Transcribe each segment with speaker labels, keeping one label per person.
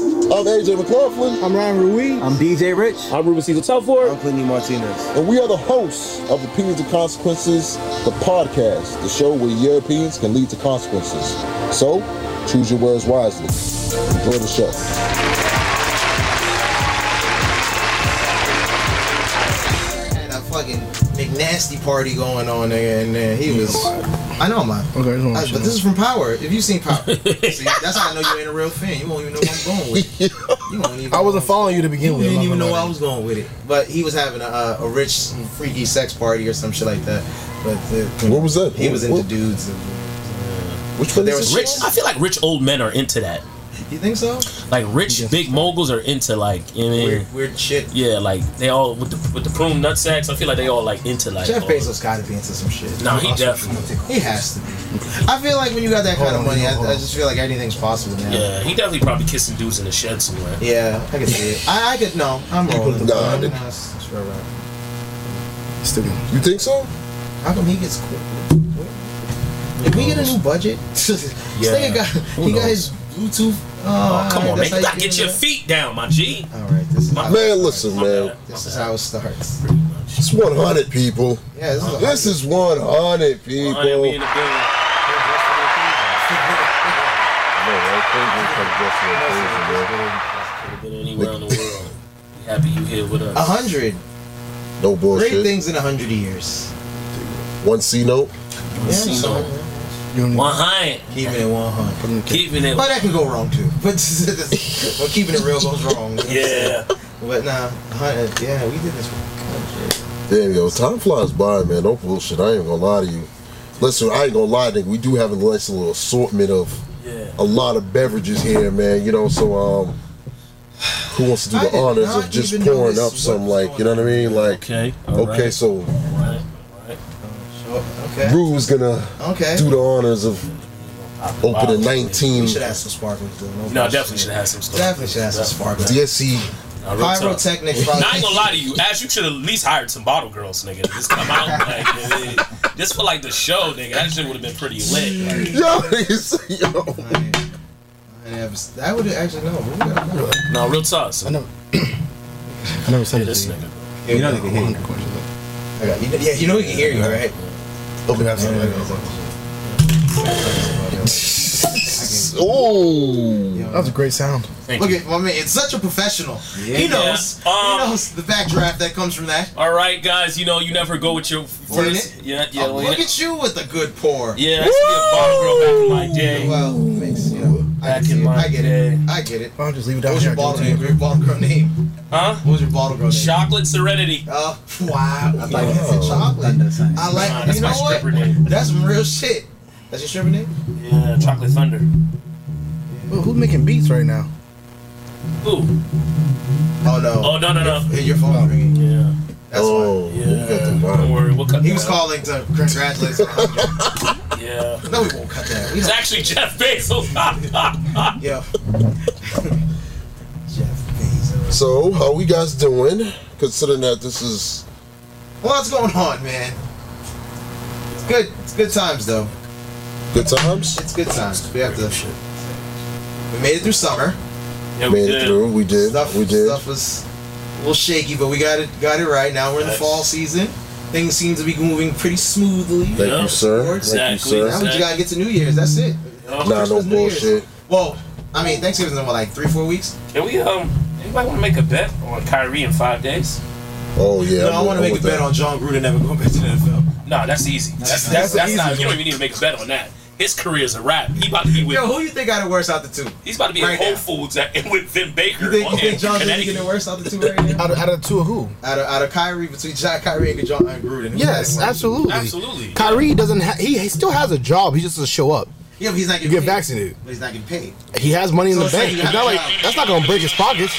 Speaker 1: I'm AJ McLaughlin.
Speaker 2: I'm Ryan Ruiz.
Speaker 3: I'm DJ Rich.
Speaker 4: I'm Ruben Cecil Telford.
Speaker 5: I'm Clinton Martinez.
Speaker 1: And we are the hosts of the Opinions and Consequences, the podcast, the show where your opinions can lead to consequences. So, choose your words wisely. Enjoy the show.
Speaker 5: fucking McNasty party going on there, and uh, he was. I know, man.
Speaker 4: Mm. Okay,
Speaker 5: I, but this is from Power. If you've seen Power, see, that's how I know you ain't a real fan. You won't even know where I'm going with it. You won't even.
Speaker 4: I wasn't following you to begin
Speaker 5: you
Speaker 4: with.
Speaker 5: You didn't even know where I was going with it. But he was having a, a rich, freaky sex party or some shit like that. But the,
Speaker 1: what was that?
Speaker 5: He was
Speaker 1: what?
Speaker 5: into dudes. And,
Speaker 1: Which one?
Speaker 5: There
Speaker 1: There
Speaker 5: was-
Speaker 6: Rich, I feel like rich old men are into that.
Speaker 5: you think so?
Speaker 6: Like rich big moguls are into like you know what I mean?
Speaker 5: Weird, weird shit.
Speaker 6: Yeah, like they all with the with the prune nut sacks. I feel like they all like into like.
Speaker 5: Jeff
Speaker 6: all-
Speaker 5: Bezos got to be into some shit.
Speaker 6: No, he definitely.
Speaker 5: He has to be. I feel like when you got that kind of money, I, I just feel like anything's possible now.
Speaker 6: Yeah, he definitely probably kissing dudes in the shed somewhere.
Speaker 5: Yeah, I can see it. I, I could no, I'm rolling.
Speaker 1: Nah, I
Speaker 5: I'm
Speaker 1: didn't.
Speaker 5: not- it's real rough.
Speaker 1: You think so?
Speaker 5: How come he gets quit? If we get a new budget, this
Speaker 6: Yeah.
Speaker 5: nigga got he got his Bluetooth. Oh,
Speaker 6: Oh, come on, man!
Speaker 5: that's
Speaker 6: You
Speaker 5: how
Speaker 6: gotta get your feet down, my G.
Speaker 5: All right, this is how,
Speaker 1: Man, listen, man.
Speaker 5: this is how it starts.
Speaker 1: It's 100 people.
Speaker 5: Yeah, this is.
Speaker 1: This is 100 people.
Speaker 6: Honey, we in the building. Could've been anywhere in the world. We Happy you here with
Speaker 5: a
Speaker 6: us.
Speaker 5: hundred
Speaker 1: No
Speaker 5: great
Speaker 1: bullshit.
Speaker 5: things in a hundred years.
Speaker 1: One C note.
Speaker 5: Yeah,
Speaker 6: see,
Speaker 5: so-
Speaker 6: no. One hundred,
Speaker 5: keeping it one hundred.
Speaker 6: keeping it.
Speaker 5: But that can go wrong too. But well, keeping it real goes wrong.
Speaker 6: Yeah,
Speaker 5: But nah, hundred. Yeah, we did this. for 100.
Speaker 1: Damn, yo, time flies by, man. No bullshit. I ain't gonna lie to you. Listen, I ain't gonna lie, nigga. We do have a nice little assortment of
Speaker 6: yeah.
Speaker 1: a lot of beverages here, man. You know, so um, who wants to do
Speaker 5: I
Speaker 1: the
Speaker 5: did
Speaker 1: honors
Speaker 5: not
Speaker 1: of just
Speaker 5: even
Speaker 1: pouring
Speaker 5: notice
Speaker 1: up some,
Speaker 5: what was
Speaker 1: like, you know what I mean? Like,
Speaker 6: Okay. all
Speaker 1: okay,
Speaker 6: right,
Speaker 1: so
Speaker 6: all right, all right.
Speaker 5: Oh, Okay.
Speaker 1: Rue's gonna
Speaker 5: Okay.
Speaker 1: do the honors of opening 19
Speaker 5: We should have some sparklers though.
Speaker 6: No, I definitely should have some stuff.
Speaker 5: Definitely should have some sparklers.
Speaker 1: DSC.
Speaker 6: Nah, real talk.
Speaker 5: Pyrotechnics probably.
Speaker 6: Now, I ain't gonna lie to you. Ash, you should at least hired some bottle girls, nigga. Just come out like nigga. this for like the show, nigga. That shit would have been pretty lit. Like,
Speaker 1: Yo, niggas, yo.
Speaker 5: I ain't- I ain't ever- That would actually no. we got- we got-
Speaker 6: no, real talk. So,
Speaker 2: I know. I never said
Speaker 6: this
Speaker 2: this.
Speaker 6: nigga.
Speaker 2: You know they can hear you. recording,
Speaker 5: I got- you know- Yeah, you know we can hear you, all right?
Speaker 2: but- Okay, that's
Speaker 1: Oh,
Speaker 2: That was a great sound.
Speaker 6: Thank
Speaker 5: Look
Speaker 6: you.
Speaker 5: at my man. It's such a professional. He knows.
Speaker 6: Yeah. Um,
Speaker 5: he knows the backdraft that comes from that.
Speaker 6: All right, guys. You know you never go with your
Speaker 5: Win
Speaker 6: first.
Speaker 5: it.
Speaker 6: Yeah, yeah.
Speaker 5: Oh,
Speaker 6: win
Speaker 5: look
Speaker 6: it.
Speaker 5: at you with a good pour.
Speaker 6: Yeah, I used to be a bottle girl back in my day.
Speaker 5: Well, makes you know. I
Speaker 6: Back
Speaker 5: can see
Speaker 6: in
Speaker 5: it.
Speaker 6: my
Speaker 5: I get
Speaker 6: day.
Speaker 5: it. I get it.
Speaker 2: I'll just leave
Speaker 5: What
Speaker 2: it down
Speaker 5: was
Speaker 2: here.
Speaker 5: your
Speaker 2: I give
Speaker 5: bottle
Speaker 2: it
Speaker 5: name? Your bottle girl name.
Speaker 6: Huh?
Speaker 5: What was your bottle girl name?
Speaker 6: Chocolate Serenity.
Speaker 5: Oh, wow. I thought you said chocolate. I like,
Speaker 6: Nah, that's
Speaker 5: you know
Speaker 6: my
Speaker 5: what?
Speaker 6: stripper name.
Speaker 5: That's some real shit. That's your stripper name?
Speaker 6: Yeah, Chocolate Thunder.
Speaker 2: to you. Well, who's making beats right now?
Speaker 6: Ooh.
Speaker 5: Oh, no.
Speaker 6: Oh no no no.
Speaker 5: Hey, Your phone ringing.
Speaker 6: Yeah.
Speaker 5: That's
Speaker 1: oh,
Speaker 6: Yeah.
Speaker 1: you got the
Speaker 6: Don't
Speaker 1: vibe.
Speaker 6: worry, we'll cut
Speaker 5: fine. He
Speaker 6: that
Speaker 5: was
Speaker 6: out.
Speaker 5: calling to congratulate us.
Speaker 6: Yeah.
Speaker 5: No, we won't cut that. We
Speaker 6: It's
Speaker 5: don't.
Speaker 6: actually Jeff Bezos.
Speaker 5: Yo. Jeff Bezos.
Speaker 1: So, how we guys doing? Considering that this is
Speaker 5: What's going on, man? It's good. It's good times, though.
Speaker 1: good times,
Speaker 5: It's good times. We have to. We made it through summer.
Speaker 6: yeah, we
Speaker 1: made it
Speaker 6: did.
Speaker 1: through. We did.
Speaker 5: Stuff,
Speaker 1: we did.
Speaker 5: stuff was a little shaky, but we got it. Got it right. Now we're in the
Speaker 6: Yes.
Speaker 5: fall season. Things seem to be moving pretty smoothly.
Speaker 1: Thank
Speaker 6: Yeah,
Speaker 1: you, sir.
Speaker 5: exactly.
Speaker 1: Thank you,
Speaker 5: Now
Speaker 1: sir.
Speaker 5: we just gotta get to New Year's. That's it.
Speaker 1: Nah, no
Speaker 5: Christmas, New Year's.
Speaker 1: bullshit.
Speaker 5: Well, I mean, Thanksgiving's in what, like three, four weeks?
Speaker 6: Can we um? Anybody want to make a bet on Kyrie in five days?
Speaker 1: Oh yeah.
Speaker 5: No,
Speaker 1: I'm
Speaker 5: I want to
Speaker 1: with- I'm
Speaker 5: make a
Speaker 1: with
Speaker 5: bet
Speaker 1: that.
Speaker 5: on John Gruden never going back to the NFL.
Speaker 6: No, that's easy. That's that's, that's,
Speaker 2: That's
Speaker 6: not.
Speaker 2: easy.
Speaker 6: You don't even need to make a bet on that. His career's a wrap. He about to be with.
Speaker 5: Yo, who you think got it worse out the two?
Speaker 6: he's about to be in
Speaker 5: right
Speaker 6: Whole
Speaker 5: now.
Speaker 6: Foods at, and with Vin
Speaker 5: You
Speaker 6: Baker
Speaker 5: think,
Speaker 6: on, in
Speaker 5: you think John Gruden
Speaker 6: Connecticut.
Speaker 5: getting worse out the two right now?
Speaker 2: Out of, out of the two of who?
Speaker 5: Out of, out of Kyrie, between John Kyrie and John Gruden. who got it
Speaker 2: Yes,
Speaker 5: worse?
Speaker 2: absolutely.
Speaker 6: Absolutely.
Speaker 2: Kyrie doesn't. Ha- he, he still has a job. He just doesn't show up.
Speaker 5: Yeah, but he's not getting
Speaker 2: get
Speaker 5: paid.
Speaker 2: vaccinated.
Speaker 5: But he's not getting paid.
Speaker 2: He has money in
Speaker 5: So
Speaker 2: the
Speaker 5: it's like
Speaker 2: bank.
Speaker 5: you
Speaker 2: It's
Speaker 5: have
Speaker 2: not
Speaker 5: a
Speaker 2: like
Speaker 5: job.
Speaker 2: that's not gonna break his pockets.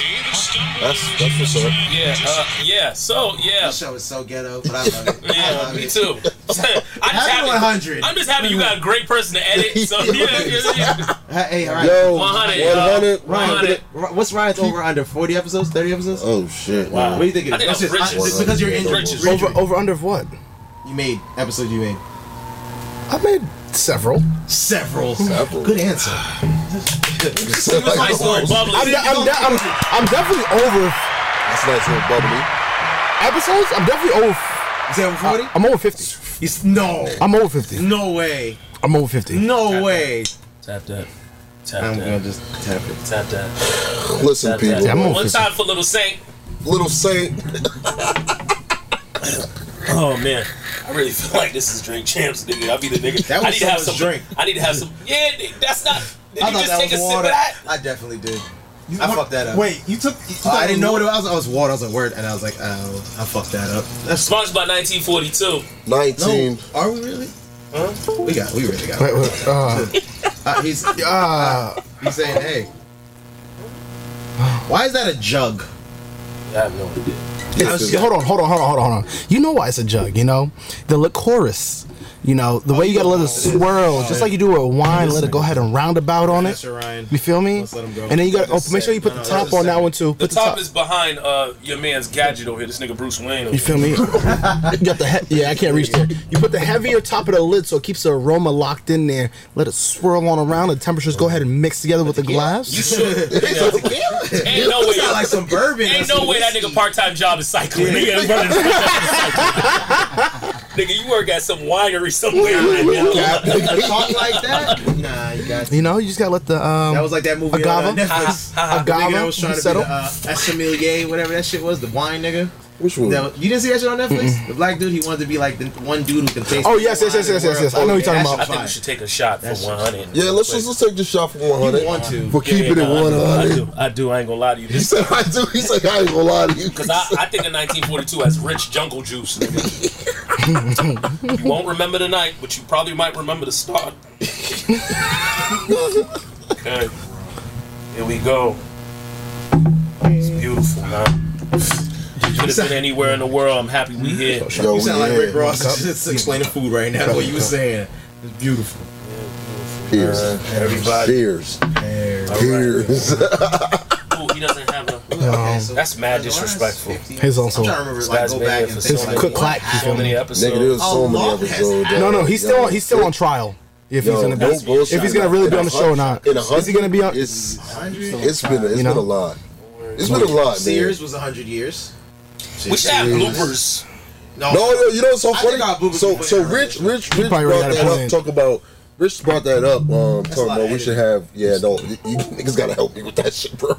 Speaker 1: That's that's for sure.
Speaker 6: Yeah, uh, yeah. So yeah,
Speaker 5: This show is so ghetto, but I love it. I
Speaker 6: yeah.
Speaker 5: love
Speaker 6: Me
Speaker 5: it.
Speaker 6: too. I'm just happy.
Speaker 5: 100.
Speaker 6: I'm just happy you got a great person to edit. So yeah, yeah, yeah.
Speaker 5: Hey, all right.
Speaker 7: Yo,
Speaker 6: 100,
Speaker 7: 100.
Speaker 5: Ryan,
Speaker 6: 100.
Speaker 5: R- what's Ryan's over under? 40 episodes? 30 episodes?
Speaker 1: Oh shit. Wow.
Speaker 5: What do you think? it
Speaker 6: I think
Speaker 5: is? That's
Speaker 6: that's
Speaker 5: just- I-
Speaker 6: Rich's.
Speaker 5: because you're injured.
Speaker 6: Rich's.
Speaker 5: Rich-
Speaker 2: Over over under of what?
Speaker 5: You made episodes you made.
Speaker 2: I made several.
Speaker 5: Several. Good answer.
Speaker 6: It's nice little bubbly.
Speaker 2: I'm, de- I'm, de- I'm, I'm definitely over
Speaker 1: That's nice and bubbly.
Speaker 2: episodes. I'm definitely over.
Speaker 5: Is that 40?
Speaker 2: I'm over fifty.
Speaker 5: Uh, He's, no.
Speaker 2: I'm over fifty.
Speaker 5: No way.
Speaker 2: I'm over fifty.
Speaker 5: No way.
Speaker 6: Tap that. Tap
Speaker 5: I'm going
Speaker 6: that.
Speaker 5: to just tap it.
Speaker 6: Tap that.
Speaker 1: Listen,
Speaker 6: Tap that.
Speaker 1: people.
Speaker 2: I'm on
Speaker 6: One
Speaker 2: 50.
Speaker 6: time for Little Saint.
Speaker 1: Little Saint.
Speaker 6: Oh man, I really feel like this is drink champs, nigga. I'll be the nigga.
Speaker 5: That was
Speaker 6: I need
Speaker 5: so
Speaker 6: to have
Speaker 5: much
Speaker 6: some
Speaker 5: drink.
Speaker 6: I need to have some. Yeah, nigga, that's not. Did
Speaker 5: I
Speaker 6: you
Speaker 5: thought
Speaker 6: just
Speaker 5: that
Speaker 6: take a
Speaker 5: was
Speaker 6: sip of
Speaker 5: water.
Speaker 6: that?
Speaker 5: I definitely did. I fucked that up.
Speaker 8: Wait, you took. you
Speaker 5: Oh,
Speaker 8: thought
Speaker 5: I didn't know what
Speaker 8: was-
Speaker 5: it was. I was word. I was like word, and I was like, oh, I fucked that up. That's
Speaker 6: Sponsored by 1942.
Speaker 1: 19.
Speaker 5: no. Are we really? Huh? We got. We really got.
Speaker 2: Wait, wait, uh,
Speaker 5: Uh, he's ah,
Speaker 2: uh,
Speaker 5: he's saying, hey, why is that a jug?
Speaker 6: I have no idea.
Speaker 2: Yeah,
Speaker 1: is-
Speaker 2: hold on, hold on, hold on, hold on, hold on. You know why it's a jug, you know? The liquorous. You know, the way you gotta let it swirl, just like you do with wine, let it go ahead and roundabout on it.
Speaker 5: That's Ryan.
Speaker 2: You feel me?
Speaker 5: Let's let 'em go.
Speaker 2: And then you gotta
Speaker 5: Let this
Speaker 2: oh, make sure you
Speaker 5: sit.
Speaker 2: put
Speaker 5: No,
Speaker 2: the
Speaker 5: no,
Speaker 2: top
Speaker 5: let this
Speaker 2: on that
Speaker 5: sit.
Speaker 2: one too.
Speaker 6: The
Speaker 2: Put
Speaker 6: top is behind uh, your man's gadget over here. This nigga Bruce Wayne. Over here.
Speaker 2: You feel me? you got the he- yeah, I can't reach there. You put the heavier top of the lid so it keeps the aroma locked in there. Let it swirl on around. The temperatures go ahead and mix together with the
Speaker 6: You
Speaker 2: glass.
Speaker 6: should. nigga. ain't no way.
Speaker 5: It's not like some bourbon.
Speaker 6: Ain't no way that nigga part time job is cycling. Nigga, his brother's cycling. nigga, you work at some winery somewhere right now.
Speaker 5: talk like that. Nah, you got.
Speaker 2: You know, you just gotta let the um
Speaker 5: That was like that movie on uh,
Speaker 2: Agava?
Speaker 5: Netflix. The nigga that
Speaker 2: agave
Speaker 5: was trying to
Speaker 2: settle.
Speaker 5: be the, uh, a sommelier, whatever that shit was, the wine nigga.
Speaker 1: Which one?
Speaker 5: That was- you didn't see that shit on Netflix? The black dude, he wanted to be like the one dude who can taste.
Speaker 2: Mm-hmm. Oh, yes, yes, yes, yes, yes, yes. I know what you're talking
Speaker 6: I
Speaker 2: about.
Speaker 6: think we should take a shot for 100.
Speaker 1: Yeah, let's just let's take this shot for
Speaker 5: You
Speaker 1: 100.
Speaker 5: want to?
Speaker 1: For keeping it
Speaker 6: no, I do, I
Speaker 1: 100.
Speaker 6: do. I do. I ain't gonna lie to you.
Speaker 1: He
Speaker 6: This
Speaker 1: said I do. He said I ain't gonna lie to you.
Speaker 6: Because I, I think of 1942 as rich jungle juice, nigga. you won't remember the night, but you probably might remember the start. okay. Here we go. It's beautiful, man. You could have been anywhere in the world. I'm happy we here.
Speaker 1: Yo,
Speaker 5: You sound like
Speaker 1: yeah.
Speaker 5: Rick Ross just explaining food right now. That's what you were saying. It's beautiful.
Speaker 1: Cheers.
Speaker 5: Everybody.
Speaker 1: Cheers.
Speaker 5: There.
Speaker 1: Cheers.
Speaker 6: Ooh, he doesn't have a.
Speaker 5: uh,
Speaker 2: Um,
Speaker 6: That's mad disrespectful.
Speaker 2: His also-
Speaker 5: I'm trying to remember, like,
Speaker 6: That's
Speaker 5: go
Speaker 6: been
Speaker 5: back
Speaker 6: here
Speaker 5: and
Speaker 6: for
Speaker 5: think
Speaker 6: so
Speaker 5: like,
Speaker 2: Quick
Speaker 5: what
Speaker 2: clack, you
Speaker 6: So
Speaker 5: happened?
Speaker 6: many
Speaker 1: Nigga, there's
Speaker 6: episodes.
Speaker 1: so
Speaker 5: Oh,
Speaker 1: many
Speaker 5: Lord,
Speaker 1: episodes.
Speaker 5: has-
Speaker 1: yo.
Speaker 2: No, no, he's still he's still on trial. If he's
Speaker 1: Yo,
Speaker 2: gonna
Speaker 1: no
Speaker 2: be,
Speaker 1: bullshit.
Speaker 2: if he's gonna really be on the show or not,
Speaker 1: In a
Speaker 2: is he gonna be on?
Speaker 1: It's, it's been it's been a
Speaker 2: know?
Speaker 1: lot. It's been a lot, man.
Speaker 5: Sears was 100 years.
Speaker 6: We should have bloopers.
Speaker 1: No, no, you know what's so
Speaker 5: I
Speaker 1: funny?
Speaker 5: think I'll boobie
Speaker 1: So,
Speaker 5: before
Speaker 1: so
Speaker 5: you.
Speaker 1: Rich, Rich, Rich
Speaker 2: probably already
Speaker 1: brought
Speaker 2: had
Speaker 1: that
Speaker 2: a
Speaker 1: up.
Speaker 2: plan.
Speaker 1: Talk about Rich brought that up. Um, talking
Speaker 5: a lot
Speaker 1: about we
Speaker 5: of
Speaker 1: should have. Yeah, no, you, you niggas gotta help me with that shit, bro.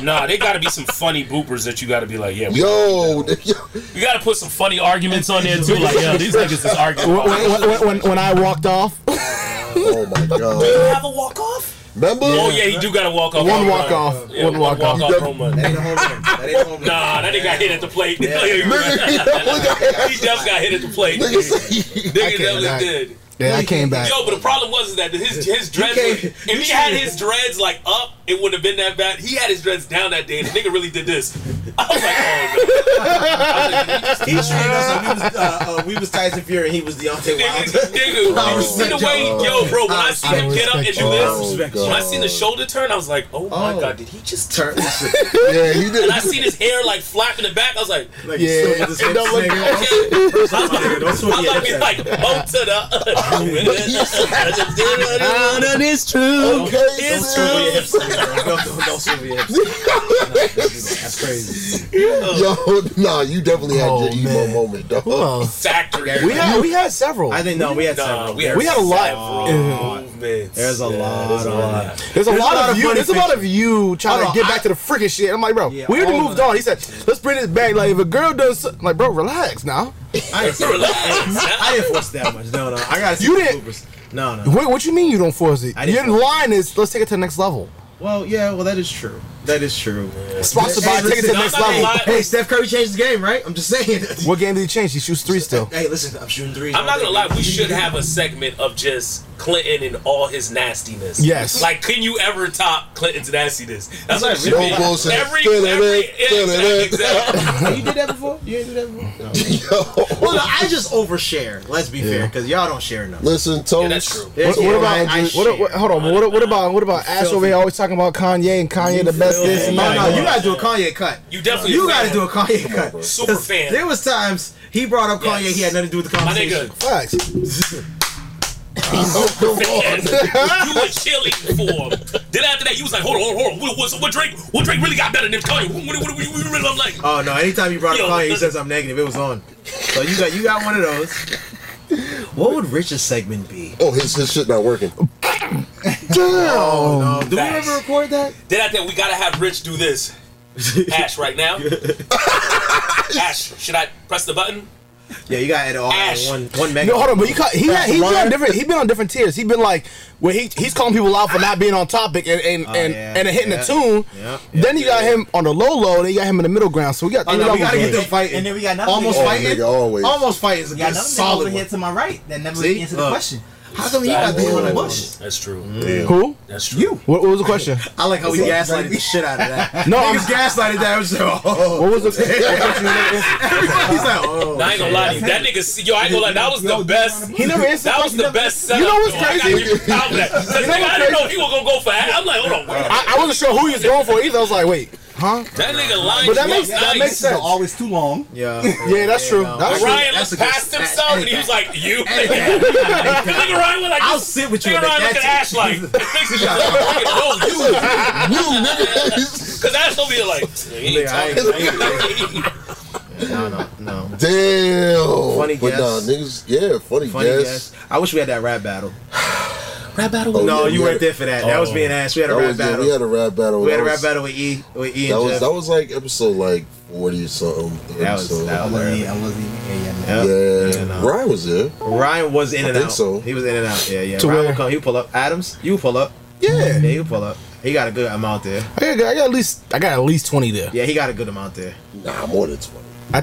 Speaker 6: Nah, they gotta be some funny bloopers that you gotta be like, yeah, we
Speaker 1: Yo, yo,
Speaker 6: You gotta put some funny arguments on there too. Like, yo, these niggas is arguing.
Speaker 2: When, when, when, when, when I walked off,
Speaker 1: oh my god.
Speaker 6: have a walk off?
Speaker 1: Remember?
Speaker 6: Oh yeah, he do gotta walk off.
Speaker 2: One
Speaker 6: home
Speaker 2: walk
Speaker 6: run.
Speaker 2: off.
Speaker 6: Yeah,
Speaker 2: One walk off.
Speaker 6: off home run.
Speaker 5: That ain't a home run. That ain't a home run.
Speaker 6: Nah, that nigga got hit at the plate.
Speaker 5: Yeah.
Speaker 6: he
Speaker 1: Nigga, you know, look at-
Speaker 6: definitely got hit at the plate.
Speaker 1: nigga
Speaker 6: Nigga
Speaker 1: say-
Speaker 6: definitely
Speaker 2: cannot.
Speaker 6: did.
Speaker 2: yeah, I came back.
Speaker 6: Yo, but the problem was is that his his dreads.
Speaker 5: You
Speaker 6: if
Speaker 5: can't- you
Speaker 6: he had
Speaker 5: can't-
Speaker 6: his dreads like up, it wouldn't have been that bad. He had his dreads down that day, and the nigga really did this. I was like, oh no.
Speaker 5: He treated us like we was, uh, uh, we was Tyson Fury and he was Deontay
Speaker 6: Nigga,
Speaker 5: Wilder.
Speaker 6: nigga,
Speaker 5: I
Speaker 6: you see the
Speaker 5: respect
Speaker 6: way,
Speaker 5: y'all.
Speaker 6: yo, bro. When I
Speaker 5: I
Speaker 6: see him get up and do
Speaker 2: respect
Speaker 1: y'all.
Speaker 6: this,
Speaker 1: Oh,
Speaker 6: when I
Speaker 1: God.
Speaker 6: seen the shoulder turn, I was like, oh my
Speaker 5: Oh.
Speaker 6: god, did he just turn?
Speaker 5: Turn this shit.
Speaker 1: Yeah, he did.
Speaker 6: And I seen his hair like flap in the back. I was like,
Speaker 5: Like,
Speaker 2: Yeah.
Speaker 5: yeah. This
Speaker 2: It don't look-
Speaker 5: nigga. Nigga, don't swing
Speaker 6: I'm
Speaker 5: your
Speaker 6: like,
Speaker 5: hips
Speaker 6: be
Speaker 5: at
Speaker 6: like,
Speaker 5: me.
Speaker 6: oh to the.
Speaker 2: None is true.
Speaker 1: Okay,
Speaker 5: Don't
Speaker 1: man.
Speaker 5: swing your hips at me, bro. Don't- Don't don't swing your hips. That's crazy.
Speaker 1: Yo, nah, you definitely had
Speaker 2: Oh,
Speaker 1: your emo
Speaker 2: man.
Speaker 1: moment, though.
Speaker 2: Well,
Speaker 6: Factory.
Speaker 2: we had we had several.
Speaker 5: I think no, we had
Speaker 6: Nah,
Speaker 5: several.
Speaker 6: we had,
Speaker 2: We had a lot.
Speaker 6: several movements.
Speaker 5: There's a
Speaker 6: Yeah,
Speaker 5: lot
Speaker 6: there's a
Speaker 5: on
Speaker 6: lot.
Speaker 5: that.
Speaker 2: There's a lot of you.
Speaker 5: funny
Speaker 2: There's a lot of you trying
Speaker 5: Hold
Speaker 2: to
Speaker 5: on,
Speaker 2: get back
Speaker 5: I-
Speaker 2: to the freakish shit. I'm like, bro,
Speaker 5: Yeah,
Speaker 2: we already
Speaker 5: all of
Speaker 2: moved
Speaker 5: that.
Speaker 2: on. He said, let's bring this back. Like, if a girl does, so-" I'm like, bro, relax now.
Speaker 5: I didn't,
Speaker 6: Relax.
Speaker 5: I didn't force that much. No, no. I gotta see
Speaker 2: You
Speaker 5: the
Speaker 2: didn't-
Speaker 5: bloopers. No, no.
Speaker 2: Wait, what you mean you don't force it?
Speaker 5: I
Speaker 2: Your
Speaker 5: didn't
Speaker 2: line is let's take it to the next level.
Speaker 5: Well, yeah, well, that is true. That is true.
Speaker 2: Sponsored by
Speaker 5: listen,
Speaker 2: take it to the
Speaker 5: I'm
Speaker 2: next
Speaker 6: not gonna
Speaker 2: level.
Speaker 6: lie.
Speaker 5: Hey, Steph Curry changed the game, right? I'm just saying.
Speaker 2: What game did he change? He shoots three still.
Speaker 5: Hey, listen, I'm shooting threes.
Speaker 6: I'm not
Speaker 5: all
Speaker 6: gonna
Speaker 5: day.
Speaker 6: lie. We should have a segment of just
Speaker 9: Clinton and all his nastiness.
Speaker 2: Yes.
Speaker 9: Like, can you ever top Clinton's nastiness? That's what it should
Speaker 1: Joe
Speaker 9: be.
Speaker 1: Wilson.
Speaker 9: Every,
Speaker 1: Feel it,
Speaker 9: every,
Speaker 1: feel
Speaker 9: exactly,
Speaker 1: it.
Speaker 9: exactly.
Speaker 5: you did that before? You ain't did that before? No.
Speaker 1: Yo,
Speaker 5: Well, no, I just overshare. Let's be fair, because y'all don't share enough.
Speaker 1: listen, Toast.
Speaker 9: Yeah, that's true.
Speaker 2: What, what
Speaker 5: Yeah,
Speaker 2: about
Speaker 5: I- I
Speaker 2: what, what,
Speaker 5: share.
Speaker 2: hold on? What, what about what about Ash over here always talking about Kanye and Kanye the best this and
Speaker 5: No,
Speaker 2: that?
Speaker 5: no, you gotta do a Kanye cut.
Speaker 9: You definitely
Speaker 5: you
Speaker 9: a fan.
Speaker 5: gotta do a Kanye cut.
Speaker 9: Super
Speaker 5: 'Cause
Speaker 9: fan.
Speaker 5: There was times he brought up Kanye,
Speaker 9: Yes.
Speaker 5: he had nothing to do with the
Speaker 9: My
Speaker 5: conversation.
Speaker 9: nigga,
Speaker 2: Facts.
Speaker 9: you were chilling for him. Then after that, you was like, hold on, hold on, hold on. What, what, what Drake? What Drake really got better than Kanye? What, what, what, what, what, what, I'm like,
Speaker 5: Oh no! Anytime you brought
Speaker 9: Yo,
Speaker 5: up Kanye, he
Speaker 9: listen.
Speaker 5: says I'm negative. It was on. So you got you got one of those. What would Rich's segment be?
Speaker 1: Oh, his, his shit not working.
Speaker 2: Damn.
Speaker 5: No, do we
Speaker 9: facts.
Speaker 5: ever record that?
Speaker 9: Then after that, we gotta have Rich do this. Ash, right now. Ash, should I press the button?
Speaker 5: Yeah, you gotta edit all that
Speaker 9: Ash.
Speaker 5: in one one mega.
Speaker 2: No, hold on, but you caught, he
Speaker 1: That's
Speaker 2: had, he's been on
Speaker 1: right.
Speaker 2: different. He's been on different tiers. He's been like, where he he's calling people out for not being on topic and and and,
Speaker 5: Oh, yeah,
Speaker 2: and hitting
Speaker 5: yeah,
Speaker 2: a tune.
Speaker 5: yeah,
Speaker 2: then you got him on the low low. Then you got him in the middle ground. So we got
Speaker 5: Oh,
Speaker 2: three
Speaker 5: no, we
Speaker 2: levels
Speaker 5: gotta get
Speaker 2: there.
Speaker 5: them fighting.
Speaker 10: And then we got another
Speaker 5: almost
Speaker 10: nigga.
Speaker 5: fighting.
Speaker 1: Oh, nigga, always.
Speaker 5: Almost fighting is a good
Speaker 10: Got another nigga over
Speaker 5: solid
Speaker 10: here
Speaker 5: one.
Speaker 10: to my right that never
Speaker 5: See?
Speaker 10: answered the
Speaker 5: Look.
Speaker 10: question.
Speaker 5: How come you got the on the bush?
Speaker 9: That's true.
Speaker 2: Who?
Speaker 9: That's true. You.
Speaker 2: What, what was the question?
Speaker 5: I like how we gaslighted the shit out of that.
Speaker 2: No,
Speaker 5: Niggas
Speaker 2: I'm-
Speaker 5: gaslighted that. I was just like, oh.
Speaker 2: What was the?
Speaker 5: Everybody's like, oh.
Speaker 9: I ain't gonna lie to you. That nigga, see- yo, I ain't gonna lie. That was the best.
Speaker 2: he never answered.
Speaker 9: That was
Speaker 2: the
Speaker 9: the best
Speaker 2: question. You
Speaker 9: setup.
Speaker 2: know what's
Speaker 9: though. I,
Speaker 2: crazy?
Speaker 9: gotta give you props for that. 'Cause,
Speaker 2: You know
Speaker 9: nigga,
Speaker 2: what's
Speaker 9: I didn't know
Speaker 2: crazy?
Speaker 9: if he was gonna go for that. I'm like, hold on, wait.
Speaker 2: I, I wasn't sure who he was going for either. I was like, wait, huh?
Speaker 9: That nigga lying.
Speaker 2: But that
Speaker 9: was
Speaker 2: makes that
Speaker 9: nice.
Speaker 2: makes
Speaker 10: They're
Speaker 2: sense.
Speaker 10: always too long.
Speaker 5: Yeah.
Speaker 2: Yeah, that's true. That's true.
Speaker 9: Ryan
Speaker 5: That's
Speaker 9: looked
Speaker 5: a good-
Speaker 9: past
Speaker 5: that's-
Speaker 9: himself and he was like, "You." Nigga, Ryan was like,
Speaker 5: I'll sit with you
Speaker 9: Nigga,
Speaker 5: and make
Speaker 9: Ryan looked at
Speaker 5: that
Speaker 9: Ash like, "No, you."
Speaker 1: You nigga.
Speaker 9: Because Ash over here like, "Yeah, he ain't
Speaker 5: Nigga, I ain't-
Speaker 9: talking."
Speaker 5: No, no, no.
Speaker 1: Damn.
Speaker 5: Funny
Speaker 1: but
Speaker 5: guess.
Speaker 1: Nah, niggas, yeah, funny,
Speaker 5: Funny
Speaker 1: guess.
Speaker 5: guess. I wish we had that rap battle.
Speaker 9: Rap battle.
Speaker 1: Oh,
Speaker 5: No,
Speaker 1: yeah,
Speaker 5: you
Speaker 1: we
Speaker 5: weren't
Speaker 1: had- Oh.
Speaker 5: there for that. That was me and Ash. We had a
Speaker 1: That
Speaker 5: rap
Speaker 1: was, yeah,
Speaker 5: battle.
Speaker 1: we had a rap battle.
Speaker 5: we had a
Speaker 1: That
Speaker 5: rap
Speaker 1: was-
Speaker 5: battle with E, with E
Speaker 1: That
Speaker 5: and
Speaker 1: was
Speaker 5: Jeff.
Speaker 1: that was like episode like forty or something.
Speaker 5: That was-
Speaker 1: Episode.
Speaker 5: that
Speaker 10: I wasn't even. I wasn't even. Yeah, yeah,
Speaker 5: Yeah.
Speaker 10: yeah.
Speaker 1: yeah.
Speaker 5: Yeah, no.
Speaker 1: Ryan was there.
Speaker 5: Ryan was in and
Speaker 1: think
Speaker 5: out.
Speaker 1: so.
Speaker 5: He was in and out. Yeah, yeah.
Speaker 2: To
Speaker 5: Ryan
Speaker 2: where?
Speaker 5: will come. He'll pull up. Adams, you pull up.
Speaker 2: Yeah,
Speaker 5: Yeah, he'll pull up. He got a good amount there.
Speaker 2: I got, I got at least I got at least twenty there.
Speaker 5: Yeah, he got a good amount there.
Speaker 1: Nah, more than twenty.
Speaker 2: I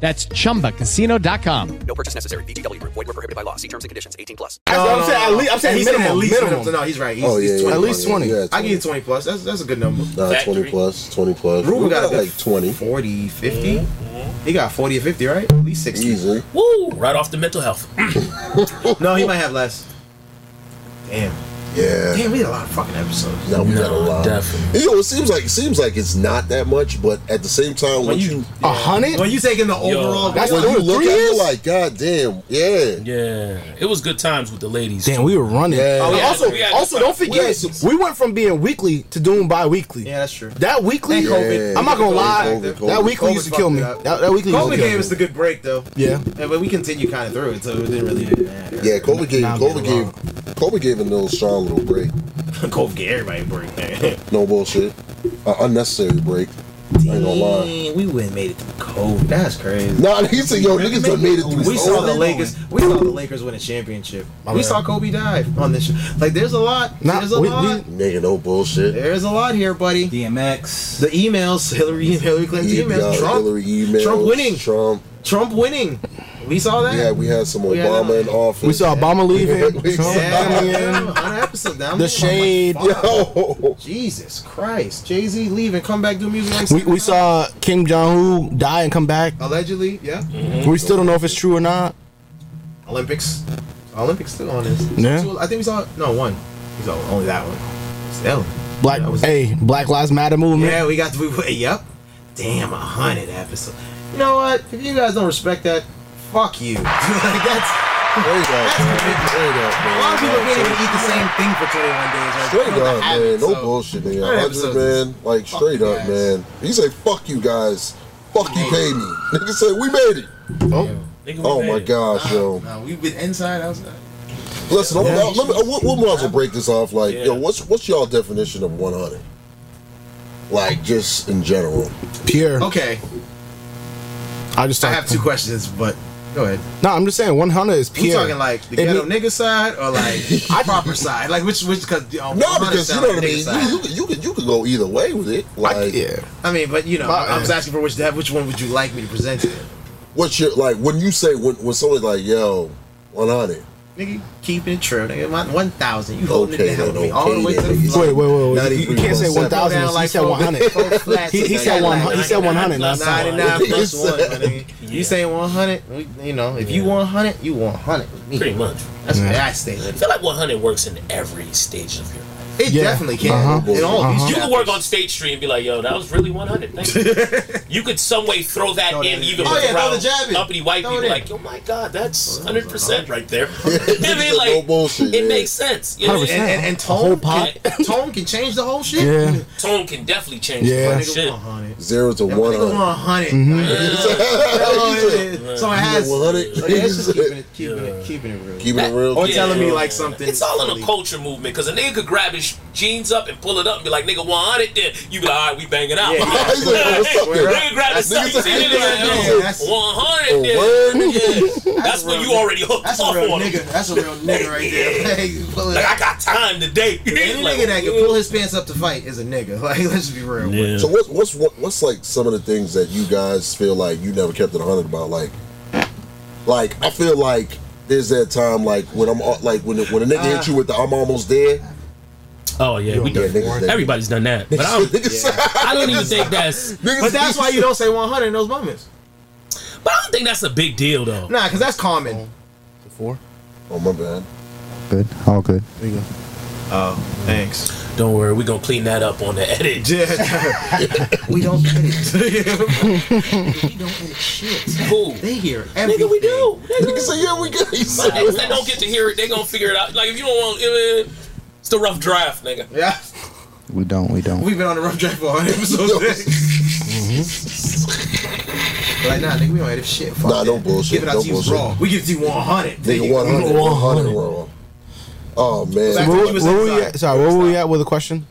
Speaker 11: That's chumbacasino.com.
Speaker 2: that's what I'm saying. At least I'm saying
Speaker 5: He said
Speaker 2: minimum,
Speaker 5: at least
Speaker 2: minimum.
Speaker 5: No, he's right. He's,
Speaker 1: Oh yeah,
Speaker 5: he's
Speaker 1: yeah,
Speaker 5: 20.
Speaker 2: At least 20.
Speaker 1: Yeah,
Speaker 5: I give you 20 plus. That's that's a good number.
Speaker 1: Nah,
Speaker 9: Factory.
Speaker 1: twenty plus, twenty plus.
Speaker 5: Ruben
Speaker 1: We
Speaker 5: got a
Speaker 1: got
Speaker 5: good
Speaker 1: like twenty.
Speaker 5: 40, 50. He got 40 or 50, right? At least 60.
Speaker 1: Easy.
Speaker 9: Woo! Right off the mental health.
Speaker 5: No, he might have less. Damn.
Speaker 1: Yeah.
Speaker 5: Damn, we had a lot of fucking episodes.
Speaker 1: Now we got a lot.
Speaker 9: definitely.
Speaker 1: You know, it seems like it seems like it's not that much, but at the same time, when,
Speaker 5: you-
Speaker 1: you
Speaker 2: A hundred.
Speaker 5: When you taking the overall,
Speaker 2: that's
Speaker 1: when
Speaker 2: what-
Speaker 1: you look
Speaker 2: three
Speaker 1: at it,
Speaker 2: years?
Speaker 1: you're like, God damn, yeah.
Speaker 9: Yeah, it was good times with the ladies.
Speaker 2: Damn, we were running.
Speaker 1: Yeah. Oh,
Speaker 2: And
Speaker 9: yeah,
Speaker 2: also,
Speaker 9: we had-
Speaker 2: also don't
Speaker 1: we had
Speaker 2: forget,
Speaker 1: some-
Speaker 2: we went from being weekly to doing bi-weekly.
Speaker 5: yeah, that's true.
Speaker 2: That weekly,
Speaker 5: And COVID.
Speaker 2: I'm not gonna lie,
Speaker 1: COVID,
Speaker 2: that
Speaker 1: COVID,
Speaker 2: weekly used to
Speaker 5: COVID
Speaker 2: kill me.
Speaker 5: fucked it up.
Speaker 2: That, that weekly used
Speaker 5: COVID
Speaker 2: to kill
Speaker 5: gave
Speaker 2: me.
Speaker 5: us the good break though.
Speaker 2: Yeah.
Speaker 5: but we continued kind of through it, so it didn't really. Yeah,
Speaker 1: Yeah, Kobe gave
Speaker 2: Nah, I'm
Speaker 1: Kobe
Speaker 2: getting
Speaker 1: gave Kobe gave a little strong little break.
Speaker 5: COVID gave everybody a break man.
Speaker 1: No bullshit. An unnecessary break. I ain't gonna lie.
Speaker 5: Dang, we wouldn't made it through COVID. That's crazy.
Speaker 1: Nah, he said, yo, niggas done made it through.
Speaker 5: We
Speaker 1: this
Speaker 5: saw
Speaker 1: whole
Speaker 5: the
Speaker 1: thing.
Speaker 5: Lakers. We saw the Lakers win a championship. we saw Kobe dive on this. Show. Like, there's a lot.
Speaker 2: Nah,
Speaker 5: there's a
Speaker 2: we-
Speaker 5: lot.
Speaker 1: Nigga, no bullshit.
Speaker 5: there's a lot here, buddy.
Speaker 10: DMX.
Speaker 5: The emails, Hillary, Hillary Clinton
Speaker 1: Yeah,
Speaker 5: emails, Trump,
Speaker 1: Hillary emails,
Speaker 5: Trump winning,
Speaker 1: Trump.
Speaker 5: Trump winning. We saw that.
Speaker 1: Yeah, we had some
Speaker 5: We had
Speaker 1: Obama
Speaker 5: that.
Speaker 1: in office.
Speaker 2: We saw Obama leaving,
Speaker 1: We-
Speaker 2: Trump
Speaker 5: Yeah,
Speaker 2: coming in,
Speaker 5: yeah, on an episode down there, I'm
Speaker 2: the
Speaker 5: like,
Speaker 2: shade.
Speaker 5: fuck.
Speaker 1: Yo.
Speaker 5: Jesus Christ, Jay Z leave and come back do music. Like
Speaker 2: We, we
Speaker 5: Snoop Dogg.
Speaker 2: saw Kim Jong Un die and come back.
Speaker 5: allegedly, yeah.
Speaker 2: We still don't know if it's true or not.
Speaker 5: Olympics, Olympics still on this.
Speaker 2: Yeah.
Speaker 5: Two- I think we saw no one. We saw only that one. It's the other one.
Speaker 2: Black, hey, Black Lives Matter movement.
Speaker 5: Yeah, we got to. We, yep. Damn, a hundred episodes. You know what? If you guys don't respect that, fuck you. like that's. There you go. There you go. A lot of people can't even eat the same thing for 21 days. Right?
Speaker 1: Straight
Speaker 5: People
Speaker 1: up,
Speaker 5: that haven't,
Speaker 1: man. No
Speaker 5: so-
Speaker 1: bullshit, nigga.
Speaker 5: Hundred
Speaker 1: Hundred
Speaker 5: episodes
Speaker 1: man, like
Speaker 5: fuck
Speaker 1: straight
Speaker 5: you
Speaker 1: up,
Speaker 5: guys.
Speaker 1: man. He say, "Fuck you guys, fuck you, pay me." Nigga said, "We made it."
Speaker 2: Oh,
Speaker 9: Nigga, we
Speaker 1: oh
Speaker 9: made
Speaker 1: my
Speaker 9: it.
Speaker 1: gosh, yo.
Speaker 5: Nah, we've been inside, outside.
Speaker 1: Listen, I'm, I'm- let me, uh, we'll, we'll might as well break this off. Like, yo, what's what's y'all definition of 100? Like, just in general.
Speaker 2: pure.
Speaker 5: Okay,
Speaker 2: I just
Speaker 5: I
Speaker 2: talk-
Speaker 5: have two questions, but go ahead.
Speaker 2: No, I'm just saying 100 is
Speaker 5: We
Speaker 2: pure.
Speaker 5: talking like the
Speaker 2: It
Speaker 5: ghetto
Speaker 2: mean-
Speaker 5: nigga side or like proper side? Like which which because
Speaker 1: No, because you know what I mean. You, you, could- you could you could go either way with it. Like,
Speaker 2: yeah.
Speaker 5: I mean, but you know,
Speaker 2: My-
Speaker 5: I was asking for which that which one would you like me to present to you?
Speaker 1: what's your like when you say when when somebody's like, yo, 100.
Speaker 5: Nigga, keeping it true, nigga. My one thousand, you holding
Speaker 1: Okay,
Speaker 5: it down
Speaker 1: then,
Speaker 5: with me all the way to
Speaker 1: okay,
Speaker 5: the
Speaker 1: then,
Speaker 5: floor.
Speaker 2: Wait, wait, wait, wait. You,
Speaker 1: 93
Speaker 2: you can't say
Speaker 1: point
Speaker 2: 1,000.
Speaker 5: seven.
Speaker 2: He said
Speaker 5: Four
Speaker 2: 100.
Speaker 5: Four flats
Speaker 2: He, he
Speaker 5: today.
Speaker 2: said 100. He said 100. Not
Speaker 5: Ninety
Speaker 2: 99.
Speaker 5: nine plus
Speaker 1: He said-
Speaker 5: one. my nigga. You saying one hundred? You know, if you want hundred, you want hundred with me.
Speaker 9: Pretty much.
Speaker 5: That's what I stated.
Speaker 9: I feel like 100 works in every stage of your life.
Speaker 5: It
Speaker 2: Yeah.
Speaker 5: definitely can.
Speaker 2: Uh-huh.
Speaker 5: In all these
Speaker 9: You
Speaker 5: chapters.
Speaker 9: could work on State Street and be like, yo, that was really 100. Thank you. you could some way throw that in, even
Speaker 5: Oh,
Speaker 9: with
Speaker 5: yeah, throw
Speaker 9: around
Speaker 5: the jab in.
Speaker 9: uppity white
Speaker 5: Throw it
Speaker 9: people,
Speaker 5: in. Uh-huh.
Speaker 9: like, oh my God, that's 100% right there.
Speaker 1: Niggas
Speaker 9: I mean,
Speaker 1: said
Speaker 9: like,
Speaker 1: no bullshit,
Speaker 9: it
Speaker 1: yeah.
Speaker 9: makes sense. You know,
Speaker 5: And,
Speaker 2: 100%.
Speaker 5: and, and
Speaker 2: A
Speaker 5: tone,
Speaker 2: whole pot?
Speaker 5: Can, tone can change the whole shit.
Speaker 2: Yeah.
Speaker 9: Tone can definitely change.
Speaker 2: Yeah.
Speaker 9: Yeah.
Speaker 5: Nigga,
Speaker 9: Shit.
Speaker 5: want 100.
Speaker 1: Zero to
Speaker 5: That nigga
Speaker 1: 100.
Speaker 5: want 100. Yeah. So it has.
Speaker 1: You want 100?
Speaker 5: Like, that's just keeping it, keeping
Speaker 9: Yeah.
Speaker 5: it, keeping it real.
Speaker 1: Keeping it real.
Speaker 5: or
Speaker 1: keep it
Speaker 5: telling me
Speaker 1: real.
Speaker 5: like something.
Speaker 9: It's all in
Speaker 5: really-
Speaker 9: a culture movement because a nigga could grab his jeans up and pull it up and be like, nigga, 100 then. You be like, all right, we banging out.
Speaker 5: Yeah, yeah.
Speaker 1: He's like, "What's up,
Speaker 9: Nigga
Speaker 1: nigga?"
Speaker 9: grab his
Speaker 1: Niggas
Speaker 9: suit,
Speaker 1: say,
Speaker 9: and
Speaker 1: "Yeah,
Speaker 9: nigga like,
Speaker 5: that's-
Speaker 9: yo, 100
Speaker 1: A
Speaker 9: then.
Speaker 1: word, nigga.
Speaker 9: That's when you already hooked
Speaker 5: That's
Speaker 9: off
Speaker 5: a real
Speaker 9: on him.
Speaker 5: nigga. That's a real nigga right there. Hey, you pull it
Speaker 9: Like,
Speaker 5: up.
Speaker 9: I got time today.
Speaker 5: Any
Speaker 9: Like,
Speaker 5: nigga that can pull his pants up to fight is a nigga. Like, let's be real. Yeah.
Speaker 1: So what's what's what, what's like some of the things that you guys feel like you never kept it hundred about? Like, like I feel like there's that time like when I'm al- like when when a nigga
Speaker 5: Uh.
Speaker 1: hit you with the I'm almost there.
Speaker 6: Oh yeah, we
Speaker 1: Yeah,
Speaker 6: done.
Speaker 1: niggas that-
Speaker 6: Everybody's done that, but I don't,
Speaker 1: niggas,
Speaker 6: I don't even think that's.
Speaker 1: niggas-
Speaker 5: But that's why you don't say 100 in those moments.
Speaker 6: But I don't think that's a big deal though.
Speaker 5: Nah, because that's common.
Speaker 2: Four.
Speaker 1: Oh my bad.
Speaker 10: Good. All good.
Speaker 2: There you go.
Speaker 5: Thanks.
Speaker 6: Don't worry, we gonna clean that up on the edit.
Speaker 5: Yeah. we don't edit. we don't edit shit.
Speaker 6: Cool.
Speaker 5: They hear everything.
Speaker 6: Nigga, we do.
Speaker 1: Niggas say yeah, we good. He
Speaker 6: But
Speaker 1: said,
Speaker 6: niggas that don't get to hear it, they gonna figure it out. Like if you don't want, you know, it's the rough draft, nigga.
Speaker 5: Yeah.
Speaker 10: We don't. We don't.
Speaker 5: We've been on the rough draft for eh? 100 episodes. Like, nah, nigga, we don't edit shit. Fuck
Speaker 1: Mm-hmm. Nah,
Speaker 5: that.
Speaker 1: don't bullshit,
Speaker 5: Give it out
Speaker 1: don't
Speaker 5: to you
Speaker 1: bullshit.
Speaker 5: raw. We give it to you 100.
Speaker 1: nigga, 100, 100, bro. Oh
Speaker 5: Back
Speaker 1: man,
Speaker 5: to
Speaker 2: Where,
Speaker 5: you
Speaker 2: where
Speaker 5: was
Speaker 2: were we
Speaker 5: inside.
Speaker 2: at? Sorry, where were we at with the question?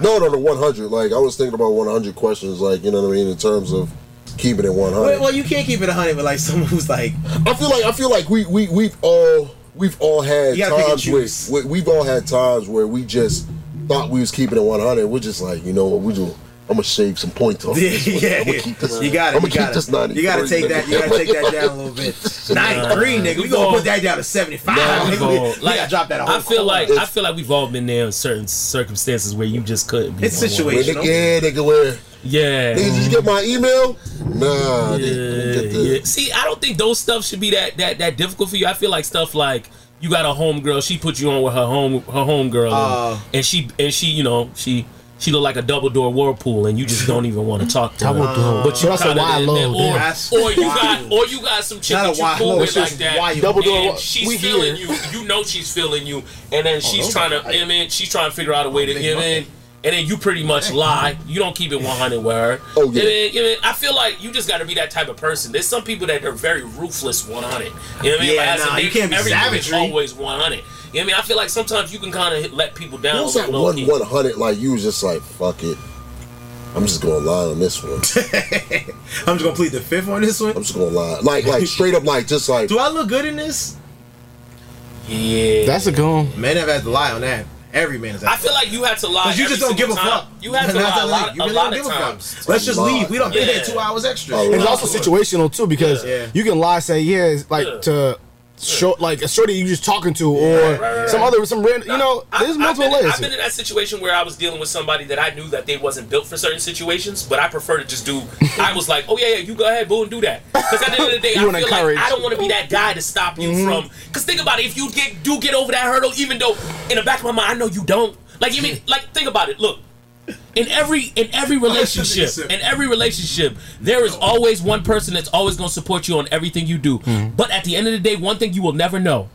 Speaker 1: no, no, no, 100. Like I was thinking about 100 questions. Like you know what I mean in terms of keeping it 100.
Speaker 5: Well, well, you can't keep it 100 with like someone who's like,
Speaker 1: I feel like I feel like we we we've all we've all had
Speaker 5: You gotta pick and
Speaker 1: times where
Speaker 5: choose.
Speaker 1: we, we've all had times where we just thought we was keeping it 100. We're just like, you know what, we do. I'm gonna shave some points off.
Speaker 5: yeah,
Speaker 1: this one.
Speaker 5: yeah.
Speaker 1: I'ma keep this-
Speaker 5: you got
Speaker 1: I'ma
Speaker 5: it. You
Speaker 1: keep
Speaker 5: got
Speaker 1: this
Speaker 5: it.
Speaker 1: 93,
Speaker 5: You got to take that. You got to take that down a little bit. 93, nigga. We gonna put that down to 75.
Speaker 6: I'm gonna-
Speaker 5: nigga. Like,
Speaker 6: like,
Speaker 5: gotta drop that. a whole
Speaker 6: I feel
Speaker 5: corner.
Speaker 6: like I feel like we've all been there in certain circumstances where you just couldn't. Be
Speaker 5: It's
Speaker 6: one.
Speaker 1: Where
Speaker 5: situational.
Speaker 1: nigga, yeah, nigga, where
Speaker 6: Yeah.
Speaker 1: nigga, did you get my email? Nah, nigga,
Speaker 6: Yeah,
Speaker 1: get the,
Speaker 6: yeah. See, I don't think those stuff should be that that that difficult for you. I feel like stuff like you got a homegirl, she put you on with her home her homegirl,
Speaker 5: Uh.
Speaker 6: and, and she and she you know she she look like a double door whirlpool, and you just don't even want to talk to her.
Speaker 2: Double door.
Speaker 6: But you
Speaker 2: That's a
Speaker 6: kind
Speaker 2: wide
Speaker 6: of
Speaker 2: load, yeah.
Speaker 6: or,
Speaker 5: That's
Speaker 6: or you
Speaker 5: wild.
Speaker 6: got or you got some chick
Speaker 5: Not a
Speaker 6: that you
Speaker 5: wild
Speaker 6: cool
Speaker 5: load,
Speaker 6: with
Speaker 5: it's
Speaker 6: like
Speaker 5: just
Speaker 6: that,
Speaker 5: wild.
Speaker 2: Double door,
Speaker 6: and she's
Speaker 2: we
Speaker 6: feeling
Speaker 2: here.
Speaker 6: you. You know she's feeling you, and then she's
Speaker 5: Oh, those
Speaker 6: trying to
Speaker 5: are
Speaker 6: I mean, she's trying to figure out a way to
Speaker 5: Big
Speaker 6: give
Speaker 5: money.
Speaker 6: in. And then you pretty much lie. You don't keep it 100 with her.
Speaker 1: Oh, yeah.
Speaker 6: And then you know, what I mean? I feel like you just got to be that type of person. There's some people that are very ruthless 100. You know what I mean?
Speaker 5: Yeah,
Speaker 6: like, as a
Speaker 5: nah, you
Speaker 6: nigga,
Speaker 5: can't be
Speaker 6: everything is
Speaker 5: savagery.
Speaker 6: Always 100. You know what I mean? I feel like sometimes you can kind of let people down.
Speaker 1: It was like
Speaker 6: low
Speaker 1: one
Speaker 6: key.
Speaker 1: 100. Like you was just like, fuck it. I'm just gonna lie on this one.
Speaker 5: I'm just gonna plead the fifth on this
Speaker 1: I'm
Speaker 5: one.
Speaker 1: just gonna lie. Like like straight up like just like
Speaker 5: Do I look good in this?
Speaker 6: Yeah.
Speaker 2: That's a good one.
Speaker 5: Man, I've had to lie on that. Every man is.
Speaker 6: I feel like you have to lie.
Speaker 5: Because you
Speaker 6: every
Speaker 5: just don't give
Speaker 6: single
Speaker 5: a
Speaker 6: time.
Speaker 5: fuck.
Speaker 6: You have to
Speaker 5: That's
Speaker 6: lie a
Speaker 5: the
Speaker 6: lot,
Speaker 5: thing. You
Speaker 6: a
Speaker 5: really
Speaker 6: lot
Speaker 5: don't
Speaker 6: of
Speaker 5: give a
Speaker 6: times.
Speaker 5: fuck. Let's just
Speaker 1: A lot.
Speaker 5: leave. We don't been
Speaker 6: Yeah.
Speaker 5: there two hours extra.
Speaker 1: A
Speaker 2: It's
Speaker 1: lot.
Speaker 2: also situational too because
Speaker 5: Yeah.
Speaker 2: you can lie, say yeah, it's like
Speaker 6: Yeah.
Speaker 2: to short, like a shorty you just talking to, or
Speaker 6: right, right,
Speaker 2: some
Speaker 6: right.
Speaker 2: other, some random. You know,
Speaker 6: I-
Speaker 2: there's multiple
Speaker 6: I've been,
Speaker 2: layers.
Speaker 6: I've been in that situation where I was dealing with somebody that I knew that they wasn't built for certain situations, but I prefer to just do. I was like, oh yeah, yeah, you go ahead, boo, and do that. Because at the end of the day, I
Speaker 2: You
Speaker 6: feel
Speaker 2: wanna
Speaker 6: like
Speaker 2: encourage.
Speaker 6: I don't want to be that guy to stop you
Speaker 5: Mm-hmm.
Speaker 6: from. Because think about it, if you get do get over that hurdle, even though in the back of my mind I know you don't. Like you mean, like think about it. Look, In every in every relationship, in every relationship, there is always one person that's always going to support you on everything you do.
Speaker 5: Hmm.
Speaker 6: But at the end of the day, one thing you will never know.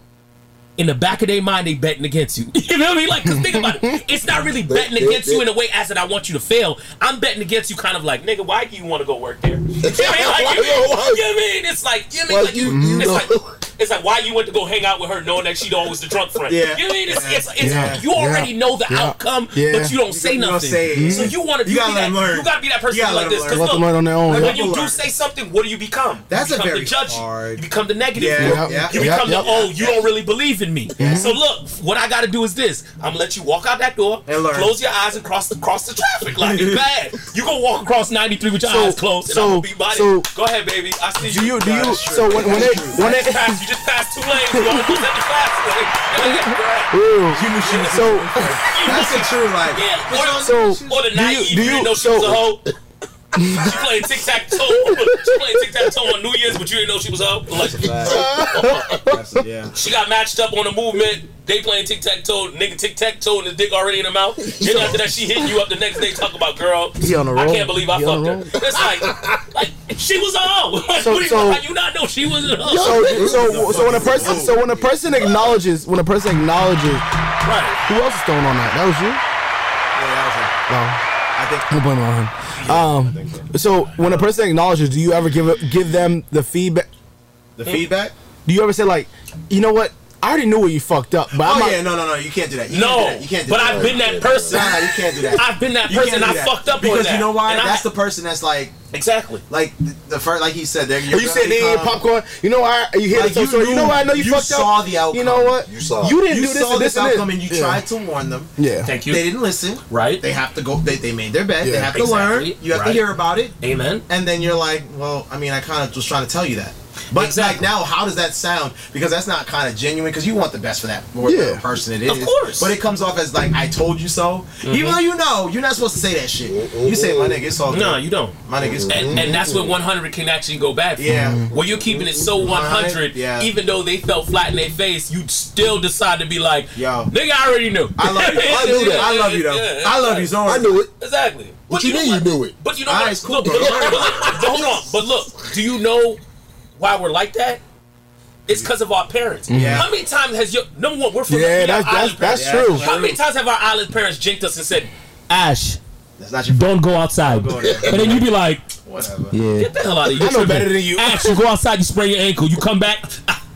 Speaker 6: In the back of their mind, they betting against you. You know what I mean? Like, 'cause think about it. It's not really betting against you in a way as that I want you to fail. I'm betting against you, kind of like, nigga, why do you want to go work there? You know what I mean? Like, you, you know what I mean? It's like, you know what I mean? Like, you, it's like, it's like why you went to go hang out with her knowing that she always the drunk friend.
Speaker 5: Yeah.
Speaker 6: You know what I mean? It's, it's, it's,
Speaker 5: Yeah.
Speaker 6: You already
Speaker 5: Yeah.
Speaker 6: know the
Speaker 5: Yeah.
Speaker 6: outcome,
Speaker 5: Yeah.
Speaker 6: but you don't
Speaker 5: You
Speaker 6: say
Speaker 5: don't- you don't
Speaker 6: nothing.
Speaker 5: say it.
Speaker 6: So you want to
Speaker 5: You
Speaker 6: be
Speaker 5: gotta let
Speaker 6: that.
Speaker 5: 'em learn.
Speaker 6: You gotta be that person
Speaker 5: You gotta
Speaker 6: like
Speaker 5: let 'em
Speaker 6: this.
Speaker 5: learn.
Speaker 6: 'Cause
Speaker 2: Let 'em
Speaker 6: look,
Speaker 2: learn on their own, yeah.
Speaker 6: When you do say something, what do you become?
Speaker 5: That's a
Speaker 6: you become
Speaker 5: very
Speaker 6: the judge.
Speaker 5: hard-
Speaker 6: You become the negative.
Speaker 5: Yeah,
Speaker 6: one.
Speaker 5: yeah,
Speaker 6: you
Speaker 5: yeah,
Speaker 6: become
Speaker 5: yeah.
Speaker 6: the oh, you don't really believe in me. So look, what I gotta do is this: I'm gonna let you walk out that door,
Speaker 5: And learn.
Speaker 6: close your eyes, and cross the cross the traffic light. It's bad. You gonna walk across 93 with your
Speaker 2: So-
Speaker 6: eyes closed, and
Speaker 2: so-
Speaker 6: I'm gonna be body.
Speaker 2: so-
Speaker 6: Go ahead, baby. I see
Speaker 2: Do you- do you-
Speaker 6: That's true.
Speaker 2: so when- when
Speaker 6: That's
Speaker 2: it-
Speaker 6: true.
Speaker 2: when
Speaker 6: You
Speaker 2: it-
Speaker 6: just passed- you just passed two lanes. You almost hit the fast lane.
Speaker 2: Ooh. So,
Speaker 5: That's a true like.
Speaker 6: Yeah, or the,
Speaker 2: So,
Speaker 6: or the
Speaker 2: do
Speaker 6: naive,
Speaker 2: you- do
Speaker 6: you,
Speaker 2: you-
Speaker 6: didn't know she was a hoe. she played tic tac toe. She played tic tac toe on New Year's, but you didn't know she was a hoe. Like,
Speaker 5: yeah.
Speaker 6: she got matched up on the movement. They playing tic tac toe, nigga tic tac toe, and the dick already in her mouth. Then after that, she hitting you up the next day, talking about girl.
Speaker 2: He on a
Speaker 6: I
Speaker 2: roll.
Speaker 6: can't believe I
Speaker 2: He on
Speaker 6: fucked
Speaker 2: a
Speaker 6: her. It's like, like she was a hoe. Like,
Speaker 2: So-
Speaker 6: what do you,
Speaker 2: so-
Speaker 6: how you not know she was a hoe?
Speaker 2: so, so, so when a person, so when a person acknowledges, when a person acknowledges,
Speaker 6: right.
Speaker 2: who else is throwing on that? That was you.
Speaker 5: I think
Speaker 2: No blame it on him. Um, so when a person acknowledges, do you ever give it- give them the feedback?
Speaker 5: the feedback.
Speaker 2: Do you ever say like, you know what? I already knew where you fucked up, but
Speaker 5: Oh
Speaker 2: I'm not.
Speaker 5: yeah, no, no, no, you can't do that. You
Speaker 6: No,
Speaker 5: can't do that. You can't do
Speaker 6: but
Speaker 5: that.
Speaker 6: I've been that person.
Speaker 5: Nah, you can't do that.
Speaker 6: I've been that
Speaker 5: You can't
Speaker 6: person.
Speaker 5: do
Speaker 6: I
Speaker 5: that.
Speaker 6: fucked up on
Speaker 5: because
Speaker 6: that.
Speaker 5: you know why?
Speaker 6: And I-
Speaker 5: That's the person that's like,
Speaker 6: Exactly.
Speaker 5: like the, the first, like he said, there.
Speaker 2: You said they ain't popcorn. You know why? You hear
Speaker 5: Like,
Speaker 2: the
Speaker 5: you
Speaker 2: story. You know
Speaker 5: knew-
Speaker 2: why I know you,
Speaker 5: you
Speaker 2: fucked
Speaker 5: saw
Speaker 2: up.
Speaker 5: the outcome.
Speaker 2: You know what?
Speaker 1: You saw it.
Speaker 2: You didn't
Speaker 5: you
Speaker 2: do this
Speaker 5: saw
Speaker 2: and this and this.
Speaker 5: outcome and you
Speaker 2: yeah.
Speaker 5: tried to warn them.
Speaker 2: Yeah.
Speaker 6: Thank you.
Speaker 5: They didn't listen.
Speaker 6: Right.
Speaker 5: They have to go. They, they made their bed. They
Speaker 2: Yeah.
Speaker 5: have to
Speaker 6: Exactly.
Speaker 5: learn. You have
Speaker 6: Right.
Speaker 5: to hear about it.
Speaker 6: Amen.
Speaker 5: And then you're like, well, I mean, I kind of was trying to tell you that. But like
Speaker 6: Exactly.
Speaker 5: now, how does that sound? Because that's not kind of genuine. Because you want the best for that for whatever
Speaker 2: Yeah.
Speaker 5: person it is.
Speaker 6: Of course. Mm-hmm.
Speaker 5: But it comes off as like I told you so, even though you know you're not supposed to say that shit. You say, my nigga, it's all good.
Speaker 6: No, you Mm-hmm. don't.
Speaker 5: My nigga, it's
Speaker 6: And, and that's when 100 can actually go bad. For
Speaker 5: Yeah.
Speaker 6: You. Where you're keeping it so 100,
Speaker 5: Yeah.
Speaker 6: even though they felt flat in their face, you still decide to be like,
Speaker 5: Yo.
Speaker 6: nigga, I already knew.
Speaker 5: I love you. I knew that. I love you though.
Speaker 6: Yeah,
Speaker 5: I love you so
Speaker 1: I
Speaker 5: much.
Speaker 1: knew it.
Speaker 6: Exactly.
Speaker 1: What you
Speaker 6: know
Speaker 1: mean you knew it?
Speaker 6: But you know
Speaker 5: All
Speaker 6: what?
Speaker 5: right, it's cool,
Speaker 6: look,
Speaker 5: bro.
Speaker 6: but look, but look, but hold on. But look, do you know why we're like that? It's because of our parents.
Speaker 5: Yeah.
Speaker 6: How many times has your number one? We're from
Speaker 2: Yeah,
Speaker 6: we are
Speaker 2: that's- that's-
Speaker 6: island parents.
Speaker 2: that's true.
Speaker 6: How many times have our island parents jinked us and said, "Ash,
Speaker 5: That's not your
Speaker 6: don't go outside,"
Speaker 5: Don't go there.
Speaker 6: and then you be like,
Speaker 5: whatever.
Speaker 10: Yeah.
Speaker 6: Get the hell out of here.
Speaker 2: I know better than you.
Speaker 6: Ash, you go outside, you sprain your ankle, you come back.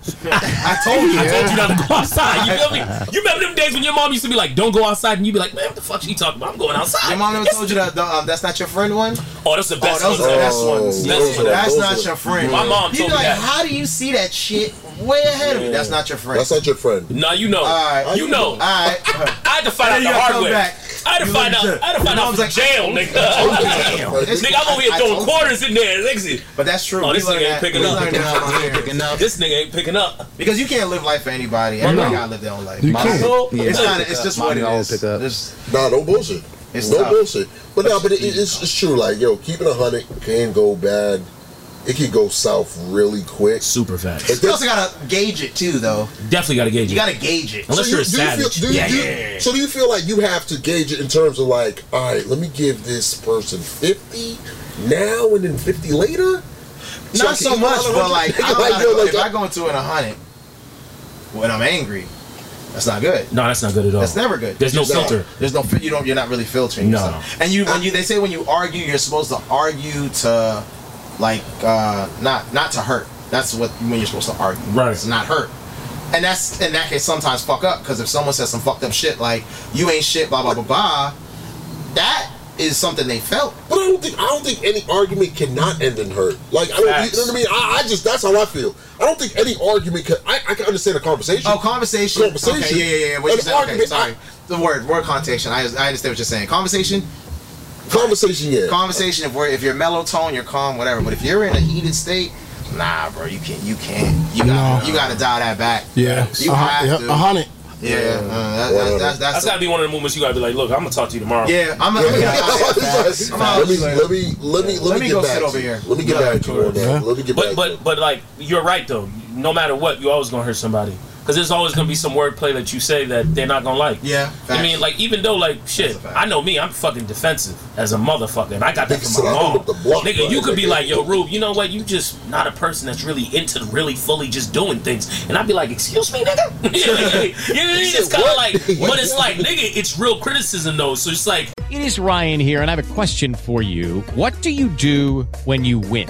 Speaker 6: I
Speaker 5: I told you.
Speaker 6: told you not to go outside. You feel me? You remember them days when your mom used to be like, don't go outside, and you'd be like, man, what the fuck she talking about? I'm going outside.
Speaker 5: Your mom never told you that. The, um, that's not your friend one.
Speaker 6: Oh, that's the
Speaker 5: Oh,
Speaker 6: best
Speaker 5: those are
Speaker 6: one.
Speaker 5: the best
Speaker 1: Oh,
Speaker 5: ones.
Speaker 6: Best
Speaker 1: those
Speaker 6: one.
Speaker 1: are-
Speaker 5: That's
Speaker 1: those
Speaker 5: not
Speaker 1: are-
Speaker 5: your friend.
Speaker 6: My mom
Speaker 5: You'd
Speaker 6: told
Speaker 5: be
Speaker 6: me
Speaker 5: like,
Speaker 6: that.
Speaker 5: how do you see that shit way ahead of me? That's not your friend.
Speaker 1: That's not your friend.
Speaker 6: No, you know.
Speaker 5: Alright.
Speaker 6: You know. I
Speaker 5: Alright.
Speaker 6: had to find out the
Speaker 5: And then you gotta
Speaker 6: hard
Speaker 5: come
Speaker 6: way.
Speaker 5: back.
Speaker 6: I had to
Speaker 5: You
Speaker 6: find
Speaker 5: look
Speaker 6: out.
Speaker 5: at-
Speaker 6: I had to find
Speaker 5: Your
Speaker 6: out
Speaker 5: mom's
Speaker 6: from
Speaker 5: like,
Speaker 6: jail, nigga. Nigga, I'm over here
Speaker 5: I- I told
Speaker 6: throwing
Speaker 5: you.
Speaker 6: quarters in there. Nigga.
Speaker 5: But that's true.
Speaker 6: Oh,
Speaker 5: We
Speaker 6: this
Speaker 5: learned
Speaker 6: nigga ain't
Speaker 5: that-
Speaker 6: picking
Speaker 5: we
Speaker 6: up.
Speaker 5: learned that out here.
Speaker 6: This nigga ain't picking up.
Speaker 5: Because you can't live life for anybody. Everybody gotta live their own life.
Speaker 2: You
Speaker 10: Mine
Speaker 2: can't.
Speaker 10: don't-
Speaker 5: It's
Speaker 10: mine
Speaker 5: not.
Speaker 10: pick
Speaker 5: It's
Speaker 10: up.
Speaker 5: just
Speaker 10: Mine
Speaker 5: what it
Speaker 10: don't
Speaker 5: is.
Speaker 10: pick up.
Speaker 5: It's-
Speaker 1: Nah, no bullshit.
Speaker 5: It's
Speaker 1: no
Speaker 5: tough.
Speaker 1: bullshit. But nah, but it, it's, it's true. Like, yo, keeping a hundred can go bad. It can go south really quick.
Speaker 6: Super fast.
Speaker 1: But
Speaker 5: You
Speaker 1: that's-
Speaker 5: also gotta gage it too, though.
Speaker 6: Definitely got to gauge
Speaker 5: You
Speaker 6: it.
Speaker 5: gotta gauge it.
Speaker 6: Unless
Speaker 1: you-
Speaker 6: you're a
Speaker 1: do you
Speaker 6: savage.
Speaker 1: feel, do you,
Speaker 6: Yeah,
Speaker 1: do you-
Speaker 6: yeah, yeah.
Speaker 1: So do you feel like you have to gauge it in terms of like, all right, let me give this person fifty now and then fifty later? So I can
Speaker 5: Not so
Speaker 1: eat
Speaker 5: much,
Speaker 1: another
Speaker 5: but
Speaker 1: hundred?
Speaker 5: like, I
Speaker 1: Like,
Speaker 5: gotta
Speaker 1: yo,
Speaker 5: go-
Speaker 1: like,
Speaker 5: if I go into it in a hundred when I'm angry, that's not good.
Speaker 6: No, that's not good at all.
Speaker 5: That's never good.
Speaker 6: There's no
Speaker 5: It's not.
Speaker 6: filter.
Speaker 5: There's no. fil- You don't. You're not really filtering.
Speaker 6: No.
Speaker 5: yourself. And you when you they say when you argue, you're supposed to argue to, like, uh, not not to hurt. That's what when you're supposed to argue.
Speaker 6: Right.
Speaker 5: It's not hurt. And that's and that can sometimes fuck up because if someone says some fucked up shit like you ain't shit, blah blah blah blah, that is something they felt.
Speaker 1: But I don't think I don't think any argument cannot end in hurt. Like I don't, you know what I mean. I, I just that's how I feel. I don't think any argument can. I, I can understand a conversation.
Speaker 5: Oh, conversation.
Speaker 1: Conversation.
Speaker 5: Okay, yeah, yeah, yeah. What
Speaker 1: An
Speaker 5: you said? Okay,
Speaker 1: argument,
Speaker 5: sorry. The word word connotation. I I understand what you're saying. Conversation.
Speaker 1: conversation, yeah.
Speaker 5: conversation if we're if you're mellow tone you're calm whatever but if you're in a heated state nah bro you can't you can't you gotta
Speaker 2: No.
Speaker 5: you gotta dial that back
Speaker 2: Yeah.
Speaker 5: you
Speaker 2: A hun-
Speaker 5: have
Speaker 2: yeah, Uh-huh.
Speaker 5: to
Speaker 2: A hundred.
Speaker 5: yeah, uh, that, that, that's that's
Speaker 6: That's got to be one of the moments you got to be like, look, I'm gonna talk to you tomorrow.
Speaker 5: yeah i'm gonna
Speaker 1: Yeah.
Speaker 5: yeah.
Speaker 1: It's
Speaker 5: I'm
Speaker 1: like,
Speaker 5: out.
Speaker 1: let me let me let me
Speaker 5: Let
Speaker 1: let
Speaker 5: me
Speaker 1: me
Speaker 5: go
Speaker 1: get
Speaker 5: sit
Speaker 1: back
Speaker 5: over
Speaker 1: to you.
Speaker 5: here.
Speaker 1: Let me get
Speaker 5: Yeah.
Speaker 1: back to you on that.
Speaker 2: Yeah.
Speaker 1: Let me get back.
Speaker 6: But
Speaker 1: to you.
Speaker 6: but but like you're right though. No matter what, you always gonna hurt somebody. Because there's always gonna be some wordplay that you say that they're not gonna like. Yeah, I
Speaker 5: facts.
Speaker 6: mean, like even though like shit, I know me, I'm fucking defensive as a motherfucker, and I got that
Speaker 5: Nigga
Speaker 6: from
Speaker 5: said,
Speaker 6: my
Speaker 5: "I
Speaker 6: mom.
Speaker 5: looked up the block,
Speaker 6: Nigga, you
Speaker 5: right,
Speaker 6: could be
Speaker 5: nigga."
Speaker 6: like, yo, Rube, you know what? You just not a person that's really into really fully just doing things, and I'd be like, excuse me, nigga. you know what I mean? It's kind of like, but it's like, nigga, it's real criticism though. So it's like,
Speaker 11: It is Ryan here, and I have a question for you. What do you do when you win?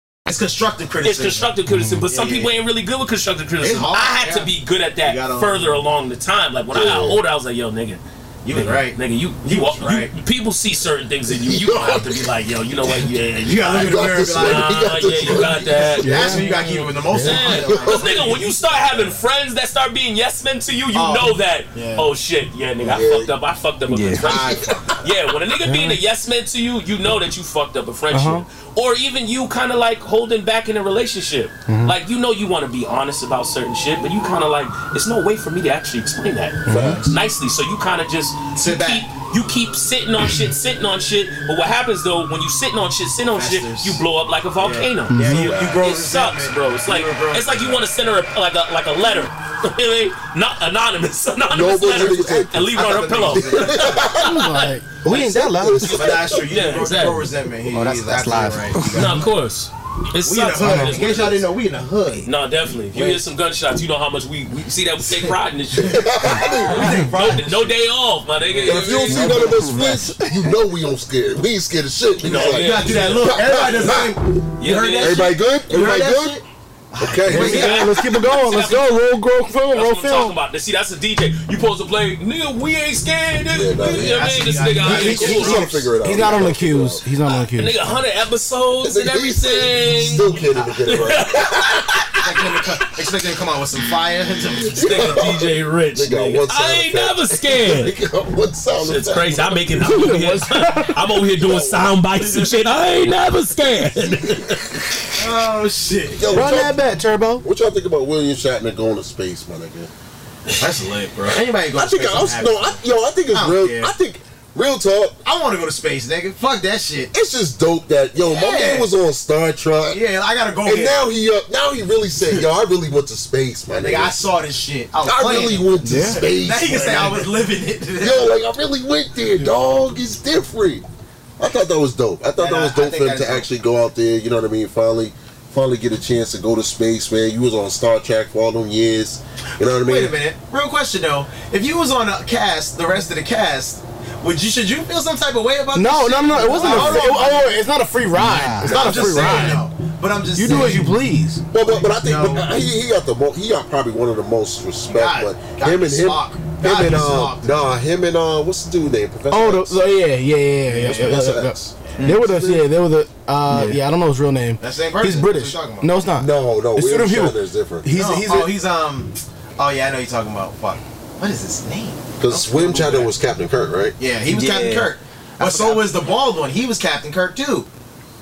Speaker 5: It's constructive
Speaker 6: it's
Speaker 5: criticism.
Speaker 6: constructive criticism, but
Speaker 5: Yeah,
Speaker 6: some
Speaker 5: yeah,
Speaker 6: people
Speaker 5: yeah.
Speaker 6: ain't really good with constructive
Speaker 5: It's
Speaker 6: criticism.
Speaker 5: hard,
Speaker 6: I had
Speaker 5: yeah.
Speaker 6: to be good at that
Speaker 5: You gotta-
Speaker 6: further along the time. Like when I got
Speaker 5: Yeah.
Speaker 6: older, I was like, "Yo, nigga,
Speaker 5: You
Speaker 6: nigga,
Speaker 5: was right.
Speaker 6: nigga. You you, are right. people see certain things in you. You don't have to be like, yo, you know what? Yeah,
Speaker 5: You gotta look in the mirror and be like,
Speaker 6: nah,
Speaker 5: you
Speaker 6: yeah,
Speaker 5: got this
Speaker 6: you got
Speaker 5: one.
Speaker 6: that.
Speaker 5: That's when you gotta keep it with the most.
Speaker 6: Yeah. Cause nigga, when you start having friends that start being yes men to you, you
Speaker 5: Oh.
Speaker 6: know that.
Speaker 5: Yeah.
Speaker 6: Oh shit, yeah, nigga, I fucked up. I fucked up a good friendship. yeah, when a nigga being a yes man to you, you know that you fucked up a friendship, or even you kind of like holding back in a relationship.
Speaker 12: Mhm.
Speaker 6: Like you know you want to be honest about certain shit, but you kind of like there's no way for me to actually explain that nicely. So you kind of just sit back. Keep, you keep sitting on shit, sitting on shit. But what happens though when you sitting on shit, sitting on shit, you blow up like a volcano.
Speaker 5: Yeah, Mhm. you- you grow
Speaker 6: It sucks, bro. It's like it's like you want to send her a, like a like a letter. Really? Not anonymous, anonymous
Speaker 1: but
Speaker 6: letter,
Speaker 1: niggas take-
Speaker 6: and leave her on her pillow.
Speaker 2: Like, we ain't that loud.
Speaker 5: But that's true. You
Speaker 6: Yeah,
Speaker 5: yeah, grow,
Speaker 6: exactly.
Speaker 5: grow resentment. He,
Speaker 2: Oh, that's-
Speaker 5: he's
Speaker 2: that's
Speaker 5: absolutely
Speaker 2: live.
Speaker 5: Right.
Speaker 6: no, of course. It
Speaker 5: we in the
Speaker 6: sucks. man.
Speaker 5: hood.
Speaker 6: It's
Speaker 5: In
Speaker 6: what
Speaker 5: case y'all
Speaker 6: it is.
Speaker 5: didn't know, we in the hood.
Speaker 6: No, definitely. If you hear some gunshots, you know how much we, we see that we take pride in this shit. no, no day off, my nigga.
Speaker 1: And if you don't see none of us flinch, you know we don't scared. We ain't scared of shit. You,
Speaker 6: know, you gotta do that look. Everybody does that. You heard that
Speaker 1: Everybody
Speaker 6: shit?
Speaker 1: good?
Speaker 6: You
Speaker 1: Everybody
Speaker 6: heard that
Speaker 1: good? Okay.
Speaker 6: Let's keep it- let's keep it going. Let's
Speaker 1: go. Roll, grow, film,
Speaker 6: That's what I'm talking about. See, that's a DJ. You supposed to play, nigga, we ain't scared, nigga.
Speaker 1: Yeah, nah,
Speaker 6: you know what I mean? This
Speaker 1: yeah,
Speaker 6: nigga,
Speaker 1: I-
Speaker 6: I ain't
Speaker 1: he's- he's
Speaker 6: cool.
Speaker 1: gonna figure it out.
Speaker 2: He's not on the cues. He's not on
Speaker 6: Nigga,
Speaker 2: the cues.
Speaker 6: 100 episodes and everything.
Speaker 1: Still can't even get it right.
Speaker 5: Expect him to come out with some fire.
Speaker 6: This nigga DJ Rich. nigga. I ain't never scared. It's crazy. I'm making. I'm over here, I'm over here doing sound bites and shit. I ain't never scared.
Speaker 1: Oh shit! Yo,
Speaker 2: Run that
Speaker 1: back, Turbo. What y'all think about William Shatner going to space, my nigga?
Speaker 5: That's lit, bro. Anybody go
Speaker 1: I
Speaker 5: to
Speaker 1: think
Speaker 5: space?
Speaker 1: I was, no, I, yo, I think it's
Speaker 5: I don't
Speaker 1: real.
Speaker 5: care.
Speaker 1: I think real talk.
Speaker 5: I want to go to space, nigga. Fuck that shit.
Speaker 1: It's just dope that yo, my
Speaker 5: Yeah.
Speaker 1: man was on Star Trek.
Speaker 5: Yeah, I gotta go
Speaker 1: And
Speaker 5: here.
Speaker 1: now he up. Now he really said, yo, I really went to space, my nigga.
Speaker 5: Nigga, I saw this shit. I, was
Speaker 1: I
Speaker 5: playing
Speaker 1: really
Speaker 5: it.
Speaker 1: went to space.
Speaker 5: Now he can
Speaker 1: my
Speaker 5: say I
Speaker 1: nigga.
Speaker 5: was living it.
Speaker 1: Yo, like I really went there, dog. It's different. I thought that was dope. I thought
Speaker 5: And
Speaker 1: that
Speaker 5: I-
Speaker 1: was
Speaker 5: I
Speaker 1: dope
Speaker 5: think
Speaker 1: for him
Speaker 5: that
Speaker 1: to
Speaker 5: is dope.
Speaker 1: actually go out there. You know what I mean? Finally, finally get a chance to go to space, man. You was on Star Trek for all them years. You know what I mean?
Speaker 5: Wait a minute. Real question though. If you was on a cast, the rest of the cast, would you should you feel some type of way about
Speaker 2: No,
Speaker 5: this
Speaker 2: no,
Speaker 5: shit?
Speaker 2: no. It wasn't. A
Speaker 5: Hold
Speaker 2: free,
Speaker 5: on, hold on.
Speaker 2: oh, it's not a free ride. It's
Speaker 5: No,
Speaker 2: not
Speaker 5: I'm
Speaker 2: a
Speaker 5: just
Speaker 2: free
Speaker 5: saying,
Speaker 2: ride.
Speaker 5: though. But I'm just
Speaker 2: You
Speaker 5: saying.
Speaker 2: do as you please.
Speaker 1: But but, but I think
Speaker 5: No.
Speaker 1: but he, he got the most. He got probably one of the most respect.
Speaker 5: God-
Speaker 1: but
Speaker 5: God
Speaker 1: him and
Speaker 5: is
Speaker 1: him,
Speaker 5: smart.
Speaker 1: him
Speaker 5: God
Speaker 1: and
Speaker 5: is
Speaker 1: uh,
Speaker 5: smart.
Speaker 1: nah, him and uh, what's the dude name? Professor
Speaker 2: Oh,
Speaker 1: X.
Speaker 2: the, oh yeah, yeah, yeah, yeah. yeah,
Speaker 1: Professor
Speaker 2: yeah, yeah.
Speaker 1: X.
Speaker 2: They were the yeah, they were the uh, yeah. I don't know his real name.
Speaker 5: That same
Speaker 2: He's
Speaker 5: person?
Speaker 2: British.
Speaker 5: That's what you're talking about.
Speaker 2: No, it's not.
Speaker 1: No, no,
Speaker 2: It's
Speaker 1: William
Speaker 2: Student Hugh.
Speaker 1: Shatner is different.
Speaker 2: He's
Speaker 5: No,
Speaker 2: he's
Speaker 5: oh,
Speaker 2: a,
Speaker 5: he's um. Oh yeah, I know you're talking about. Fuck. What is his name?
Speaker 1: Because William Shatner was Captain Kirk, right?
Speaker 5: Yeah, he was Captain Kirk. But so was the bald one. He was Captain Kirk too.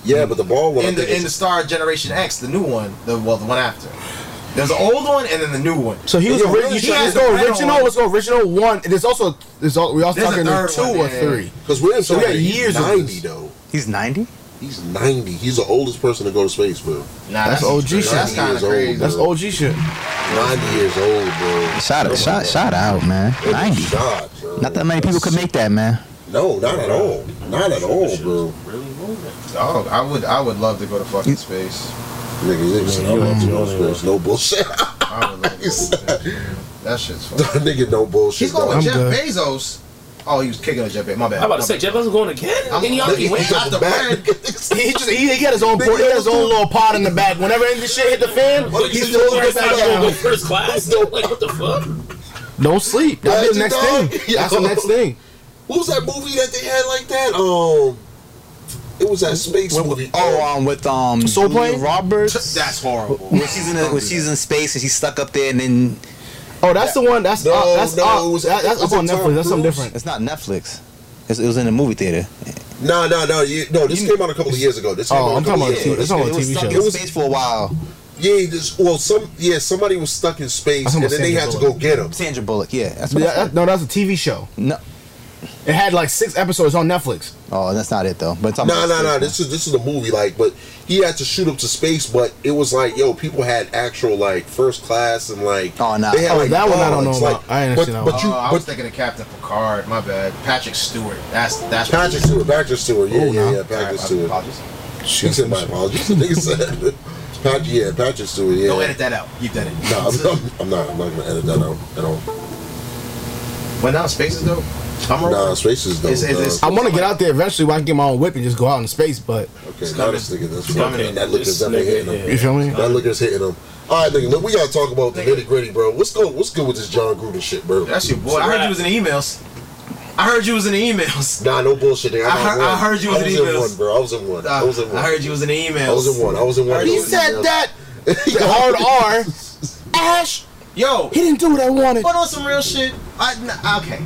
Speaker 1: Yeah, but the ball one. I
Speaker 5: in
Speaker 1: think
Speaker 5: the in the
Speaker 1: is-
Speaker 5: Star Generation X, the new one, the well, the one after. There's the old one and then the new one.
Speaker 2: so he was
Speaker 5: Yo,
Speaker 2: ori-
Speaker 5: William Shatner
Speaker 2: let's
Speaker 5: is the
Speaker 2: go
Speaker 5: red
Speaker 2: original.
Speaker 5: one.
Speaker 2: Let's go original one. There's also there's all, we also
Speaker 5: There's a
Speaker 2: talking
Speaker 5: third
Speaker 2: two
Speaker 5: one,
Speaker 2: or
Speaker 5: yeah.
Speaker 2: three.
Speaker 1: Because William
Speaker 2: So we got
Speaker 1: Shatner, he's
Speaker 2: years of
Speaker 1: ninety
Speaker 2: this.
Speaker 1: though.
Speaker 10: He's 90?
Speaker 1: He's ninety. He's the oldest person to go to space, bro.
Speaker 5: Nah,
Speaker 2: That's OG shit.
Speaker 1: That's kinda crazy.
Speaker 2: That's OG shit.
Speaker 1: Ninety years old, bro.
Speaker 10: Shout out, shout, shout out, man. 90.
Speaker 1: Shot.
Speaker 10: Not that many people could make that, man.
Speaker 1: No, not at all. Not at all, bro.
Speaker 5: Dog, I would I would love to go to fucking space.
Speaker 1: Nigga, they just you want to go to space. No bullshit.
Speaker 5: I would love to go to space. man. That shit's fun.
Speaker 1: Nigga, no bullshit.
Speaker 5: He's going
Speaker 1: dog.
Speaker 5: with Jeff Bezos. Oh, he was kicking a jetpack. My bad.
Speaker 6: I'm about to say, Jeff Bezos going again?
Speaker 5: I'm-
Speaker 6: and he already
Speaker 5: he
Speaker 6: went.
Speaker 5: got the bag.
Speaker 2: He just he, he got his own port, he got his own little pod in the back. Whenever any shit hit the fan,
Speaker 6: But
Speaker 2: he
Speaker 6: you
Speaker 2: still
Speaker 6: still
Speaker 2: get back
Speaker 6: go
Speaker 2: down.
Speaker 6: first class? Like, what the fuck?
Speaker 2: Don't sleep. That's the next
Speaker 1: Dog.
Speaker 2: thing. That's the
Speaker 1: Yo.
Speaker 2: next thing.
Speaker 1: What was that movie that they had like that? Um, it was that space movie.
Speaker 10: Oh, um, with um,
Speaker 2: Soul
Speaker 10: Julia
Speaker 2: Plane?
Speaker 10: Roberts.
Speaker 5: That's horrible.
Speaker 10: When she's in a, when she's in space and she's stuck up there and then
Speaker 2: Oh, that's the one. That's
Speaker 1: No,
Speaker 2: uh, that's
Speaker 1: no,
Speaker 2: uh,
Speaker 1: it was-
Speaker 2: that- that's
Speaker 1: was it
Speaker 2: up on
Speaker 1: Tom
Speaker 2: Netflix. That's something
Speaker 1: Cruise?
Speaker 2: different.
Speaker 10: it's not Netflix. It's, it was in a movie theater.
Speaker 1: No, no, no, you, no. This came out a couple of years ago. This came
Speaker 2: Oh,
Speaker 1: out
Speaker 2: I'm
Speaker 1: a couple
Speaker 2: talking about
Speaker 1: of years
Speaker 2: a TV.
Speaker 1: ago.
Speaker 2: It's on a
Speaker 10: It was
Speaker 2: TV
Speaker 10: stuck
Speaker 2: show.
Speaker 10: in space for a while.
Speaker 1: Yeah, this well, some yeah, somebody was stuck in
Speaker 2: I
Speaker 1: space
Speaker 2: think
Speaker 1: and
Speaker 2: it was
Speaker 1: then they
Speaker 2: Sandra
Speaker 1: had to go
Speaker 2: Bullock.
Speaker 1: get him.
Speaker 10: Sandra Bullock. Yeah, that's what
Speaker 2: Yeah,
Speaker 10: I said.
Speaker 2: that- no, that's a TV show.
Speaker 10: No.
Speaker 2: It had like six episodes on Netflix.
Speaker 10: Oh, that's not it though. But it's on
Speaker 1: No,
Speaker 10: my-
Speaker 1: no, no. This is this is a movie, like, but he had to shoot up to space, but it was like, yo, people had actual like first class and like,
Speaker 10: Oh, nah.
Speaker 1: they had,
Speaker 2: Oh, that one I don't
Speaker 1: dogs,
Speaker 2: know about. I ain't
Speaker 1: but,
Speaker 2: seen that
Speaker 1: but
Speaker 2: one.
Speaker 1: you,
Speaker 5: Oh, I was
Speaker 1: but
Speaker 5: thinking of Captain Picard. My bad. Patrick Stewart. That's that's
Speaker 1: Patrick Stewart, Patrick Stewart, yeah,
Speaker 2: Oh,
Speaker 1: yeah,
Speaker 2: nah.
Speaker 1: yeah, Patrick
Speaker 5: Sorry,
Speaker 1: Stewart.
Speaker 5: apologies.
Speaker 1: He said my apologies. The nigga said, Patrick, yeah, Patrick Stewart, yeah.
Speaker 5: Don't edit that out. Keep that in.
Speaker 1: No, I'm, I'm, I'm not. I'm not gonna edit that out at all.
Speaker 5: But now space is dope. I'm rolling.
Speaker 1: Nah, space is dope.
Speaker 5: Is- is
Speaker 1: dog.
Speaker 5: this-
Speaker 2: I want to get out there eventually where I can get my own whip and just go out in space, but
Speaker 1: Okay, now this nigga, that's what
Speaker 6: coming.
Speaker 1: That liquor's
Speaker 6: This
Speaker 1: definitely
Speaker 6: nigga,
Speaker 1: hitting him.
Speaker 2: you feel me?
Speaker 1: That liquor's hitting him. All right, nigga, look, we gotta talk about the nitty gritty, bro. What's good? What's good with this John Gruden shit, bro?
Speaker 5: That's your boy. I heard you was in the emails. I heard you was in the emails.
Speaker 1: nah, no bullshit, nigga. I,
Speaker 5: I
Speaker 1: got
Speaker 5: heard-
Speaker 1: one.
Speaker 5: I heard you was
Speaker 1: I was
Speaker 5: in
Speaker 1: in
Speaker 5: emails.
Speaker 1: one, bro. I was in one. I was in one.
Speaker 5: I heard you was in the emails.
Speaker 1: I was in one. I was in one.
Speaker 2: He said that. The hard R. Ash,
Speaker 5: Yo,
Speaker 2: he didn't do what I wanted.
Speaker 5: but on some real shit. I n- okay.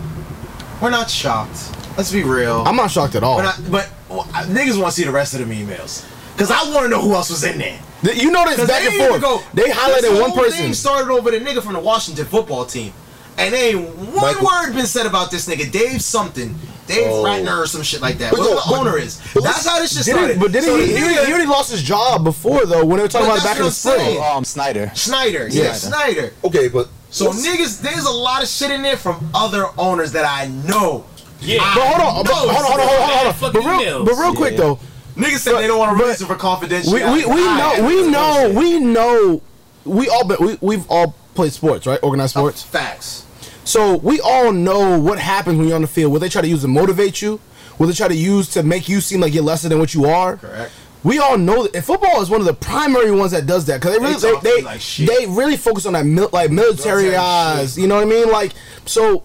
Speaker 5: We're not shocked. Let's be real.
Speaker 2: I'm not shocked at all.
Speaker 5: But, I, but well, I- niggas want to see the rest of them emails. Cause I want to know who else was in there.
Speaker 2: Th- You know this
Speaker 5: Cause
Speaker 2: back
Speaker 5: they
Speaker 2: and
Speaker 5: didn't even
Speaker 2: forth. They
Speaker 5: this
Speaker 2: highlighted one
Speaker 5: whole Thing
Speaker 2: person.
Speaker 5: started over the nigga from the Washington football team, and ain't one
Speaker 1: Michael-
Speaker 5: word been said about this nigga Dave something, Dave
Speaker 1: Oh.
Speaker 5: Ratner or some shit like that.
Speaker 1: But
Speaker 5: Whatever
Speaker 1: no,
Speaker 5: the
Speaker 1: but-
Speaker 5: owner is.
Speaker 1: but
Speaker 5: That's
Speaker 1: listen-
Speaker 5: how this shit
Speaker 2: Didn't-
Speaker 5: started.
Speaker 2: but didn't
Speaker 5: So
Speaker 2: he,
Speaker 5: the
Speaker 2: he,
Speaker 5: nigga-
Speaker 2: already- he already lost his job before though when they were talking
Speaker 5: But
Speaker 2: about it back in the
Speaker 5: that's what I'm
Speaker 2: spring.
Speaker 5: saying.
Speaker 10: Um, Snyder.
Speaker 5: Snyder, yeah,
Speaker 10: Yeah.
Speaker 5: Snyder.
Speaker 1: Okay, but
Speaker 5: So niggas, there's a lot of shit in there from other owners that I know.
Speaker 6: Yeah.
Speaker 5: I
Speaker 2: But hold on, but
Speaker 5: know
Speaker 2: hold on, hold on,
Speaker 5: shit.
Speaker 2: hold on,
Speaker 6: Man,
Speaker 2: hold on.
Speaker 6: fuck
Speaker 2: But
Speaker 6: you
Speaker 2: real,
Speaker 6: nails.
Speaker 2: but real quick
Speaker 10: Yeah.
Speaker 2: though,
Speaker 5: Niggas said they don't want to
Speaker 2: but-
Speaker 5: release it for confidentiality.
Speaker 2: we, we, we
Speaker 5: I-
Speaker 2: know we know we know we all been, we we've all played sports right organized sports
Speaker 5: facts.
Speaker 2: so we all know what happens when you're on the field what they try to use to motivate you what they try to use to make you seem like you're lesser than what you are
Speaker 5: Correct.
Speaker 2: we all know that and football is one of the primary ones that does that because they
Speaker 5: They
Speaker 2: really
Speaker 5: talk
Speaker 2: they they,
Speaker 5: like shit.
Speaker 2: they really focus on that mil- like military
Speaker 5: Military
Speaker 2: eyes you know what I mean like so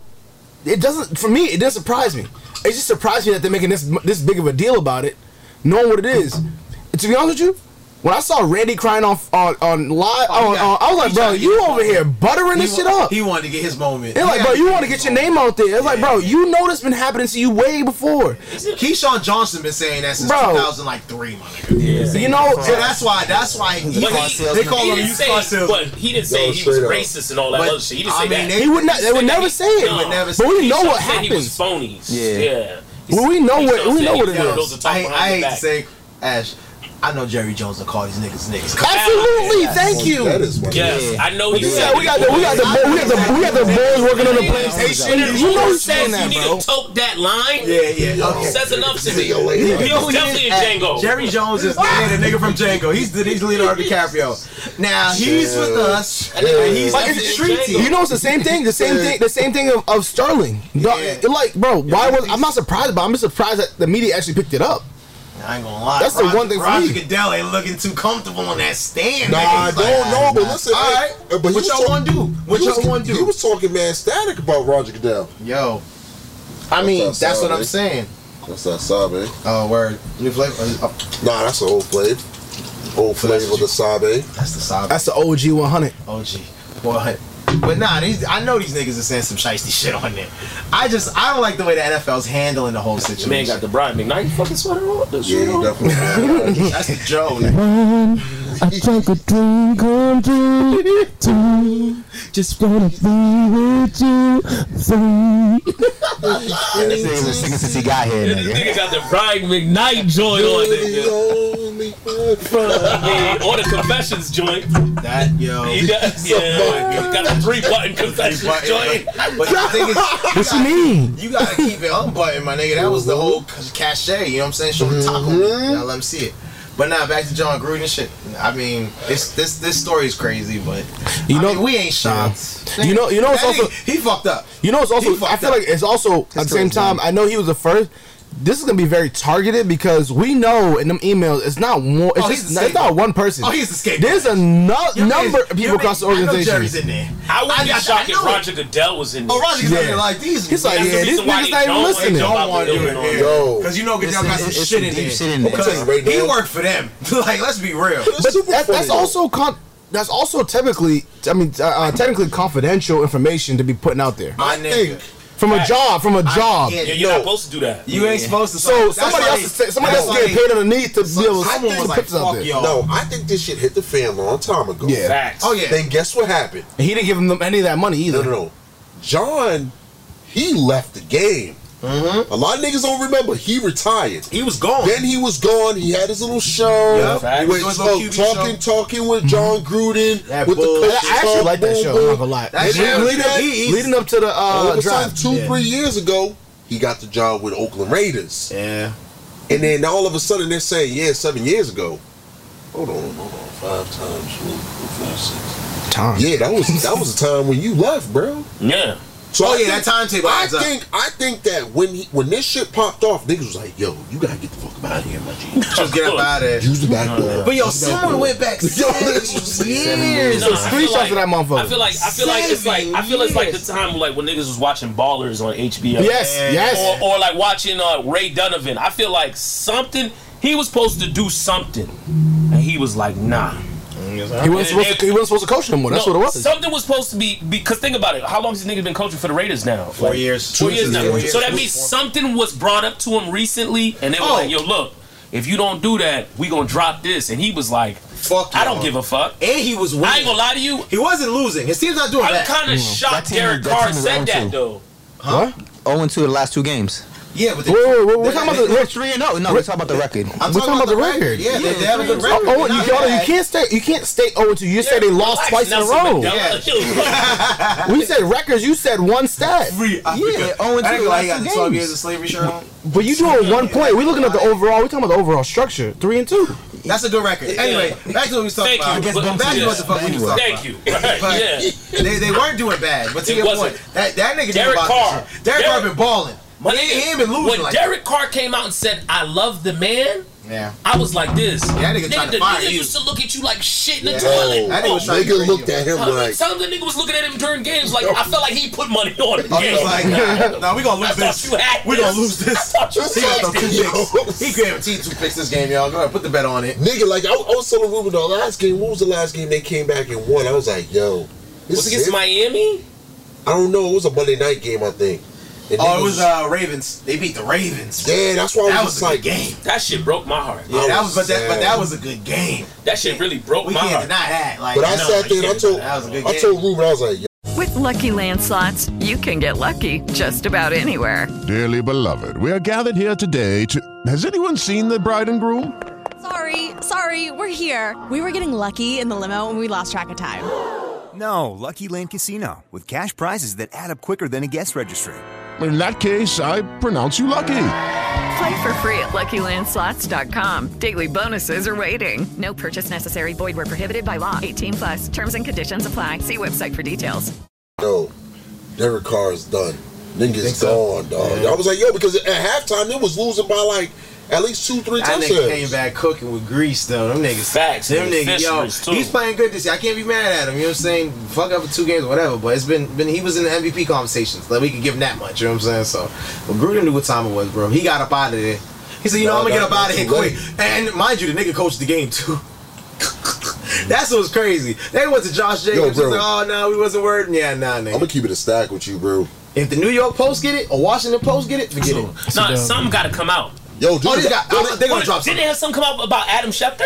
Speaker 2: it doesn't for me it didn't surprise me it just surprised me that they're making this this big of a deal about it knowing what it is And to be honest with you when I saw Randy crying on on on live
Speaker 5: Oh,
Speaker 2: on,
Speaker 5: yeah.
Speaker 2: on- I was like
Speaker 5: He
Speaker 2: bro
Speaker 5: tried to
Speaker 2: you
Speaker 5: get
Speaker 2: over
Speaker 5: his
Speaker 2: here buttering
Speaker 5: He
Speaker 2: this shit
Speaker 5: wa-
Speaker 2: up
Speaker 5: He wanted to get his moment.
Speaker 2: they're like,
Speaker 5: Yeah.
Speaker 2: bro, you want to get your name out there. It's like, bro, you know this been happening to you way before.
Speaker 5: Keyshawn Johnson been saying that since
Speaker 2: Bro.
Speaker 5: 2003, my nigga.
Speaker 2: You know,
Speaker 5: So that's why. That's why. He,
Speaker 6: But
Speaker 10: car
Speaker 6: he,
Speaker 10: salesman.
Speaker 5: they call
Speaker 6: he
Speaker 5: him
Speaker 6: didn't
Speaker 5: used car
Speaker 6: say,
Speaker 5: salesman.
Speaker 6: but he didn't say
Speaker 1: No,
Speaker 6: he was
Speaker 1: straight up.
Speaker 6: racist and all that
Speaker 5: But,
Speaker 6: other shit. He didn't
Speaker 5: I
Speaker 6: say that.
Speaker 5: mean, they-
Speaker 2: He would not. They would never say it.
Speaker 6: They would
Speaker 5: never
Speaker 2: but we
Speaker 6: He
Speaker 2: know
Speaker 6: still
Speaker 2: what
Speaker 6: said He was
Speaker 2: happens.
Speaker 6: phony.
Speaker 10: Yeah.
Speaker 6: Yeah.
Speaker 2: Well, we know
Speaker 6: He
Speaker 2: what-
Speaker 6: still
Speaker 2: we
Speaker 6: said
Speaker 2: know
Speaker 6: he
Speaker 2: what it
Speaker 6: killed
Speaker 2: is.
Speaker 6: those who talk
Speaker 5: I, hate-
Speaker 6: behind
Speaker 5: I
Speaker 6: his
Speaker 5: hate to
Speaker 6: back.
Speaker 5: say, Ash. I know Jerry Jones will call these niggas niggas.
Speaker 2: Absolutely. Thank you.
Speaker 1: that is what it is.
Speaker 6: Yes, I know he
Speaker 2: You
Speaker 6: said
Speaker 2: said we got the we got the we got the we got the boys working on the PlayStation. You know
Speaker 6: Who
Speaker 2: he's saying
Speaker 6: says
Speaker 2: that,
Speaker 6: you
Speaker 2: bro.
Speaker 6: need to tote that line?
Speaker 5: Yeah, yeah.
Speaker 6: It
Speaker 5: Okay.
Speaker 6: says enough to me.
Speaker 1: Yo, lady.
Speaker 6: He
Speaker 5: You know
Speaker 6: was
Speaker 5: who
Speaker 6: definitely
Speaker 5: he
Speaker 6: in
Speaker 5: is? Hey,
Speaker 6: Django.
Speaker 5: Jerry Jones is the, yeah, the nigga from Django. He's the he's Leonardo DiCaprio. Now he's with us, and he's
Speaker 2: Like,
Speaker 5: like the
Speaker 2: it's-
Speaker 5: street team.
Speaker 2: You know, it's the same thing. The same thing. The same thing of, of Sterling. The-
Speaker 5: Yeah.
Speaker 2: Like, bro, why was I'm not surprised, but I'm just surprised that the media actually picked it up.
Speaker 5: I ain't gonna lie.
Speaker 2: That's the
Speaker 5: Roger-
Speaker 2: one thing for
Speaker 5: Roger
Speaker 2: me.
Speaker 5: Goodell ain't looking too comfortable on that stand.
Speaker 1: Nah, I
Speaker 5: nigga. He's like,
Speaker 1: don't know, but listen.
Speaker 5: All right.
Speaker 1: hey, but he
Speaker 5: What
Speaker 1: was
Speaker 5: y'all
Speaker 1: talk-
Speaker 5: wanna do? What
Speaker 1: he
Speaker 5: y'all
Speaker 1: was-
Speaker 5: wanna do?
Speaker 1: He was talking mad static about Roger Goodell.
Speaker 5: Yo, I mean,
Speaker 1: That's
Speaker 5: that's,
Speaker 1: outside,
Speaker 5: what I'm
Speaker 1: man.
Speaker 5: saying.
Speaker 1: That's that sabe.
Speaker 5: Oh, word. New flavor. Oh,
Speaker 1: Nah, that's an old flavor. Old flavor of the sabe.
Speaker 5: that's the sob.
Speaker 2: That's the OG 100.
Speaker 5: OG. Boy. But nah, these, I know these niggas are saying some shiesty shit on there. I just, I don't like the way the NFL's handling the whole
Speaker 6: The man
Speaker 5: situation.
Speaker 6: got the Brian McKnight fucking sweater on. The
Speaker 1: Yeah,
Speaker 6: shirt
Speaker 1: he
Speaker 6: on.
Speaker 1: definitely.
Speaker 5: That's the Joe. nigga.
Speaker 12: I take a drink or two, two. Just wanna be with you, free.
Speaker 10: This nigga's been singing since he got here,
Speaker 6: This
Speaker 10: nigga.
Speaker 6: nigga got the Brian McKnight joint on, nigga. Yeah, or the confessions joint.
Speaker 5: That, yo.
Speaker 6: He does, yeah. Got the three button confessions
Speaker 5: But,
Speaker 6: joint.
Speaker 5: but the thing is,
Speaker 2: What you mean?
Speaker 5: You gotta
Speaker 2: Mm-hmm.
Speaker 5: keep it unbuttoned, my nigga. That was the whole cachet. You know what I'm saying? Show the taco. Now let him see it. But now back to John Gruden shit. I mean, it's this this story is crazy, but you know we ain't shocked.
Speaker 2: You know- you know what's
Speaker 5: That
Speaker 2: also-
Speaker 5: nigga- he fucked up.
Speaker 2: You know, it's also.
Speaker 5: He fucked
Speaker 2: I feel
Speaker 5: up.
Speaker 2: like it's also at the same time. I know he was the first. This is gonna be very targeted because we know in them emails it's not one. It's,
Speaker 5: Oh, he's
Speaker 2: just,
Speaker 5: the
Speaker 2: it's not
Speaker 5: scapegoat.
Speaker 2: one person.
Speaker 5: Oh, he's the scapegoat.
Speaker 2: There's a nu-
Speaker 5: Your man-
Speaker 2: number of
Speaker 5: your man-
Speaker 2: people across the
Speaker 5: I know
Speaker 2: organization.
Speaker 5: Jerry's in there.
Speaker 6: I wouldn't be
Speaker 5: I- I
Speaker 6: shocked if
Speaker 5: knew it.
Speaker 6: Roger Goodell was in there.
Speaker 5: Oh, Roger Goodell, Yeah. like, these-
Speaker 2: He's like,
Speaker 6: That's the
Speaker 2: yeah,
Speaker 6: reason
Speaker 2: these
Speaker 6: why
Speaker 2: niggas
Speaker 6: they
Speaker 2: not even
Speaker 6: don't- they
Speaker 2: listening.
Speaker 6: don't wanna do it on there.
Speaker 1: Yo.
Speaker 5: Because you know Goodell got some shit in there.
Speaker 1: I'ma tell you right
Speaker 5: He
Speaker 1: now.
Speaker 5: worked for them. like, let's be real.
Speaker 2: But that, that's also con- that's also technically, I mean, uh, uh, technically confidential information to be putting out there.
Speaker 5: my nigga.
Speaker 2: From a job, from a job.
Speaker 6: Yeah, you're not supposed to do that.
Speaker 5: You ain't supposed to.
Speaker 2: So
Speaker 5: that's
Speaker 2: somebody
Speaker 5: why
Speaker 2: else,
Speaker 5: they-
Speaker 2: is ta- somebody
Speaker 5: that's
Speaker 2: else
Speaker 5: why
Speaker 2: getting
Speaker 5: they-
Speaker 2: paid underneath to be able to
Speaker 1: I think
Speaker 2: put
Speaker 1: was
Speaker 2: the
Speaker 1: like,
Speaker 2: pictures out
Speaker 1: fuck
Speaker 2: there.
Speaker 1: y'all. No, I think this shit hit the fan a long time ago.
Speaker 2: Yeah.
Speaker 6: Facts.
Speaker 1: Oh yeah. Then guess what happened?
Speaker 2: And he didn't give them any of that money either.
Speaker 1: No, no, no. John, he left the game.
Speaker 2: Mm-hmm.
Speaker 1: A lot of niggas don't remember. He retired.
Speaker 5: He was gone.
Speaker 1: Then he was gone. He had his little show.
Speaker 5: Yeah,
Speaker 1: He
Speaker 5: facts.
Speaker 1: went,
Speaker 5: His little
Speaker 1: oh,
Speaker 5: QB
Speaker 1: talking, talking with John Gruden.
Speaker 2: That
Speaker 1: with
Speaker 2: bull-
Speaker 1: the coach.
Speaker 2: Mm-hmm. I actually like that show. I'm not gonna lie.
Speaker 1: That
Speaker 2: Leading-
Speaker 1: shit-
Speaker 2: leading up-
Speaker 1: he- he's-
Speaker 2: leading up to the
Speaker 1: all
Speaker 2: uh,
Speaker 1: of a sudden,
Speaker 2: draft.
Speaker 1: two,
Speaker 2: Yeah.
Speaker 1: three years ago, he got the job with Oakland Raiders.
Speaker 5: Yeah.
Speaker 1: And then all of a sudden they're saying, yeah, seven years ago. Hold on, hold on. Five times. four, five, six.
Speaker 2: Time.
Speaker 1: Yeah, that was that was the time when you left, bro.
Speaker 6: Yeah.
Speaker 1: So
Speaker 5: Oh,
Speaker 1: I
Speaker 5: yeah,
Speaker 1: think-
Speaker 5: that timetable
Speaker 1: I
Speaker 5: adds up.
Speaker 1: think I think that when he, when this shit popped off, niggas was like, "Yo, you gotta get the fuck out of here, my G."
Speaker 5: Just get up out of there.
Speaker 1: Use the back door.
Speaker 5: But yo,
Speaker 1: Use the back
Speaker 5: someone
Speaker 1: door.
Speaker 5: went back
Speaker 1: Yo, this
Speaker 5: six
Speaker 1: was-
Speaker 5: years.
Speaker 6: No, I feel
Speaker 2: Screenshots
Speaker 6: like-
Speaker 2: of that motherfucker.
Speaker 6: I feel like I feel like it's like I feel it's like the time like when niggas was watching Ballers on HBO.
Speaker 2: Yes, yes.
Speaker 6: Or, or like watching uh, Ray Donovan. I feel like something he was supposed to do something, and he was like, nah.
Speaker 2: He wasn't supposed to. He wasn't supposed to coach no more. That's
Speaker 6: No,
Speaker 2: what it was.
Speaker 6: Something was supposed to be because think about it. How long has this nigga been coaching for the Raiders now?
Speaker 5: Four years.
Speaker 6: Four years now.
Speaker 5: Four years.
Speaker 6: So that means something was brought up to him recently, and they were
Speaker 5: Oh.
Speaker 6: like, "Yo, look, if you don't do that, we gonna drop this." And he was like,
Speaker 5: Fuck
Speaker 6: I don't
Speaker 5: y'all.
Speaker 6: give a fuck."
Speaker 5: And he was winning.
Speaker 6: I ain't gonna lie to you.
Speaker 5: He wasn't losing. His team's not doing
Speaker 6: I'm
Speaker 5: that.
Speaker 6: kind of shocked
Speaker 10: That team-
Speaker 6: Derek
Speaker 10: that
Speaker 6: Carr
Speaker 10: team is
Speaker 6: said
Speaker 10: owned
Speaker 6: that
Speaker 10: too.
Speaker 6: though.
Speaker 2: What?
Speaker 10: 0 Oh, and 2 the last two games.
Speaker 5: yeah, but they,
Speaker 2: Wait, wait, wait, we're
Speaker 5: they-
Speaker 2: talking about
Speaker 5: they-
Speaker 2: the-
Speaker 10: They're 3 and 0. No, we're talking about the record.
Speaker 5: I'm
Speaker 2: We're talking about the record.
Speaker 5: Yeah, they, they have a good
Speaker 2: Oh,
Speaker 5: record.
Speaker 2: oh,
Speaker 5: They're
Speaker 2: you,
Speaker 5: not
Speaker 2: can't- you
Speaker 5: bad.
Speaker 2: can't stay. You can't stay. Oh, and two. You said they
Speaker 6: Relax,
Speaker 2: lost twice in a
Speaker 6: Nelson
Speaker 2: row.
Speaker 6: Mandela.
Speaker 2: We said records. You said one stat.
Speaker 5: Free Africa.
Speaker 10: Yeah, 0 and
Speaker 5: I
Speaker 10: 2
Speaker 5: think
Speaker 10: the
Speaker 5: like he
Speaker 10: last
Speaker 5: got
Speaker 10: two
Speaker 5: the 12
Speaker 10: games.
Speaker 5: years of slavery shirt on.
Speaker 2: But you doing one play. We're looking at the overall. We're talking about the overall structure. Three and two.
Speaker 5: That's a good record. Anyway, back to what we was talking
Speaker 6: Thank
Speaker 5: about.
Speaker 6: you.
Speaker 10: Against
Speaker 5: Back to
Speaker 6: Bumpty,
Speaker 5: what the fuck we was talking about.
Speaker 6: Thank you. Right,
Speaker 5: But
Speaker 6: yeah.
Speaker 5: they, they weren't doing bad. But to
Speaker 6: It
Speaker 5: your
Speaker 6: wasn't.
Speaker 5: point, that, that nigga
Speaker 6: Derek
Speaker 5: did about
Speaker 6: Carr.
Speaker 5: This shit. Derek Carr
Speaker 6: Derek-
Speaker 5: been balling.
Speaker 6: My
Speaker 5: But he
Speaker 6: nigga,
Speaker 5: ain't been losing
Speaker 6: When
Speaker 5: like
Speaker 6: Derek Carr came out and said, "I love the man,"
Speaker 5: Yeah.
Speaker 6: I was like this.
Speaker 5: Yeah, that nigga tried to
Speaker 6: the
Speaker 5: fire
Speaker 6: nigga
Speaker 5: you.
Speaker 6: used to look at you like shit in the
Speaker 5: Yeah.
Speaker 6: toilet.
Speaker 1: Oh,
Speaker 5: That nigga was
Speaker 6: Oh,
Speaker 5: trying to
Speaker 1: nigga
Speaker 5: bring you
Speaker 1: looked at him
Speaker 6: I mean,
Speaker 1: like,
Speaker 6: Some of the nigga was looking at him during games like I felt like he put money on the
Speaker 5: that. He
Speaker 6: game.
Speaker 5: was like, nah, nah, we gonna
Speaker 6: I thought
Speaker 5: lose this.
Speaker 6: you had
Speaker 5: We
Speaker 6: this.
Speaker 5: gonna lose this.
Speaker 6: I thought you
Speaker 5: He got
Speaker 6: had
Speaker 5: those two
Speaker 6: this.
Speaker 5: picks. He guaranteed two picks this game, y'all. Go ahead, put the bet on it.
Speaker 1: Nigga, like I, I was telling Ruben the last game. What was the last game they came back and won? I was like, yo, this is
Speaker 6: Was it against
Speaker 1: it?
Speaker 6: Miami?
Speaker 1: I don't know. It was a Monday night game, I think. And
Speaker 5: Oh,
Speaker 1: niggas-
Speaker 5: it was uh, Ravens. They beat the Ravens.
Speaker 1: yeah, that's why I
Speaker 5: That
Speaker 1: was,
Speaker 5: was
Speaker 1: just
Speaker 5: a
Speaker 1: like,
Speaker 5: good game.
Speaker 6: That shit broke my heart.
Speaker 5: Yeah,
Speaker 1: I
Speaker 5: that was
Speaker 1: was
Speaker 5: but that but
Speaker 1: sad.
Speaker 5: that was a good game.
Speaker 6: That shit really broke
Speaker 5: We
Speaker 6: Oh, my
Speaker 5: can't
Speaker 6: heart.
Speaker 5: deny that. Like,
Speaker 1: But I
Speaker 6: No,
Speaker 1: sat there
Speaker 6: you
Speaker 1: and I
Speaker 6: can't.
Speaker 1: told,
Speaker 5: That was a good
Speaker 1: I
Speaker 5: game.
Speaker 1: told Ruben, I was like, yo,
Speaker 13: With Lucky Land slots, you can get lucky just about anywhere.
Speaker 14: Dearly beloved, we are gathered here today to. Has anyone seen the bride and groom?
Speaker 15: Sorry, sorry, we're here. We were getting lucky in the limo and we lost track of time.
Speaker 16: No, Lucky Land Casino, with cash prizes that add up quicker than a guest registry.
Speaker 14: In that case, I pronounce you lucky.
Speaker 13: Play for free at LuckyLandSlots.com. Daily bonuses are waiting. No purchase necessary. Void were prohibited by law. 18 plus. Terms and conditions apply. See website for details.
Speaker 1: yo, Derek Carr is done. Nigga's gone, dog. I was like, yo, because at halftime it was losing by like at least two, three
Speaker 5: That nigga came
Speaker 1: touchdowns.
Speaker 5: back cooking with grease though. Them niggas
Speaker 6: Facts,
Speaker 5: Them
Speaker 6: nigga.
Speaker 5: niggas, yo,
Speaker 6: Fisher's, too.
Speaker 5: he's playing good this year. I can't be mad at him. You know what I'm saying? Fuck up for two games, whatever. But it's been been he was in the MVP conversations. Like we could give him that much. You know what I'm saying? So, but Gruden knew what time it was, bro. He got up out of there. He said, you know,
Speaker 1: No,
Speaker 5: I'm gonna get
Speaker 1: no,
Speaker 5: up out
Speaker 1: no,
Speaker 5: of here
Speaker 1: too
Speaker 5: quick.
Speaker 1: late.
Speaker 5: And mind you, the nigga coached the game too. That's what's crazy. They went to Josh Jacobs.
Speaker 1: bro.
Speaker 5: and said, oh no, we wasn't worried. Yeah, nah,
Speaker 1: I'm
Speaker 5: nigga.
Speaker 1: gonna keep it a stack with you, bro.
Speaker 5: If the New York Post get it or Washington Post get it, forget it.
Speaker 6: Nah, something gotta come out.
Speaker 1: Yo, dude,
Speaker 5: Oh, they got-
Speaker 1: yo,
Speaker 5: they gonna
Speaker 6: What-
Speaker 5: drop
Speaker 6: Didn't they have something come out about Adam Schefter?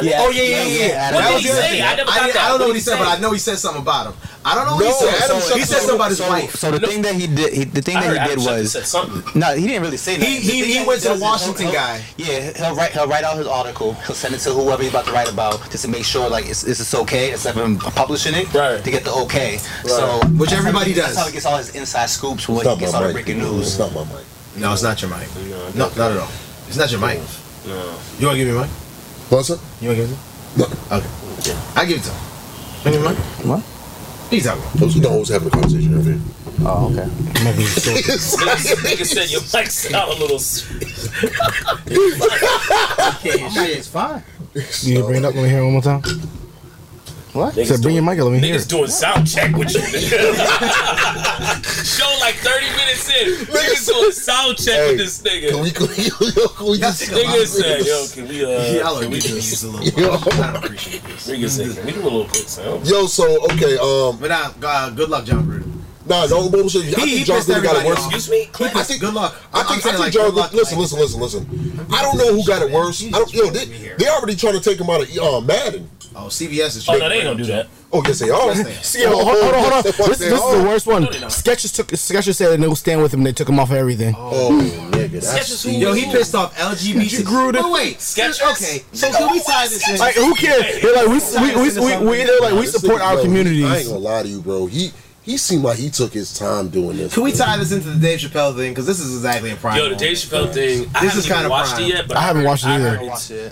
Speaker 10: Yeah.
Speaker 5: Oh yeah, yeah, yeah.
Speaker 10: yeah.
Speaker 5: That
Speaker 6: What
Speaker 5: was
Speaker 6: did he
Speaker 5: the other
Speaker 6: say?
Speaker 5: thing.
Speaker 6: I never got
Speaker 5: didn't-
Speaker 6: that.
Speaker 5: I don't
Speaker 6: What
Speaker 5: know
Speaker 6: did
Speaker 5: what
Speaker 6: he
Speaker 5: he said, but
Speaker 6: say?
Speaker 5: I know he said something about him. I don't know what
Speaker 1: No,
Speaker 5: he said.
Speaker 1: Adam
Speaker 5: he said
Speaker 1: Schefter-
Speaker 5: something about his
Speaker 10: so,
Speaker 5: wife.
Speaker 10: So the
Speaker 6: No.
Speaker 10: thing that he did, he, the thing
Speaker 6: I
Speaker 10: that
Speaker 6: heard
Speaker 10: he
Speaker 6: Adam
Speaker 10: did
Speaker 6: Schefter
Speaker 10: was
Speaker 6: said something.
Speaker 10: No, he didn't really say that.
Speaker 5: He- he-
Speaker 10: The thing
Speaker 5: he
Speaker 10: that
Speaker 5: went to the
Speaker 10: does is he'll-
Speaker 5: Washington
Speaker 10: he'll-
Speaker 5: guy.
Speaker 10: Yeah, he'll write he'll write out his article. He'll send it to whoever he's about to write about just to make sure like it's, it's, it's okay instead of him publishing it
Speaker 6: Right.
Speaker 10: to get the okay. So
Speaker 5: Which
Speaker 10: that's how
Speaker 5: everybody
Speaker 10: he-
Speaker 5: does.
Speaker 10: That's how he gets all his inside scoops when he
Speaker 1: Stop
Speaker 10: gets
Speaker 1: my
Speaker 10: all the
Speaker 1: mic.
Speaker 10: breaking news.
Speaker 1: Stop my mic.
Speaker 5: No, it's not your mic. No, not at all. It's not your mic.
Speaker 6: No.
Speaker 5: You want to give me mic?
Speaker 1: What's it?
Speaker 5: You want to give
Speaker 1: it to
Speaker 5: No. Okay. I give it to him. Bring him money.
Speaker 1: What?
Speaker 5: He's out.
Speaker 1: Those who know who's having a conversation over here.
Speaker 10: Oh, okay.
Speaker 6: Nigga nigga said your mic's out a little.
Speaker 5: Shit, it's fine.
Speaker 2: You need to bring it up. Let me hear it one more time.
Speaker 10: What?
Speaker 2: Said, bring your mic up. Let me hear
Speaker 6: Niggas
Speaker 2: it.
Speaker 6: doing sound check with you. nigga. Show like 30 minutes in. Niggas doing sound check with this nigga. Can we,
Speaker 1: can we, can we
Speaker 6: just nigga said, yo, can we, uh,
Speaker 5: Y'all are
Speaker 6: can we
Speaker 5: ridiculous.
Speaker 6: just use a
Speaker 1: Yo.
Speaker 6: little I don't appreciate this. Nigga said, can we do a little quick sound?
Speaker 1: Yo, so okay, um,
Speaker 5: but uh, uh, good luck, John Gruden.
Speaker 1: Nah, no bullshit. I
Speaker 5: He- he
Speaker 1: think John
Speaker 5: pissed
Speaker 1: Gruden got it
Speaker 5: everybody
Speaker 1: worse.
Speaker 5: off.
Speaker 6: Excuse me.
Speaker 1: I think, good luck. I
Speaker 5: I'm
Speaker 1: think, I
Speaker 5: saying,
Speaker 1: think
Speaker 5: like,
Speaker 1: John.
Speaker 5: good luck,
Speaker 1: listen, listen, listen, listen. I don't know who got it worse. I don't. Yo, they, they already trying to take him out of uh, Madden.
Speaker 5: Oh, CBS is.
Speaker 6: Oh, no, they ain't gonna do that.
Speaker 1: Oh, yes, they are.
Speaker 2: See, hold, hold, hold on, hold on.
Speaker 1: Yes,
Speaker 2: This,
Speaker 1: they
Speaker 2: this is
Speaker 1: are.
Speaker 2: the worst one. Skechers took Skechers said they'll stand with him. They took him off everything.
Speaker 1: Oh, nigga,
Speaker 5: Skechers who- Yo, he pissed off LGBT. Gruden. But wait, Skechers. Okay, so can we tie this in?
Speaker 2: Like, who cares? They're like, we- we- we- we- we- they're like, we
Speaker 1: This
Speaker 2: support
Speaker 1: nigga,
Speaker 2: our
Speaker 1: bro,
Speaker 2: communities.
Speaker 1: I ain't gonna lie to you, bro. He he seemed like he took his time doing this.
Speaker 5: Can we
Speaker 1: bro.
Speaker 5: tie this into the Dave Chappelle thing? Because this is exactly a prime.
Speaker 6: Yo, the Dave Chappelle thing. I
Speaker 5: This
Speaker 6: haven't
Speaker 5: is
Speaker 6: even
Speaker 5: kinda
Speaker 6: watched
Speaker 5: prime.
Speaker 6: it yet, but
Speaker 2: I haven't watched it
Speaker 6: I
Speaker 2: either.
Speaker 6: heard it's
Speaker 5: Okay,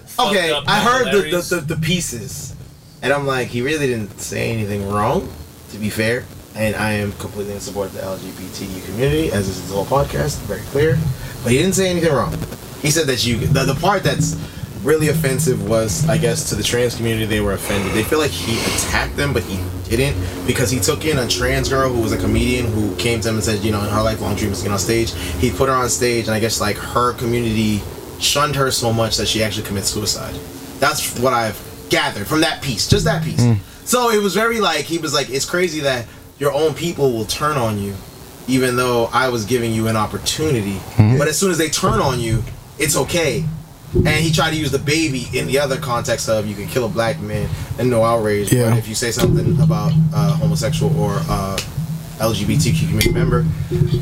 Speaker 6: fucked up
Speaker 5: I
Speaker 6: and
Speaker 5: heard the,
Speaker 6: hilarious.
Speaker 5: the, the the pieces, and I'm like, he really didn't say anything wrong. To be fair, and I am completely in support of the LGBTQ community, as this is the whole podcast, very clear. But he didn't say anything wrong. He said that you the, the part that's really offensive was, I guess, to the trans community they were offended. They feel like he attacked them, but he didn't because he took in a trans girl who was a comedian who came to him and said, you know, her lifelong dream is to get on stage. He put her on stage, and I guess like her community shunned her so much that she actually committed suicide. That's what I've gathered from that piece, just that piece. So it was very like he was like, it's crazy that your own people will turn on you, even though I was giving you an opportunity. But as soon as they turn on you, it's okay. And he tried to use the baby in the other context of you can kill a black man and no outrage, but if you say something about uh, homosexual or uh, LGBTQ community member,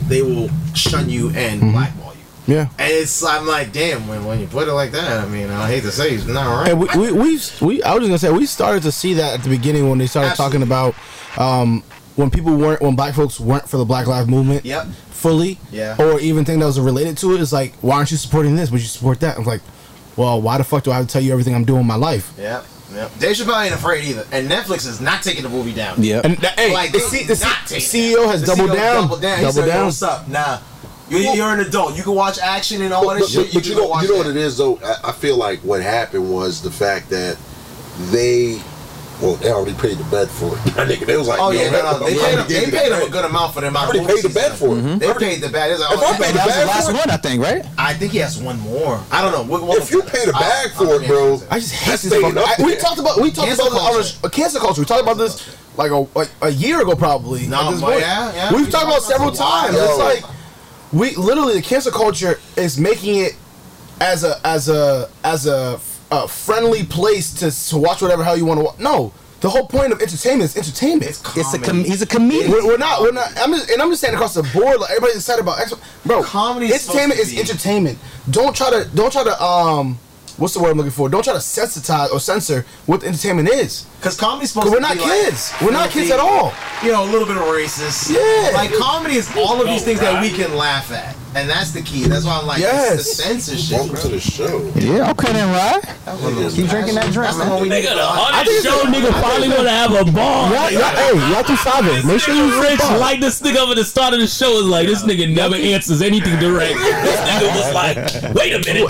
Speaker 5: they will shun you and blackball you.
Speaker 2: Yeah.
Speaker 5: And it's I'm like, damn, when when you put it like that, I mean, I hate to say it's not right.
Speaker 2: And we, we, we've, we, I was just gonna say, we started to see that at the beginning when they started talking about um, when people weren't, when black folks weren't for the Black Lives Movement
Speaker 5: Yep.
Speaker 2: fully,
Speaker 5: Yeah.
Speaker 2: or even thing that was related to it. It's like, why aren't you supporting this? Would you support that? I'm like, well, why the fuck do I have to tell you everything I'm doing in my life?
Speaker 5: Yep. Yep. Dave Chappelle ain't afraid either, and Netflix is not taking the movie down.
Speaker 2: Yep. And that- hey, the
Speaker 5: they
Speaker 2: C-
Speaker 5: did
Speaker 2: the C-
Speaker 5: not take
Speaker 2: the
Speaker 5: it
Speaker 2: CEO has
Speaker 5: The
Speaker 2: doubled
Speaker 5: CEO
Speaker 2: down.
Speaker 5: Doubled down.
Speaker 2: Doubled
Speaker 5: he said,
Speaker 2: down.
Speaker 5: What's up? Nah, you, you're an adult. You can watch action and all
Speaker 1: But,
Speaker 5: that
Speaker 1: but-
Speaker 5: shit.
Speaker 1: but
Speaker 5: you
Speaker 1: you
Speaker 5: can
Speaker 1: know,
Speaker 5: watch
Speaker 1: you know
Speaker 5: that.
Speaker 1: what it is though. I, I feel like what happened was the fact that they, well, they already paid the bet for it. My nigga, they was like,
Speaker 5: oh
Speaker 1: yo,
Speaker 5: yeah,
Speaker 1: that-
Speaker 5: no, no,
Speaker 1: I'm
Speaker 5: they paid, him,
Speaker 1: gonna give
Speaker 5: they
Speaker 1: you the
Speaker 5: paid him a
Speaker 1: bet.
Speaker 5: good amount for them.
Speaker 1: I already paid the bet for it.
Speaker 2: Mm-hmm.
Speaker 5: They oh, paid the bag. It's Like,
Speaker 1: If I paid the
Speaker 5: that was
Speaker 1: bag
Speaker 5: the last
Speaker 1: for it-
Speaker 5: one.
Speaker 10: I think, right?
Speaker 5: I think he has one more. I don't know. We'll, we'll
Speaker 1: If you pay the bag for it, bro,
Speaker 2: I just hate
Speaker 1: that's
Speaker 2: this.
Speaker 1: staying
Speaker 2: Fucking,
Speaker 1: up
Speaker 2: I- we
Speaker 1: there.
Speaker 2: talked about we talked
Speaker 5: Cancel
Speaker 2: about this on a, cancel culture. We talked about this like a like a year ago probably.
Speaker 5: No,
Speaker 2: at this
Speaker 5: but
Speaker 2: point.
Speaker 5: yeah, yeah,
Speaker 2: We've
Speaker 5: we
Speaker 2: talked about
Speaker 5: talked
Speaker 2: several
Speaker 5: about a lot.
Speaker 2: times.
Speaker 5: Yo.
Speaker 2: It's like we literally the cancel culture is making it as a as a as a, a friendly place to, to watch whatever hell you want to watch. No. The whole point of entertainment is entertainment.
Speaker 5: Oh,
Speaker 2: It's,
Speaker 10: It's a com- he's a comedian.
Speaker 2: We're, we're not. We're not. I'm just, and I'm just saying across the board. Like everybody's excited about X. Bro,
Speaker 5: Comedy is supposed
Speaker 2: entertainment is
Speaker 5: to be-
Speaker 2: entertainment. Don't try to. Don't try to. Um, what's the word I'm looking for? Don't try to sensitize or censor what entertainment is.
Speaker 5: Because comedy's supposed
Speaker 2: We're
Speaker 5: to
Speaker 2: not
Speaker 5: be
Speaker 2: kids.
Speaker 5: Like,
Speaker 2: We're not kids at all.
Speaker 5: You know, a little bit of racist.
Speaker 2: Yeah.
Speaker 5: Like comedy is all of these
Speaker 6: Oh,
Speaker 5: things that
Speaker 6: right.
Speaker 5: we can laugh at, and that's the key. That's why I'm like,
Speaker 2: Yes.
Speaker 5: it's the censorship.
Speaker 1: Welcome
Speaker 5: Bro.
Speaker 1: to the show.
Speaker 10: Yeah, okay then, right? Keep drinking that drink,
Speaker 5: That's the one we
Speaker 6: They
Speaker 5: need.
Speaker 6: got a
Speaker 5: I
Speaker 6: hundred show nigga finally wanna have a ball.
Speaker 12: Y'all, y'all, hey, y'all too savage. Make sure you rich
Speaker 6: Rich like this nigga over the start of the show is like this nigga never answers anything direct. This nigga was like, wait a minute.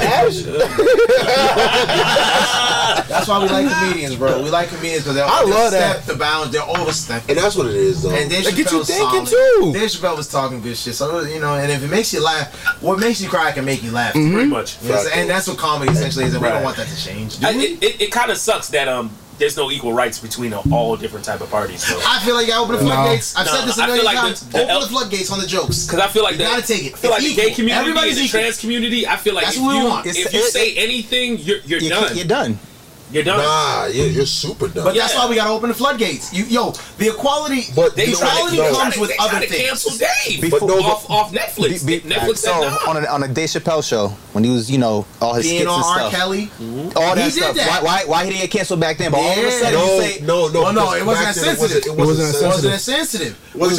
Speaker 5: That's why we like comedians, bro. We like comedians because they
Speaker 2: I love that.
Speaker 5: overstep the bounds. They're overstepping.
Speaker 1: And that's what it is, though.
Speaker 5: And Dave
Speaker 2: That gets
Speaker 5: Chappelle
Speaker 2: you
Speaker 5: was
Speaker 2: thinking,
Speaker 5: solid.
Speaker 2: too.
Speaker 5: Dave Chappelle was talking good shit. So you know, and if it makes you laugh, what makes you cry can make you laugh. too.
Speaker 6: Pretty much.
Speaker 5: You know what I'm saying? and that's what comedy essentially is, and we don't
Speaker 6: Right.
Speaker 5: want that to change.
Speaker 6: I, it it, it kind of sucks that um there's no equal rights between uh, all different type of parties. So.
Speaker 5: I feel like I open the floodgates. I've
Speaker 6: No,
Speaker 5: said this a
Speaker 6: I feel
Speaker 5: million
Speaker 6: like the-
Speaker 5: times.
Speaker 6: the
Speaker 5: open
Speaker 6: L-
Speaker 5: the floodgates on the jokes.
Speaker 6: Because I feel like
Speaker 5: you
Speaker 6: that,
Speaker 5: gotta take it.
Speaker 6: I feel like
Speaker 5: It's
Speaker 6: the gay
Speaker 5: equal.
Speaker 6: community,
Speaker 5: Everybody's
Speaker 6: the
Speaker 5: equal.
Speaker 6: trans community. I feel like
Speaker 5: That's
Speaker 6: if
Speaker 5: what we
Speaker 6: you
Speaker 5: want.
Speaker 6: if
Speaker 10: It's-
Speaker 6: you
Speaker 10: it-
Speaker 6: say anything, you're you're
Speaker 10: You're,
Speaker 6: done.
Speaker 10: you're done.
Speaker 6: You're done.
Speaker 1: Nah, you're, you're super done.
Speaker 5: But that's why we gotta open the floodgates. You, yo, the equality,
Speaker 1: But
Speaker 5: the
Speaker 1: they tried to-
Speaker 5: equality
Speaker 1: no.
Speaker 5: comes
Speaker 1: They
Speaker 5: with
Speaker 1: tried
Speaker 5: other
Speaker 1: to
Speaker 5: things.
Speaker 6: Cancel Dave
Speaker 10: Before-
Speaker 6: no, off, off Netflix.
Speaker 10: Be- be-
Speaker 6: Netflix
Speaker 10: so
Speaker 6: said no.
Speaker 10: on a, on a Dave Chappelle show when he was you know all his
Speaker 5: Being
Speaker 10: skits
Speaker 5: on
Speaker 10: and
Speaker 5: R.
Speaker 10: stuff.
Speaker 5: Kelly.
Speaker 10: All that
Speaker 5: He did
Speaker 10: stuff.
Speaker 5: that.
Speaker 10: Why, why why he didn't get canceled back then? But all of a
Speaker 5: Yeah.
Speaker 10: sudden
Speaker 5: No,
Speaker 10: you say
Speaker 5: no, no, Well, no, because it wasn't back that then it wasn't- sensitive. it wasn't that sensitive. It wasn't sensitive back then, bro. It wasn't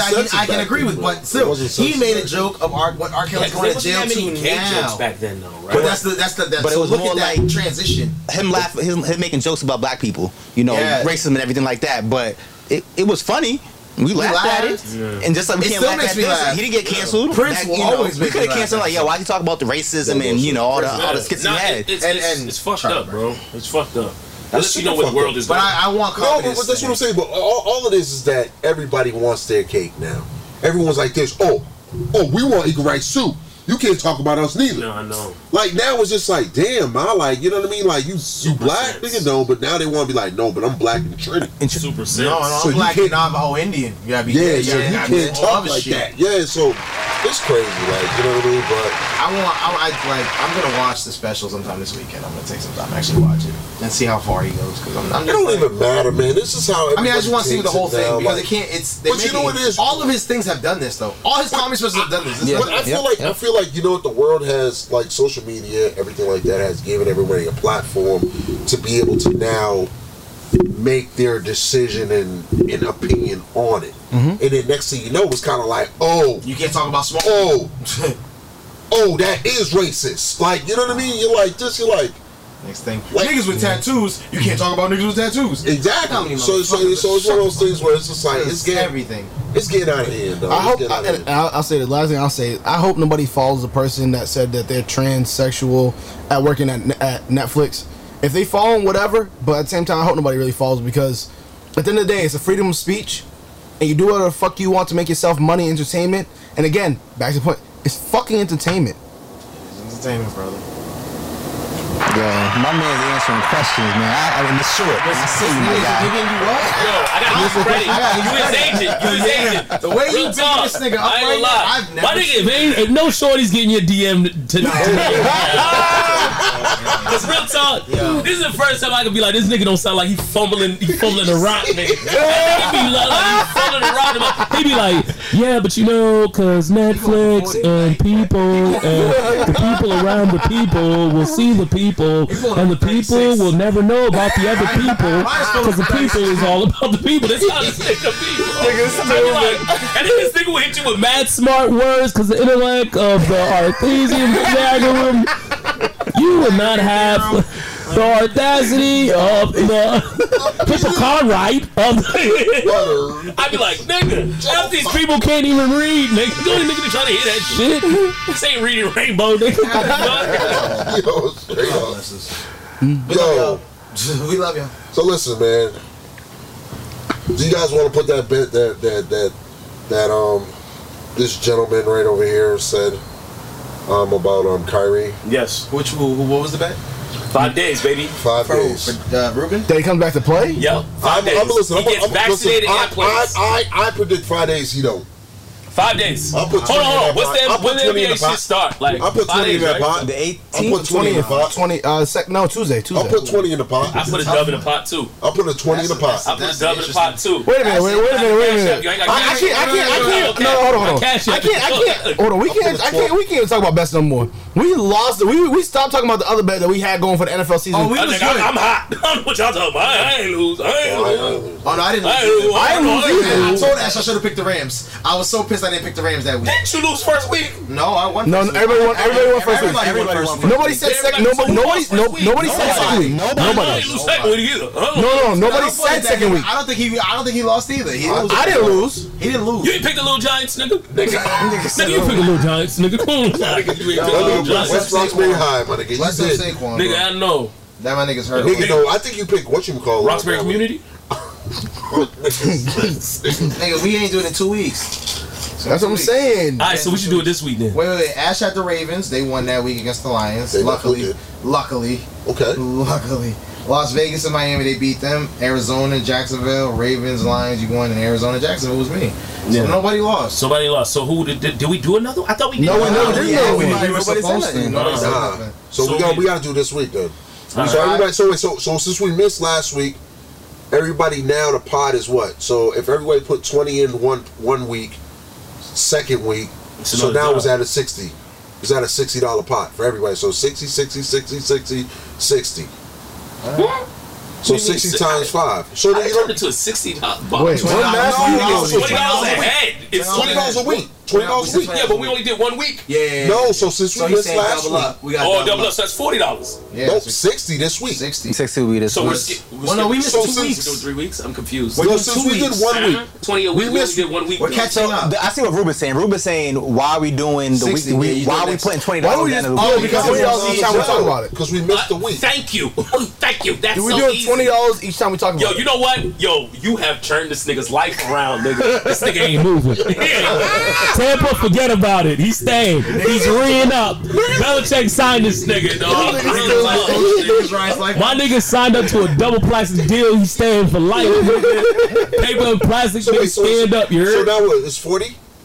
Speaker 5: sensitive back then.
Speaker 10: of R, what R
Speaker 5: Kelly's going to jail too now.
Speaker 6: back then, though,
Speaker 5: But that's the that's the that's
Speaker 10: but it was
Speaker 5: look
Speaker 10: more
Speaker 5: at that
Speaker 10: like
Speaker 5: transition.
Speaker 10: Him laughing, him, him making jokes about black people, you know,
Speaker 5: Yeah.
Speaker 10: racism and everything like that. But it, it was funny. We laughed at it,
Speaker 5: laughed. Yeah.
Speaker 10: and just like we
Speaker 5: It
Speaker 10: can't
Speaker 5: still
Speaker 10: laugh
Speaker 5: makes
Speaker 10: at
Speaker 5: me
Speaker 10: this.
Speaker 5: laugh.
Speaker 10: He didn't get canceled.
Speaker 5: Prince
Speaker 10: That,
Speaker 5: will
Speaker 10: you know,
Speaker 5: always
Speaker 10: we
Speaker 5: make me
Speaker 10: could have
Speaker 5: laugh
Speaker 10: canceled.
Speaker 5: at
Speaker 10: Like,
Speaker 5: that.
Speaker 10: yo, why you talk about the racism and you know all the all the skits he
Speaker 6: Nah,
Speaker 10: had?
Speaker 6: it- It's, it's, it's fucked up, bro. It's fucked up. Unless you know where the world is going.
Speaker 1: No, but, but that's what I'm saying. But all, all of this is that everybody wants their cake now. Everyone's like this. Oh, oh, we want equal rights too. You can't talk about us neither. No, I
Speaker 6: know.
Speaker 1: Like now it's just like, damn, I like, you know what I mean? Like you, you black, nigga, no. But now they want to be like, no, but I'm black and Trinity.
Speaker 6: Super
Speaker 5: No, no, I'm black and Navajo Indian. You gotta be
Speaker 1: yeah,
Speaker 5: you
Speaker 1: so you
Speaker 5: gotta be
Speaker 1: can't
Speaker 5: all
Speaker 1: talk
Speaker 5: other
Speaker 1: like
Speaker 5: shit.
Speaker 1: that. Yeah, so it's crazy, like you know what I mean. But
Speaker 5: I want I, I like I'm gonna watch the special sometime this weekend. I'm gonna take some time to actually watch it and see how far he goes because I'm not.
Speaker 1: it don't even matter, man. This is how.
Speaker 5: I mean, I just want to see the
Speaker 1: everybody
Speaker 5: whole
Speaker 1: takes
Speaker 5: thing
Speaker 1: now,
Speaker 5: because
Speaker 1: like-
Speaker 5: it can't. It's
Speaker 1: But you know what it is?
Speaker 5: All of his things have done this though. All his comedy specials have done this. This is
Speaker 1: But I feel like I feel like you know what the world has like social media, everything like that has given everybody a platform to be able to now make their decision and an opinion on it. And then next thing you know, it's kind of like, oh,
Speaker 5: you can't talk about smoke.
Speaker 1: Oh, oh, that is racist. Like you know what I mean? You're like this. You're like
Speaker 5: next thing.
Speaker 1: Like-
Speaker 5: niggas with tattoos, you can't talk about niggas with tattoos.
Speaker 1: Exactly. So, so, so it's one of those things where it's just like it's getting
Speaker 5: everything.
Speaker 1: It's getting out of hand. Though.
Speaker 2: I
Speaker 1: It's
Speaker 2: hope.
Speaker 1: getting
Speaker 2: I,
Speaker 1: out of hand.
Speaker 2: and I'll, I'll say the last thing I'll say. I hope nobody follows the person that said that they're transsexual at working at, at Netflix. If they follow 'em, whatever, but at the same time, I hope nobody really follows because at the end of the day, it's a freedom of speech, and you do whatever the fuck you want to make yourself money, entertainment. And again, back to the point, it's fucking entertainment.
Speaker 5: entertainment, brother.
Speaker 10: Yo, my man's answering questions, man. I, I mean, it's short. I see you, my guy.
Speaker 6: Yo, I got his credit. You his agent. You his agent.
Speaker 5: The way you
Speaker 6: Real
Speaker 5: beat
Speaker 6: talk.
Speaker 5: this nigga up
Speaker 6: I ain't gonna lie.
Speaker 5: right now, I've never
Speaker 6: My nigga, man, ain't no shorty's getting your DM tonight. Cause real talk, this is the first time I can be like, this nigga don't sound like he fumbling, he fumbling a rock, nigga. he be like, like, he fumbling a rock. in my- He be like, yeah, but you know, cause Netflix and people and the people around the people will see the people, and the people will never know about the other people, cause the people is all about the people. That's how this nigga be. Nigga, and then this nigga will hit you with mad smart words, cause the intellect of the Arthesian algorithm. You will not have the audacity of the hypocrite of the. I'd be like, nigga, half these people can't even read, nigga. The only nigga that try to hear that shit. This ain't reading rainbow, nigga.
Speaker 1: Yo, straight up. Mm-hmm. Yo.
Speaker 5: We love you.
Speaker 1: So listen, man. Do you guys want to put that bit that that that that um this gentleman right over here said um about um Kyrie?
Speaker 6: Yes.
Speaker 5: Which who, what was the bet?
Speaker 6: Five days, baby.
Speaker 1: Five days.
Speaker 5: uh, Ruben.
Speaker 2: That he comes back to play.
Speaker 6: Yep.
Speaker 1: I'm, I'm listen. I'm, I'm, listen, I,
Speaker 6: and
Speaker 1: I,
Speaker 6: plays.
Speaker 1: I I predict five days. He don't.
Speaker 6: Five days.
Speaker 1: I'll put
Speaker 6: Hold
Speaker 1: 20
Speaker 6: on, hold on.
Speaker 1: in that
Speaker 6: What's
Speaker 1: pot. I'll
Speaker 6: that?
Speaker 1: put
Speaker 6: When the
Speaker 1: 20 in that
Speaker 6: NBA
Speaker 1: pot.
Speaker 6: shit start? Like
Speaker 1: I'll put
Speaker 6: five
Speaker 1: 20 in
Speaker 6: days,
Speaker 1: that
Speaker 6: right?
Speaker 1: pot. I'll put 20 in the pot.
Speaker 2: 20 uh, sec, no, Tuesday, Tuesday.
Speaker 1: I'll put 20 in the pot.
Speaker 6: I put a dub in the pot too.
Speaker 1: I'll put a 20 in the pot.
Speaker 6: I put a dub in the pot too.
Speaker 2: Wait a minute, wait, wait a minute, wait a minute. I, I can't, I can't, I can't. No, hold on, hold on. I
Speaker 6: Cash App.
Speaker 2: can't, I can't. Hold on, we can't, I can't, we can't even talk about bets no more. We lost. it. We we stopped talking about the other bet that we had going for the NFL season.
Speaker 6: Oh, we was good. I'm hot. I don't know what y'all talking about. I, I ain't lose. I ain't lose.
Speaker 5: Oh no, I didn't.
Speaker 6: I ain't lose.
Speaker 5: I,
Speaker 6: I ain't lose.
Speaker 5: I told Ash I should have picked the Rams. I was so pissed I didn't pick the Rams that week.
Speaker 6: Didn't you lose first week?
Speaker 5: No, I won.
Speaker 2: No,
Speaker 5: first week.
Speaker 2: everybody won. Everybody won first
Speaker 5: Everybody- everybody won
Speaker 2: week.
Speaker 5: first
Speaker 2: Nobody
Speaker 5: week.
Speaker 2: said second.
Speaker 5: Everybody-
Speaker 2: Nobody, nobody, no- nobody said
Speaker 5: Nobody.
Speaker 2: second week.
Speaker 6: I
Speaker 2: Nobody.
Speaker 6: didn't lose second week either. I don't
Speaker 2: No, no,
Speaker 6: know.
Speaker 2: nobody
Speaker 5: Don't point
Speaker 2: said
Speaker 5: that
Speaker 2: second
Speaker 5: at
Speaker 2: week.
Speaker 5: him. I don't think he. I don't think he lost either. He
Speaker 2: I-
Speaker 5: didn't
Speaker 2: I didn't lose.
Speaker 5: He didn't lose.
Speaker 6: You ain't pick the little giants, nigga. Nigga, nigga you pick the little giants, nigga. Come on, nigga. You ain't pick the little giants.
Speaker 1: West Roxbury High, my nigga. You
Speaker 5: What's up,
Speaker 1: did.
Speaker 5: Saquon?
Speaker 6: Nigga, I know.
Speaker 5: That my nigga's hurt.
Speaker 1: Nigga, no, I think you picked what you call
Speaker 6: Roxbury Community?
Speaker 5: Nigga, we ain't doing it in two weeks. So
Speaker 2: That's what
Speaker 5: two
Speaker 2: I'm
Speaker 5: weeks.
Speaker 2: saying.
Speaker 6: All right, so we should do it this week then.
Speaker 5: Wait, wait, wait. Ash at the Ravens. They won that week against the Lions. luckily, luckily.
Speaker 1: Okay.
Speaker 5: Luckily. Las Vegas and Miami, they beat them. Arizona, Jacksonville, Ravens, Lions, you won. And Arizona, Jacksonville was me. So
Speaker 6: Yeah.
Speaker 5: nobody lost.
Speaker 6: Somebody lost. So who did, did, did we do another? one? I thought we did.
Speaker 5: No, we never did
Speaker 6: Yeah,
Speaker 5: another
Speaker 6: we did. We were
Speaker 5: one. Nobody said
Speaker 6: supposed to.
Speaker 5: nothing.
Speaker 6: Nah.
Speaker 5: Nobody said
Speaker 6: Nah.
Speaker 5: nothing.
Speaker 1: So, we got we got to do this week then. So everybody, so wait, so so since we missed last week, everybody now the pod is what? So if everybody put twenty in one one week, second week,
Speaker 6: It's
Speaker 1: so
Speaker 6: another
Speaker 1: now
Speaker 6: job.
Speaker 1: it's at a sixty. It's at a sixty dollar pot for everybody. So 60, 60, 60, 60, 60. So
Speaker 6: What do you mean,
Speaker 1: sixty
Speaker 6: si-
Speaker 1: times five. So
Speaker 6: I
Speaker 1: then you
Speaker 6: turned it to a sixty dollar
Speaker 1: Wait, what math are you doing?
Speaker 6: Twenty dollars a head. It's
Speaker 1: Twenty dollars a week. Twenty dollars a week.
Speaker 6: Yeah, but we only did one week.
Speaker 1: No, so since we missed last week,
Speaker 6: oh, double up. So that's forty dollars.
Speaker 1: Nope, sixty this week.
Speaker 10: Sixty. Sixty will be this
Speaker 6: So
Speaker 10: week.
Speaker 6: we're, ski- we're
Speaker 5: Well, no, we missed
Speaker 6: so
Speaker 5: two
Speaker 6: since-
Speaker 5: weeks.
Speaker 6: We're doing three weeks. I'm confused.
Speaker 10: We're doing two weeks.
Speaker 6: Huh? Twenty a week. We, missed, only did one week. though.
Speaker 10: So, the- I see what Ruben's saying. Ruben's saying, why are we doing the
Speaker 6: 60,
Speaker 10: weekly?
Speaker 6: yeah, you
Speaker 10: week? Why
Speaker 6: doing
Speaker 10: are we
Speaker 6: next-
Speaker 10: putting twenty
Speaker 6: Why don't
Speaker 10: dollars
Speaker 6: we just-
Speaker 10: down? the
Speaker 6: oh,
Speaker 10: week?
Speaker 6: because every dollar each time we talk about
Speaker 2: it. Because we missed the week.
Speaker 6: Uh, Thank you. Thank you. That's
Speaker 2: we
Speaker 6: so
Speaker 2: do
Speaker 6: easy.
Speaker 2: twenty dollars each time we talk about
Speaker 6: Yo,
Speaker 2: it.
Speaker 6: you know what? Yo, you have turned this nigga's life around, nigga. This nigga ain't
Speaker 17: moving. Tampa, forget about it. He's staying. He's reeing up. Belichick signed this nigga, dog. My nigga signed up to a double plastic deal. He's staying for life. Paper and plastic,
Speaker 1: So
Speaker 17: nigga,
Speaker 1: wait, so-
Speaker 17: stand up. You
Speaker 1: So
Speaker 17: heard?
Speaker 1: now what? It's forty.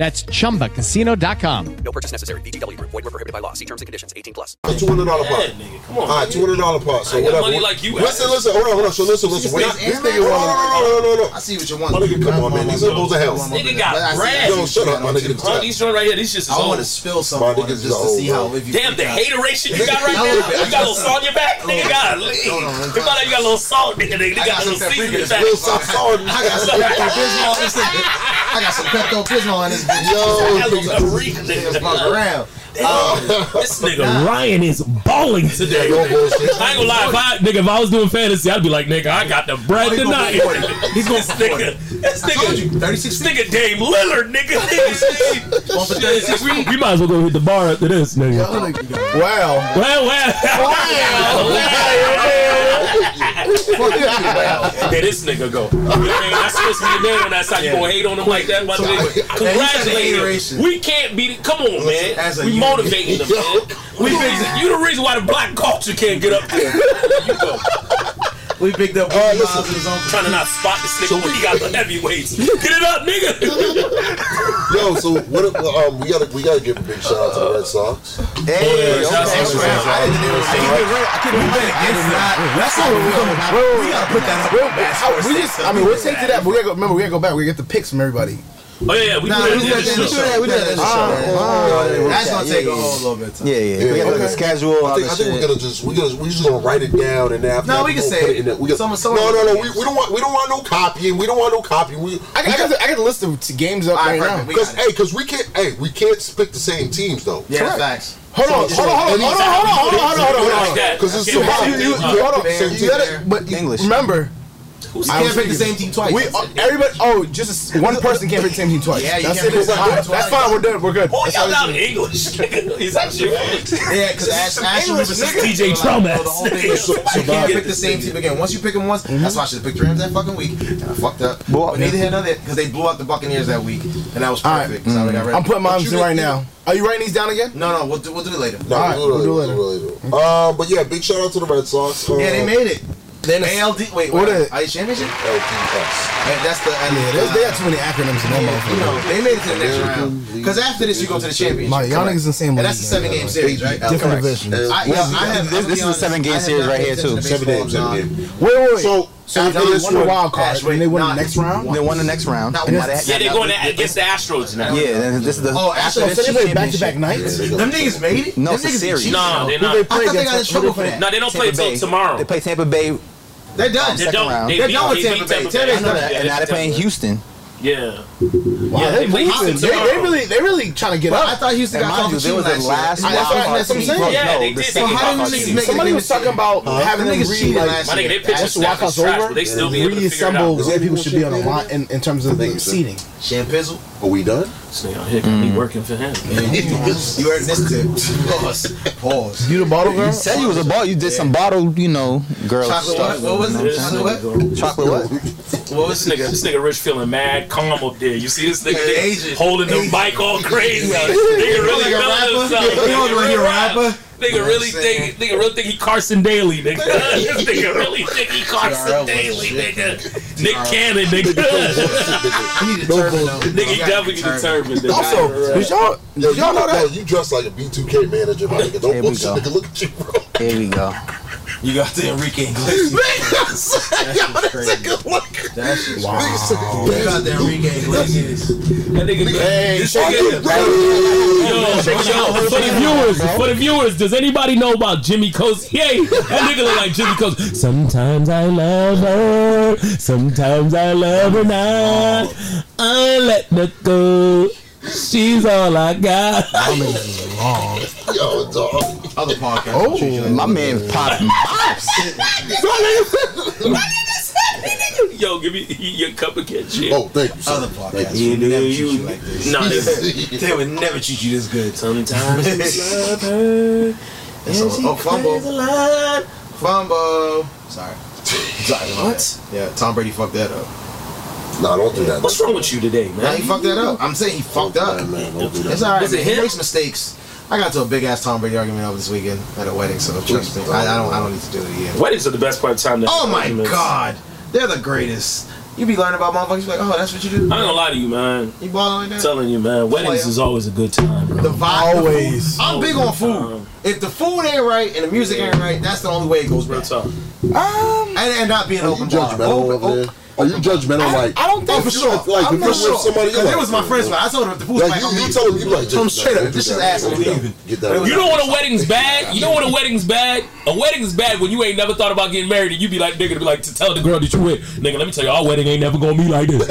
Speaker 11: That's chumbacasino.com.
Speaker 18: No purchase necessary. VGW Group. Void where prohibited by law. See terms and conditions. 18 plus.
Speaker 1: Two hundred dollar pot.
Speaker 6: come on,
Speaker 1: all right, two hundred dollar pot. So
Speaker 6: I got
Speaker 1: whatever.
Speaker 6: money like you,
Speaker 1: Listen,
Speaker 6: Alex.
Speaker 1: listen. Hold on, hold on. So listen, listen. Wait.
Speaker 5: This
Speaker 1: This
Speaker 5: nigga
Speaker 1: nigga
Speaker 5: wanna-
Speaker 1: No, no, no, no, no.
Speaker 5: I
Speaker 1: no.
Speaker 5: see what you
Speaker 1: My
Speaker 5: want.
Speaker 1: nigga, come on, man. These are those are hell.
Speaker 6: This nigga got bread.
Speaker 1: Yo, shut up, my nigga.
Speaker 6: Bro, these joints right here, these just is
Speaker 5: I
Speaker 6: old.
Speaker 5: want to spill some on it just to see how if you.
Speaker 6: Damn, the hateration you got right
Speaker 5: A little
Speaker 6: there.
Speaker 5: bit.
Speaker 6: You got a little salt on your back, nigga. Got a lean.
Speaker 5: No, no, it's
Speaker 6: You got a little salt, nigga. Nigga, you
Speaker 5: I
Speaker 6: got
Speaker 5: got
Speaker 6: a little
Speaker 5: some
Speaker 6: season in your back.
Speaker 5: paprika. Little salt, salt. I got some Pepto Bismol on this nigga. I got some Pepto Bismol on this bitch.
Speaker 6: Yo,
Speaker 5: nigga, fuck around.
Speaker 17: Oh.
Speaker 6: This nigga.
Speaker 17: Um, Ryan is balling today.
Speaker 1: I ain't
Speaker 6: I ain't gonna lie, if I,
Speaker 17: nigga, if I was doing fantasy, I'd be like, nigga, I got the bread
Speaker 6: Oh, he gonna
Speaker 17: tonight.
Speaker 6: go
Speaker 17: He's going
Speaker 6: this nigga, this nigga, this nigga Dame Lillard, nigga. Shit, we-
Speaker 17: You might as well go hit the bar after this, nigga.
Speaker 2: Wow.
Speaker 17: Well,
Speaker 6: Hey, this nigga go. You know what I mean? That's supposed to be your name on that side. You
Speaker 5: Yeah.
Speaker 6: gonna hate on him like that? Why
Speaker 5: So-
Speaker 6: they-
Speaker 5: Yeah, he said the
Speaker 6: Congratulate him.
Speaker 5: iteration.
Speaker 6: We can't beat it. Come on, man.
Speaker 5: as a
Speaker 6: We
Speaker 5: unit.
Speaker 6: motivating them, man. We reason, you the reason why the black culture can't get up there. You go.
Speaker 5: We picked up
Speaker 1: All right,
Speaker 5: Bob's
Speaker 1: listen.
Speaker 6: Trying to not spot this nigga when he got the heavyweights. Get it up, nigga.
Speaker 1: Yo, so what? if- well, Um, we gotta we gotta give a big shout out to the Red Sox.
Speaker 5: Hey, okay. I didn't do it. I keep it real. I keep it real. It's not. That's not what we're going about. We gotta put that up.
Speaker 2: Wait,
Speaker 5: on the
Speaker 2: how-
Speaker 5: basket.
Speaker 2: we just, I mean, we'll take to that, but we gotta go, remember, we gotta go back. We gotta get the picks from everybody.
Speaker 6: Oh yeah, yeah, we
Speaker 5: Nah,
Speaker 6: do
Speaker 5: we do
Speaker 6: that.
Speaker 5: that.
Speaker 6: in the
Speaker 5: We do
Speaker 6: show.
Speaker 5: that. We do that. in the show.
Speaker 1: Oh,
Speaker 5: That's gonna take a
Speaker 1: yeah.
Speaker 5: whole little bit of time.
Speaker 10: Yeah, yeah. we gotta look at the schedule.
Speaker 1: I
Speaker 10: all
Speaker 1: think,
Speaker 10: that
Speaker 1: I think
Speaker 10: shit.
Speaker 1: we're gonna just we gonna we just gonna write it down and then after
Speaker 5: No,
Speaker 1: that
Speaker 5: we can
Speaker 1: gonna
Speaker 5: say
Speaker 1: put
Speaker 5: it.
Speaker 1: in there. We gonna,
Speaker 5: Someone- someone-
Speaker 1: no, no, no. We, we don't want we don't want no copying. We don't want no copying. We
Speaker 2: I, got- I, got, the- I got the list of t- games up right, now.
Speaker 1: because hey, because we can't hey we can't pick the same teams though.
Speaker 5: Yeah,
Speaker 2: Correct.
Speaker 5: facts.
Speaker 2: Hold on, hold on, hold on, hold on, hold on, hold on, hold on, hold on, hold on.
Speaker 1: Because it's too
Speaker 2: You-
Speaker 1: hot.
Speaker 2: you- you- Hold on, you gotta, but you- remember.
Speaker 5: You
Speaker 2: I was
Speaker 5: can't pick the
Speaker 2: thinking-
Speaker 5: same team twice.
Speaker 2: We uh, everybody. Oh, just one person can't pick the same team twice.
Speaker 5: Yeah, you
Speaker 2: that's
Speaker 5: can't
Speaker 2: it.
Speaker 5: pick the same
Speaker 2: That's
Speaker 5: team
Speaker 2: fine. That's
Speaker 5: twice.
Speaker 2: fine. We're done. We're good.
Speaker 6: Oh,
Speaker 2: That's
Speaker 6: y'all
Speaker 2: all
Speaker 6: not
Speaker 2: we do.
Speaker 6: English, nigga. Is that you?
Speaker 5: Yeah, because
Speaker 2: Some
Speaker 5: Ashley
Speaker 2: English
Speaker 5: was
Speaker 2: nigga.
Speaker 5: TJ
Speaker 17: Traumas.
Speaker 5: You can't pick the same team again. Once you pick them once,
Speaker 2: Mm-hmm.
Speaker 5: that's why I should have picked the Rams that fucking week. And I fucked up. But neither here nor there, because they blew out the Buccaneers that week, and that was
Speaker 2: All right. Mm-hmm.
Speaker 5: perfect. 'cause I already got rid of
Speaker 2: I'm
Speaker 5: them.
Speaker 2: putting
Speaker 5: But
Speaker 2: mine
Speaker 5: you
Speaker 2: in
Speaker 5: didn't
Speaker 2: right
Speaker 5: do-
Speaker 2: now. Are you writing these down again?
Speaker 5: No, no, we'll do, we'll do it later.
Speaker 1: No,
Speaker 2: All right,
Speaker 1: we'll do
Speaker 2: we'll
Speaker 1: it later. We'll do it later. Um, but yeah, big shout out to the Red Sox. Um,
Speaker 5: Yeah, they made it.
Speaker 2: Then it's-
Speaker 5: ALD. Wait, what?
Speaker 2: What is-
Speaker 5: Are you championship?
Speaker 1: LDS.
Speaker 5: Hey, That's the.
Speaker 2: Yeah, they, they got too many acronyms in that
Speaker 5: You know,
Speaker 2: motherfucker.
Speaker 5: they made it to the next round. Because after this, you go to the championship.
Speaker 2: My y'all
Speaker 5: Correct.
Speaker 2: niggas in the same
Speaker 5: And
Speaker 2: league.
Speaker 5: that's a seven game series, right?
Speaker 2: Different
Speaker 5: Correct.
Speaker 2: divisions.
Speaker 5: I, yo, I have,
Speaker 10: This-
Speaker 5: I'm
Speaker 10: this is a
Speaker 5: honest,
Speaker 10: seven-game
Speaker 5: I have
Speaker 10: series
Speaker 5: not
Speaker 10: right
Speaker 5: paid
Speaker 10: here,
Speaker 5: attention
Speaker 10: too.
Speaker 5: to
Speaker 1: Seven
Speaker 5: baseball,
Speaker 1: games, seven
Speaker 5: nah.
Speaker 1: games.
Speaker 2: Wait, wait, wait.
Speaker 1: So,
Speaker 2: So
Speaker 1: after
Speaker 2: they
Speaker 1: this
Speaker 2: won the
Speaker 1: one-
Speaker 2: wild card,
Speaker 5: Ash,
Speaker 2: and they
Speaker 5: wait,
Speaker 2: won the
Speaker 5: nah,
Speaker 2: next round.
Speaker 10: They won the next round.
Speaker 5: Not
Speaker 10: Now
Speaker 5: one.
Speaker 10: they-
Speaker 6: Yeah, they're going to- against the Astros now.
Speaker 10: Yeah, then this is the.
Speaker 5: Oh,
Speaker 2: So
Speaker 5: after
Speaker 2: so they
Speaker 5: this
Speaker 2: play back to back
Speaker 5: championship.
Speaker 2: nights.
Speaker 5: Them niggas made it?
Speaker 10: No,
Speaker 5: Them
Speaker 10: it's a
Speaker 5: niggas be
Speaker 10: series.
Speaker 5: cheating,
Speaker 6: Nah,
Speaker 5: yo.
Speaker 6: they're
Speaker 2: Who they
Speaker 6: not.
Speaker 2: play
Speaker 5: I thought they got in
Speaker 2: against? Who
Speaker 5: trouble for
Speaker 2: they
Speaker 5: that.
Speaker 6: No, they don't play
Speaker 10: Tampa
Speaker 6: till
Speaker 10: Bay.
Speaker 6: tomorrow.
Speaker 10: They play Tampa Bay.
Speaker 5: They're done.
Speaker 6: They're
Speaker 10: Second
Speaker 6: done.
Speaker 10: round.
Speaker 6: They
Speaker 5: They're
Speaker 6: beat-
Speaker 5: done with
Speaker 6: they beat
Speaker 5: Tampa Bay.
Speaker 6: Tampa Bay.
Speaker 5: Tampa's done.
Speaker 10: And now they're playing Houston.
Speaker 6: Yeah.
Speaker 2: Wow,
Speaker 6: yeah, they
Speaker 2: they, moving.
Speaker 6: leased
Speaker 2: they,
Speaker 6: him
Speaker 2: they
Speaker 6: tomorrow.
Speaker 2: really, they really trying to get
Speaker 6: Well,
Speaker 2: out.
Speaker 6: I thought Houston
Speaker 2: And
Speaker 6: got
Speaker 2: mind
Speaker 6: caught
Speaker 2: you,
Speaker 6: cheating last year.
Speaker 2: I- that's what- that's what I'm saying.
Speaker 6: Yeah, they did.
Speaker 2: So
Speaker 6: They got
Speaker 2: how
Speaker 6: caught
Speaker 2: did
Speaker 6: cheating.
Speaker 2: niggas? Somebody was talking about
Speaker 6: Huh?
Speaker 2: having them
Speaker 6: Them niggas
Speaker 2: re
Speaker 6: cheated
Speaker 2: like
Speaker 6: last year. My nigga, they pitched
Speaker 2: once
Speaker 6: the snap
Speaker 2: walkouts
Speaker 6: is trash,
Speaker 2: over,
Speaker 6: but they still be able to figure it
Speaker 2: reassemble
Speaker 6: out.
Speaker 2: where people should be on the line in, in terms of the seating.
Speaker 5: Champizzle.
Speaker 1: Are we done?
Speaker 6: This nigga out here got
Speaker 5: Mm.
Speaker 6: me working for him.
Speaker 5: you heard this tip. Pause. Pause.
Speaker 2: You the bottle
Speaker 10: You said you was a bottle. You did some bottle, you know, girl
Speaker 6: Chocolate
Speaker 10: stuff.
Speaker 6: what? What was
Speaker 10: you know
Speaker 6: it?
Speaker 10: I'm
Speaker 6: Chocolate
Speaker 10: saying? Chocolate what?
Speaker 6: Well, this nigga, this nigga Rich feeling mad calm up there. You see this nigga there
Speaker 5: Asian.
Speaker 6: holding the
Speaker 5: Asian.
Speaker 6: mic all crazy.
Speaker 5: Yeah.
Speaker 6: Nigga
Speaker 5: You
Speaker 6: really
Speaker 5: like a rapper?
Speaker 6: feeling himself.
Speaker 5: You don't like a rapper?
Speaker 6: Nigga really think, nigga really think he Carson Daly, nigga. this nigga really think he Carson
Speaker 5: TRL
Speaker 6: Daly,
Speaker 5: shit.
Speaker 6: nigga. Nick Cannon, nigga. Nigga, he definitely determined. nigga.
Speaker 1: Also,
Speaker 6: Right.
Speaker 1: did y'all, did y'all know that? you dress like a B2K manager, my nigga. Don't look, nigga, look at you, bro.
Speaker 10: Here we go.
Speaker 5: You got the Enrique Iglesias.
Speaker 1: That's a good look.
Speaker 5: That's just wow. You got the Enrique Iglesias.
Speaker 6: That nigga,
Speaker 5: hey,
Speaker 6: this
Speaker 5: shake
Speaker 6: nigga-
Speaker 5: it, bro.
Speaker 17: For the viewers, for the viewers, does anybody know about Jimmy Coast? Yay! That nigga look like Jimmy Coast. Sometimes I love her, sometimes I love her not. I let her go. She's all I got.
Speaker 1: Yo, dog.
Speaker 5: Other podcast.
Speaker 10: Oh, my man popping.
Speaker 6: Yo, give me your cup of catch shit.
Speaker 1: Oh, thank you.
Speaker 5: Other podcasts yeah, would never treat you like this.
Speaker 6: Nah,
Speaker 5: they, they would never treat you this good.
Speaker 6: Sometimes
Speaker 5: it's love her. oh, fumble. Fumble. Sorry. Sorry what? Yeah, Tom Brady fucked that up.
Speaker 1: Nah, don't do that.
Speaker 6: What's wrong with you today, man?
Speaker 5: Nah, he fucked that up. I'm saying he fucked up. It's all right.
Speaker 6: Was it
Speaker 5: man. He
Speaker 6: him?
Speaker 5: makes mistakes. I got to a big ass Tom Brady argument over this weekend at a wedding, so trust me, I, I don't. I don't need to do it again.
Speaker 6: Weddings are the best part of time.
Speaker 5: Oh my god, they're the greatest. You be learning about motherfuckers, like, oh, that's what you do.
Speaker 6: I ain't gonna lie to you, man.
Speaker 5: You balling like that?
Speaker 6: telling you, man. Weddings is always a good time. Bro.
Speaker 5: The vibe, always. I'm big on food. If the food ain't right and the music ain't right, that's the only way it goes. Real
Speaker 6: talk.
Speaker 5: Um, and, and not being
Speaker 1: Are you
Speaker 5: open bar.
Speaker 1: judgmental
Speaker 5: Open-
Speaker 1: over there? Oh, Are you judgmental? Like,
Speaker 5: I don't think
Speaker 1: Oh, for sure. Like,
Speaker 5: I'm
Speaker 1: if you're
Speaker 5: not sure.
Speaker 1: with somebody, you're
Speaker 5: Cause
Speaker 1: like,
Speaker 5: it was my friend's one. I told him if the food's
Speaker 1: Like,
Speaker 5: like,
Speaker 1: you-
Speaker 5: I'm
Speaker 1: you
Speaker 5: leaving.
Speaker 1: tell him you like
Speaker 5: Told him
Speaker 1: just-
Speaker 5: straight
Speaker 1: like,
Speaker 5: up, this
Speaker 1: get
Speaker 5: is
Speaker 1: that-
Speaker 5: ass. I'm
Speaker 1: get that-
Speaker 5: leaving.
Speaker 1: get that-
Speaker 6: You know what a wedding's bad? You know what a wedding's bad? A wedding's bad when you ain't never thought about getting married and you be like, nigga, to be like, to tell the girl that you with, nigga, let me tell you, our wedding ain't never gonna be like this.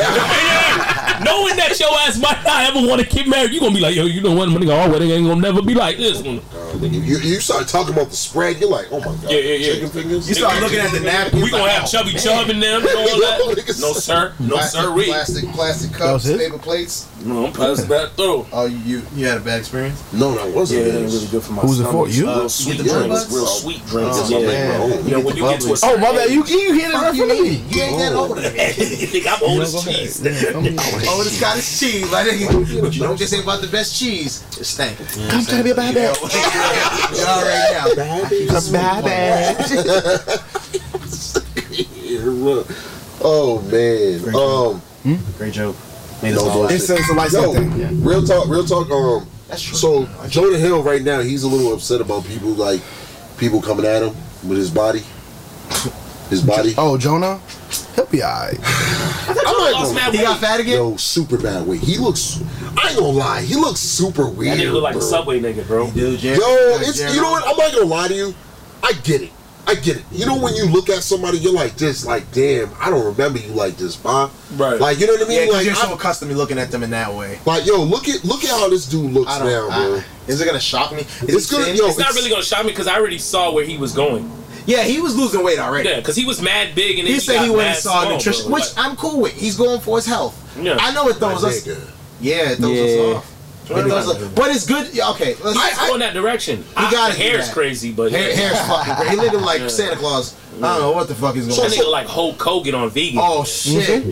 Speaker 6: Knowing that your ass might not ever want to get married, you gonna be like, yo, you know what, my nigga, our wedding ain't gonna never be like this one.
Speaker 1: You, you start talking about the spread, you're like, oh my god.
Speaker 6: Yeah, yeah, yeah.
Speaker 1: Chicken fingers?
Speaker 6: You start looking at the napkins, We gonna like, have oh, Chubby man. Chubb in them, you know all that? No, sir. No,
Speaker 5: plastic,
Speaker 6: sirree.
Speaker 5: Plastic, plastic cups,
Speaker 6: That was it?
Speaker 5: paper plates.
Speaker 6: No, I'm passing that through.
Speaker 5: Oh, you you had a bad experience?
Speaker 1: No, that wasn't.
Speaker 6: Yeah, it ain't really good for my
Speaker 2: Who's it for?
Speaker 6: stomach.
Speaker 2: You?
Speaker 6: Uh,
Speaker 2: You
Speaker 6: sweet
Speaker 2: get the
Speaker 6: drinks.
Speaker 2: Bubba's?
Speaker 6: Real sweet drinks.
Speaker 2: Oh,
Speaker 6: yeah.
Speaker 2: man.
Speaker 6: You know, when you get to a
Speaker 2: Oh,
Speaker 6: certain
Speaker 2: my
Speaker 6: age-
Speaker 2: bad. You, you hear that from me.
Speaker 5: You ain't that old.
Speaker 6: Nigga, I'm old as cheese.
Speaker 5: Oh, the Scottish cheese, my nigga. But you don't just say about the best cheese. It's stank.
Speaker 2: I'm trying to be a bad bitch.
Speaker 5: You're all right now.
Speaker 2: A bad bitch.
Speaker 1: Yeah, look. Oh man. Um
Speaker 5: Hmm? Great joke.
Speaker 1: no bullshit.
Speaker 2: It's a- it's a license
Speaker 1: Yo,
Speaker 2: thing.
Speaker 1: Real talk, real talk, um so Jonah Hill right now, he's a little upset about people like people coming at him with his body. His body.
Speaker 2: Oh, Jonah? He'll be alright.
Speaker 1: I'm
Speaker 6: lost mad
Speaker 1: he got
Speaker 5: fat again?
Speaker 1: Yo, super bad weight. He looks I ain't gonna lie, he looks super
Speaker 6: That
Speaker 1: weird.
Speaker 6: nigga look like
Speaker 1: bro.
Speaker 6: a subway nigga, bro.
Speaker 1: Yo, it's you know what? I'm not gonna lie to you. I get it. I get it. You know when you look at somebody, you're like this, like damn, I don't remember you like this, Bob.
Speaker 5: Right.
Speaker 1: Like you know what I mean?
Speaker 5: Yeah, 'cause
Speaker 1: like
Speaker 5: you're
Speaker 1: I-
Speaker 5: so accustomed to looking at them in that way.
Speaker 1: Like yo, look at look at how this dude looks
Speaker 5: I
Speaker 1: now,
Speaker 5: don't.
Speaker 1: bro.
Speaker 5: I, is it gonna shock me? Is
Speaker 1: It's
Speaker 5: he
Speaker 1: gonna-
Speaker 5: thin?
Speaker 1: yo,
Speaker 6: It's not really gonna shock me because I already saw where he was going.
Speaker 5: Yeah, he was losing weight already.
Speaker 6: Yeah, because he was mad big and then
Speaker 5: he, said
Speaker 6: got
Speaker 5: he went
Speaker 6: mad
Speaker 5: and saw
Speaker 6: small,
Speaker 5: a nutrition,
Speaker 6: bro.
Speaker 5: which
Speaker 6: Like,
Speaker 5: I'm cool with. He's going for his health.
Speaker 6: Yeah.
Speaker 5: I know it throws
Speaker 1: My
Speaker 5: us.
Speaker 1: nigga.
Speaker 5: Yeah, it throws
Speaker 10: Yeah.
Speaker 5: us off. It throws us- but it's good. yeah, Okay, let's.
Speaker 6: he's going that direction. I,
Speaker 5: gotta
Speaker 6: got
Speaker 5: do
Speaker 6: hair's
Speaker 5: that.
Speaker 6: crazy, but
Speaker 5: hair, hair's fucking great. He looking like Santa Claus. I don't know what the fuck is
Speaker 6: That
Speaker 5: going
Speaker 6: nigga
Speaker 5: on.
Speaker 6: like Hulk Hogan on vegan.
Speaker 5: Oh shit!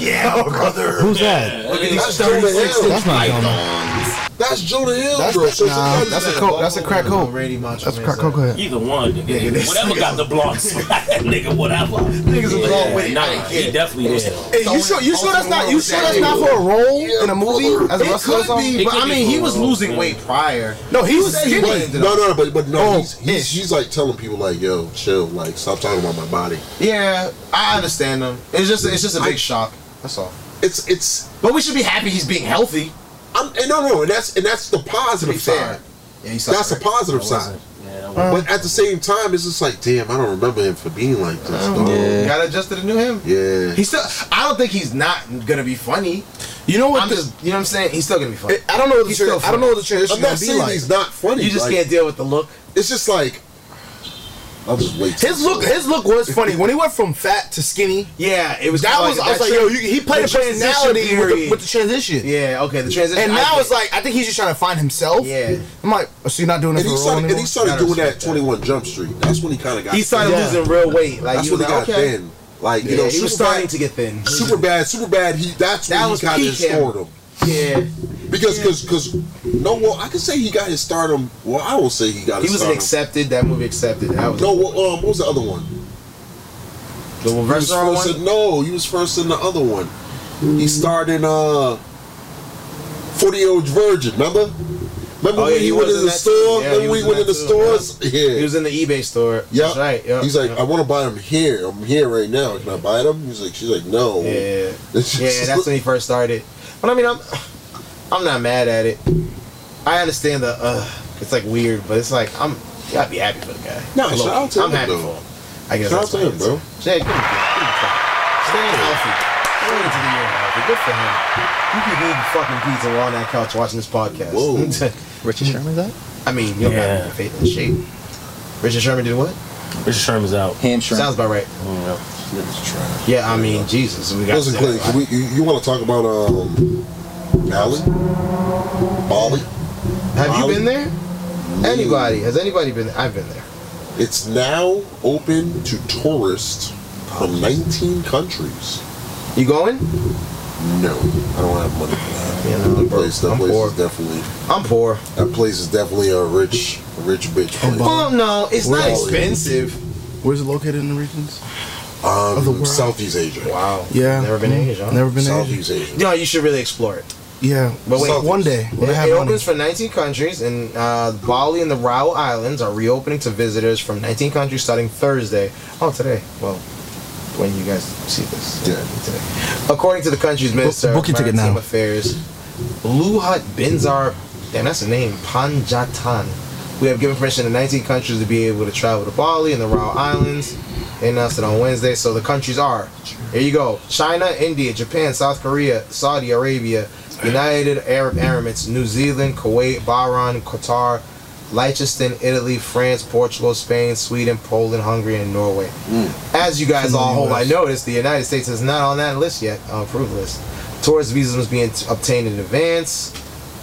Speaker 5: Yeah, brother.
Speaker 17: Who's that?
Speaker 6: Look at
Speaker 1: That's
Speaker 6: these
Speaker 1: Jonah Hill.
Speaker 17: That's not Jonah.
Speaker 1: That's Jonah Hill,
Speaker 2: That's,
Speaker 1: bro. So
Speaker 2: nah,
Speaker 1: sometimes
Speaker 2: that's a
Speaker 1: that-
Speaker 2: coke. That's a crack coke.
Speaker 5: Randy Macho
Speaker 2: That's a
Speaker 5: Man
Speaker 2: crack
Speaker 5: said.
Speaker 2: coke. head.
Speaker 6: Either one, nigga.
Speaker 5: Yeah, this
Speaker 6: whatever
Speaker 5: nigga-
Speaker 6: got the blonde sweat, nigga. Whatever.
Speaker 5: Niggas was wrong with it. I
Speaker 6: Nah,
Speaker 5: didn't
Speaker 6: he
Speaker 5: get it.
Speaker 6: definitely is.
Speaker 2: Hey, you sure? You sure that's not? You sure that's not for a role in a movie as a
Speaker 5: It
Speaker 2: wrestler? or
Speaker 5: could
Speaker 2: something?
Speaker 5: be, but
Speaker 6: could
Speaker 5: I
Speaker 6: be
Speaker 5: mean, he
Speaker 6: cool,
Speaker 5: was
Speaker 6: though.
Speaker 5: losing
Speaker 6: Yeah.
Speaker 5: weight prior.
Speaker 2: No, he was
Speaker 5: said he
Speaker 2: skinny.
Speaker 5: wasn't.
Speaker 1: No, no, no, but but no,
Speaker 2: Oh,
Speaker 1: he's, he's he's like telling people like, yo, chill, like stop talking about my body.
Speaker 5: Yeah, I understand him. It's just, it's just a big
Speaker 1: I-
Speaker 5: shock. That's all.
Speaker 1: It's it's
Speaker 5: But we should be happy he's being healthy.
Speaker 1: I'm and no no, and that's and that's the positive
Speaker 5: fair.
Speaker 1: side. That's a positive side. But at the same time, it's just like, damn, I don't remember him for being like this. dog.
Speaker 5: Got adjusted to the new him.
Speaker 1: Yeah.
Speaker 5: He's still. I don't think he's not gonna be funny.
Speaker 2: You know what?
Speaker 5: I'm just, you know what I'm saying? He's still gonna be funny.
Speaker 2: I don't know what the
Speaker 5: He's
Speaker 2: tra-
Speaker 5: still
Speaker 2: I don't know what the
Speaker 5: funny.
Speaker 2: transition
Speaker 1: I'm not
Speaker 2: gonna be
Speaker 1: saying
Speaker 2: like.
Speaker 1: he's not funny.
Speaker 5: You just
Speaker 1: like-
Speaker 5: can't deal with the look.
Speaker 1: It's just like I'll just wait.
Speaker 2: His look, his look was funny when he went from fat to skinny.
Speaker 5: Yeah, it was
Speaker 2: that
Speaker 5: kinda
Speaker 2: was.
Speaker 5: like
Speaker 2: I was
Speaker 5: that
Speaker 2: like, yo,
Speaker 5: tra-
Speaker 2: you, he played
Speaker 5: the
Speaker 2: a personality
Speaker 5: transition
Speaker 2: with the,
Speaker 5: period.
Speaker 2: with the transition.
Speaker 5: Yeah, okay, the transition.
Speaker 2: And
Speaker 5: I
Speaker 2: now
Speaker 5: get
Speaker 2: it's like I think he's just trying to find himself. Yeah, I'm like, oh, so you're not doing
Speaker 1: And he
Speaker 2: it for a role
Speaker 1: started, and he
Speaker 2: anymore?
Speaker 1: started doing that at 21 Jump Street. That's when he kind of got.
Speaker 5: He started
Speaker 1: thin.
Speaker 5: losing real weight. Like
Speaker 1: that's
Speaker 5: you
Speaker 1: when he
Speaker 5: know,
Speaker 1: got
Speaker 5: okay.
Speaker 1: thin. Like you
Speaker 5: Yeah,
Speaker 1: know,
Speaker 5: he was
Speaker 1: Superbad-
Speaker 5: starting to get thin.
Speaker 1: Super bad, super bad. He that's
Speaker 5: That
Speaker 1: when
Speaker 5: was
Speaker 1: he got his
Speaker 5: peak him.
Speaker 1: stardom.
Speaker 5: Yeah.
Speaker 1: Because because because no, well, I could say he got his stardom. Well, I will say he got.
Speaker 5: He
Speaker 1: his
Speaker 5: was
Speaker 1: stardom.
Speaker 5: accepted. That movie accepted. That was
Speaker 1: No, well, um, what was the other one?
Speaker 5: The
Speaker 1: He was first in, no, he was first in the other one. He starred in uh, Forty Year Old Virgin. Remember? Remember
Speaker 5: Oh,
Speaker 1: when
Speaker 5: yeah,
Speaker 1: he,
Speaker 5: he
Speaker 1: went
Speaker 5: was
Speaker 1: in
Speaker 5: in
Speaker 1: the
Speaker 5: that
Speaker 1: store?
Speaker 5: too. Yeah, he
Speaker 1: Remember when
Speaker 5: was
Speaker 1: he
Speaker 5: in
Speaker 1: went in
Speaker 5: that
Speaker 1: the stores?
Speaker 5: too,
Speaker 1: Yeah.
Speaker 5: He was in the eBay store.
Speaker 1: Yeah,
Speaker 5: That's right. Yep.
Speaker 1: He's like, I want to buy them here. I'm here right now. Can I buy them? He's like, she's like, no.
Speaker 5: Yeah, yeah, that's when he first started. But I mean, I'm, I'm not mad at it. I understand the, uh, it's like weird, but it's like I'm, you gotta be happy for the guy.
Speaker 1: No, shout
Speaker 5: Look,
Speaker 1: out to
Speaker 5: I'm
Speaker 1: him,
Speaker 5: happy
Speaker 1: though.
Speaker 5: for him. I guess
Speaker 1: Shout
Speaker 5: that's
Speaker 1: out to
Speaker 5: my
Speaker 1: him,
Speaker 5: answer.
Speaker 1: bro.
Speaker 5: Jay, give him- give him five. Staying healthy. Staying into the year healthy. Good for him. You could eat fucking pizza while on that couch watching this podcast. Whoa. Richard Sherman's out. I mean, you don't gotta be faith in shape. Richard Sherman did what?
Speaker 6: Richard Sherman's out. Mm,
Speaker 1: Hamstring.
Speaker 5: Sounds about right. Yeah, I mean, Jesus. We got
Speaker 1: Listen,
Speaker 5: to-
Speaker 1: Clay, can we, you, you want to talk about um, Allie? Bali?
Speaker 5: Have
Speaker 1: Bali?
Speaker 5: you been there? Anybody? Has anybody been? I've been there.
Speaker 1: It's now open to tourists from 19 countries.
Speaker 5: You going?
Speaker 1: No, I don't have money for that. that place, that place is definitely.
Speaker 5: I'm poor.
Speaker 1: That place is definitely a rich, a rich bitch place.
Speaker 5: Well, no, it's not
Speaker 1: Really?
Speaker 5: expensive.
Speaker 2: Where's it located in the regions?
Speaker 1: Um,
Speaker 2: Of the world.
Speaker 1: Southeast Asia.
Speaker 5: Wow.
Speaker 2: Yeah.
Speaker 5: Never been to Asia. huh?
Speaker 2: Never been to
Speaker 1: Southeast Asia.
Speaker 5: No, you should really explore it.
Speaker 2: Yeah,
Speaker 5: But wait,
Speaker 2: one day when I
Speaker 5: it,
Speaker 2: have
Speaker 5: it
Speaker 2: money.
Speaker 5: opens for 19 countries, and uh, Bali and the Rao Islands are reopening to visitors from 19 countries starting Thursday. Oh, today. Well, when you guys see this. Yeah. Today. According to the country's minister
Speaker 2: book your
Speaker 5: of
Speaker 2: ticket
Speaker 5: Maritime
Speaker 2: now.
Speaker 5: Affairs, Luhat Benzar, damn, that's the name, Panjatan. We have given permission to 19 countries to be able to travel to Bali and the Rao Islands. They announced it on Wednesday. So the countries are, here you go: China, India, Japan, South Korea, Saudi Arabia, United Arab Emirates, New Zealand, Kuwait, Bahrain, Qatar, Liechtenstein, Italy, France, Portugal, Spain, Sweden, Poland, Hungary, and Norway. As you guys all hold, I noticed the United States is not on that list yet, uh, approved list. Tourist visas must be in- obtained in advance.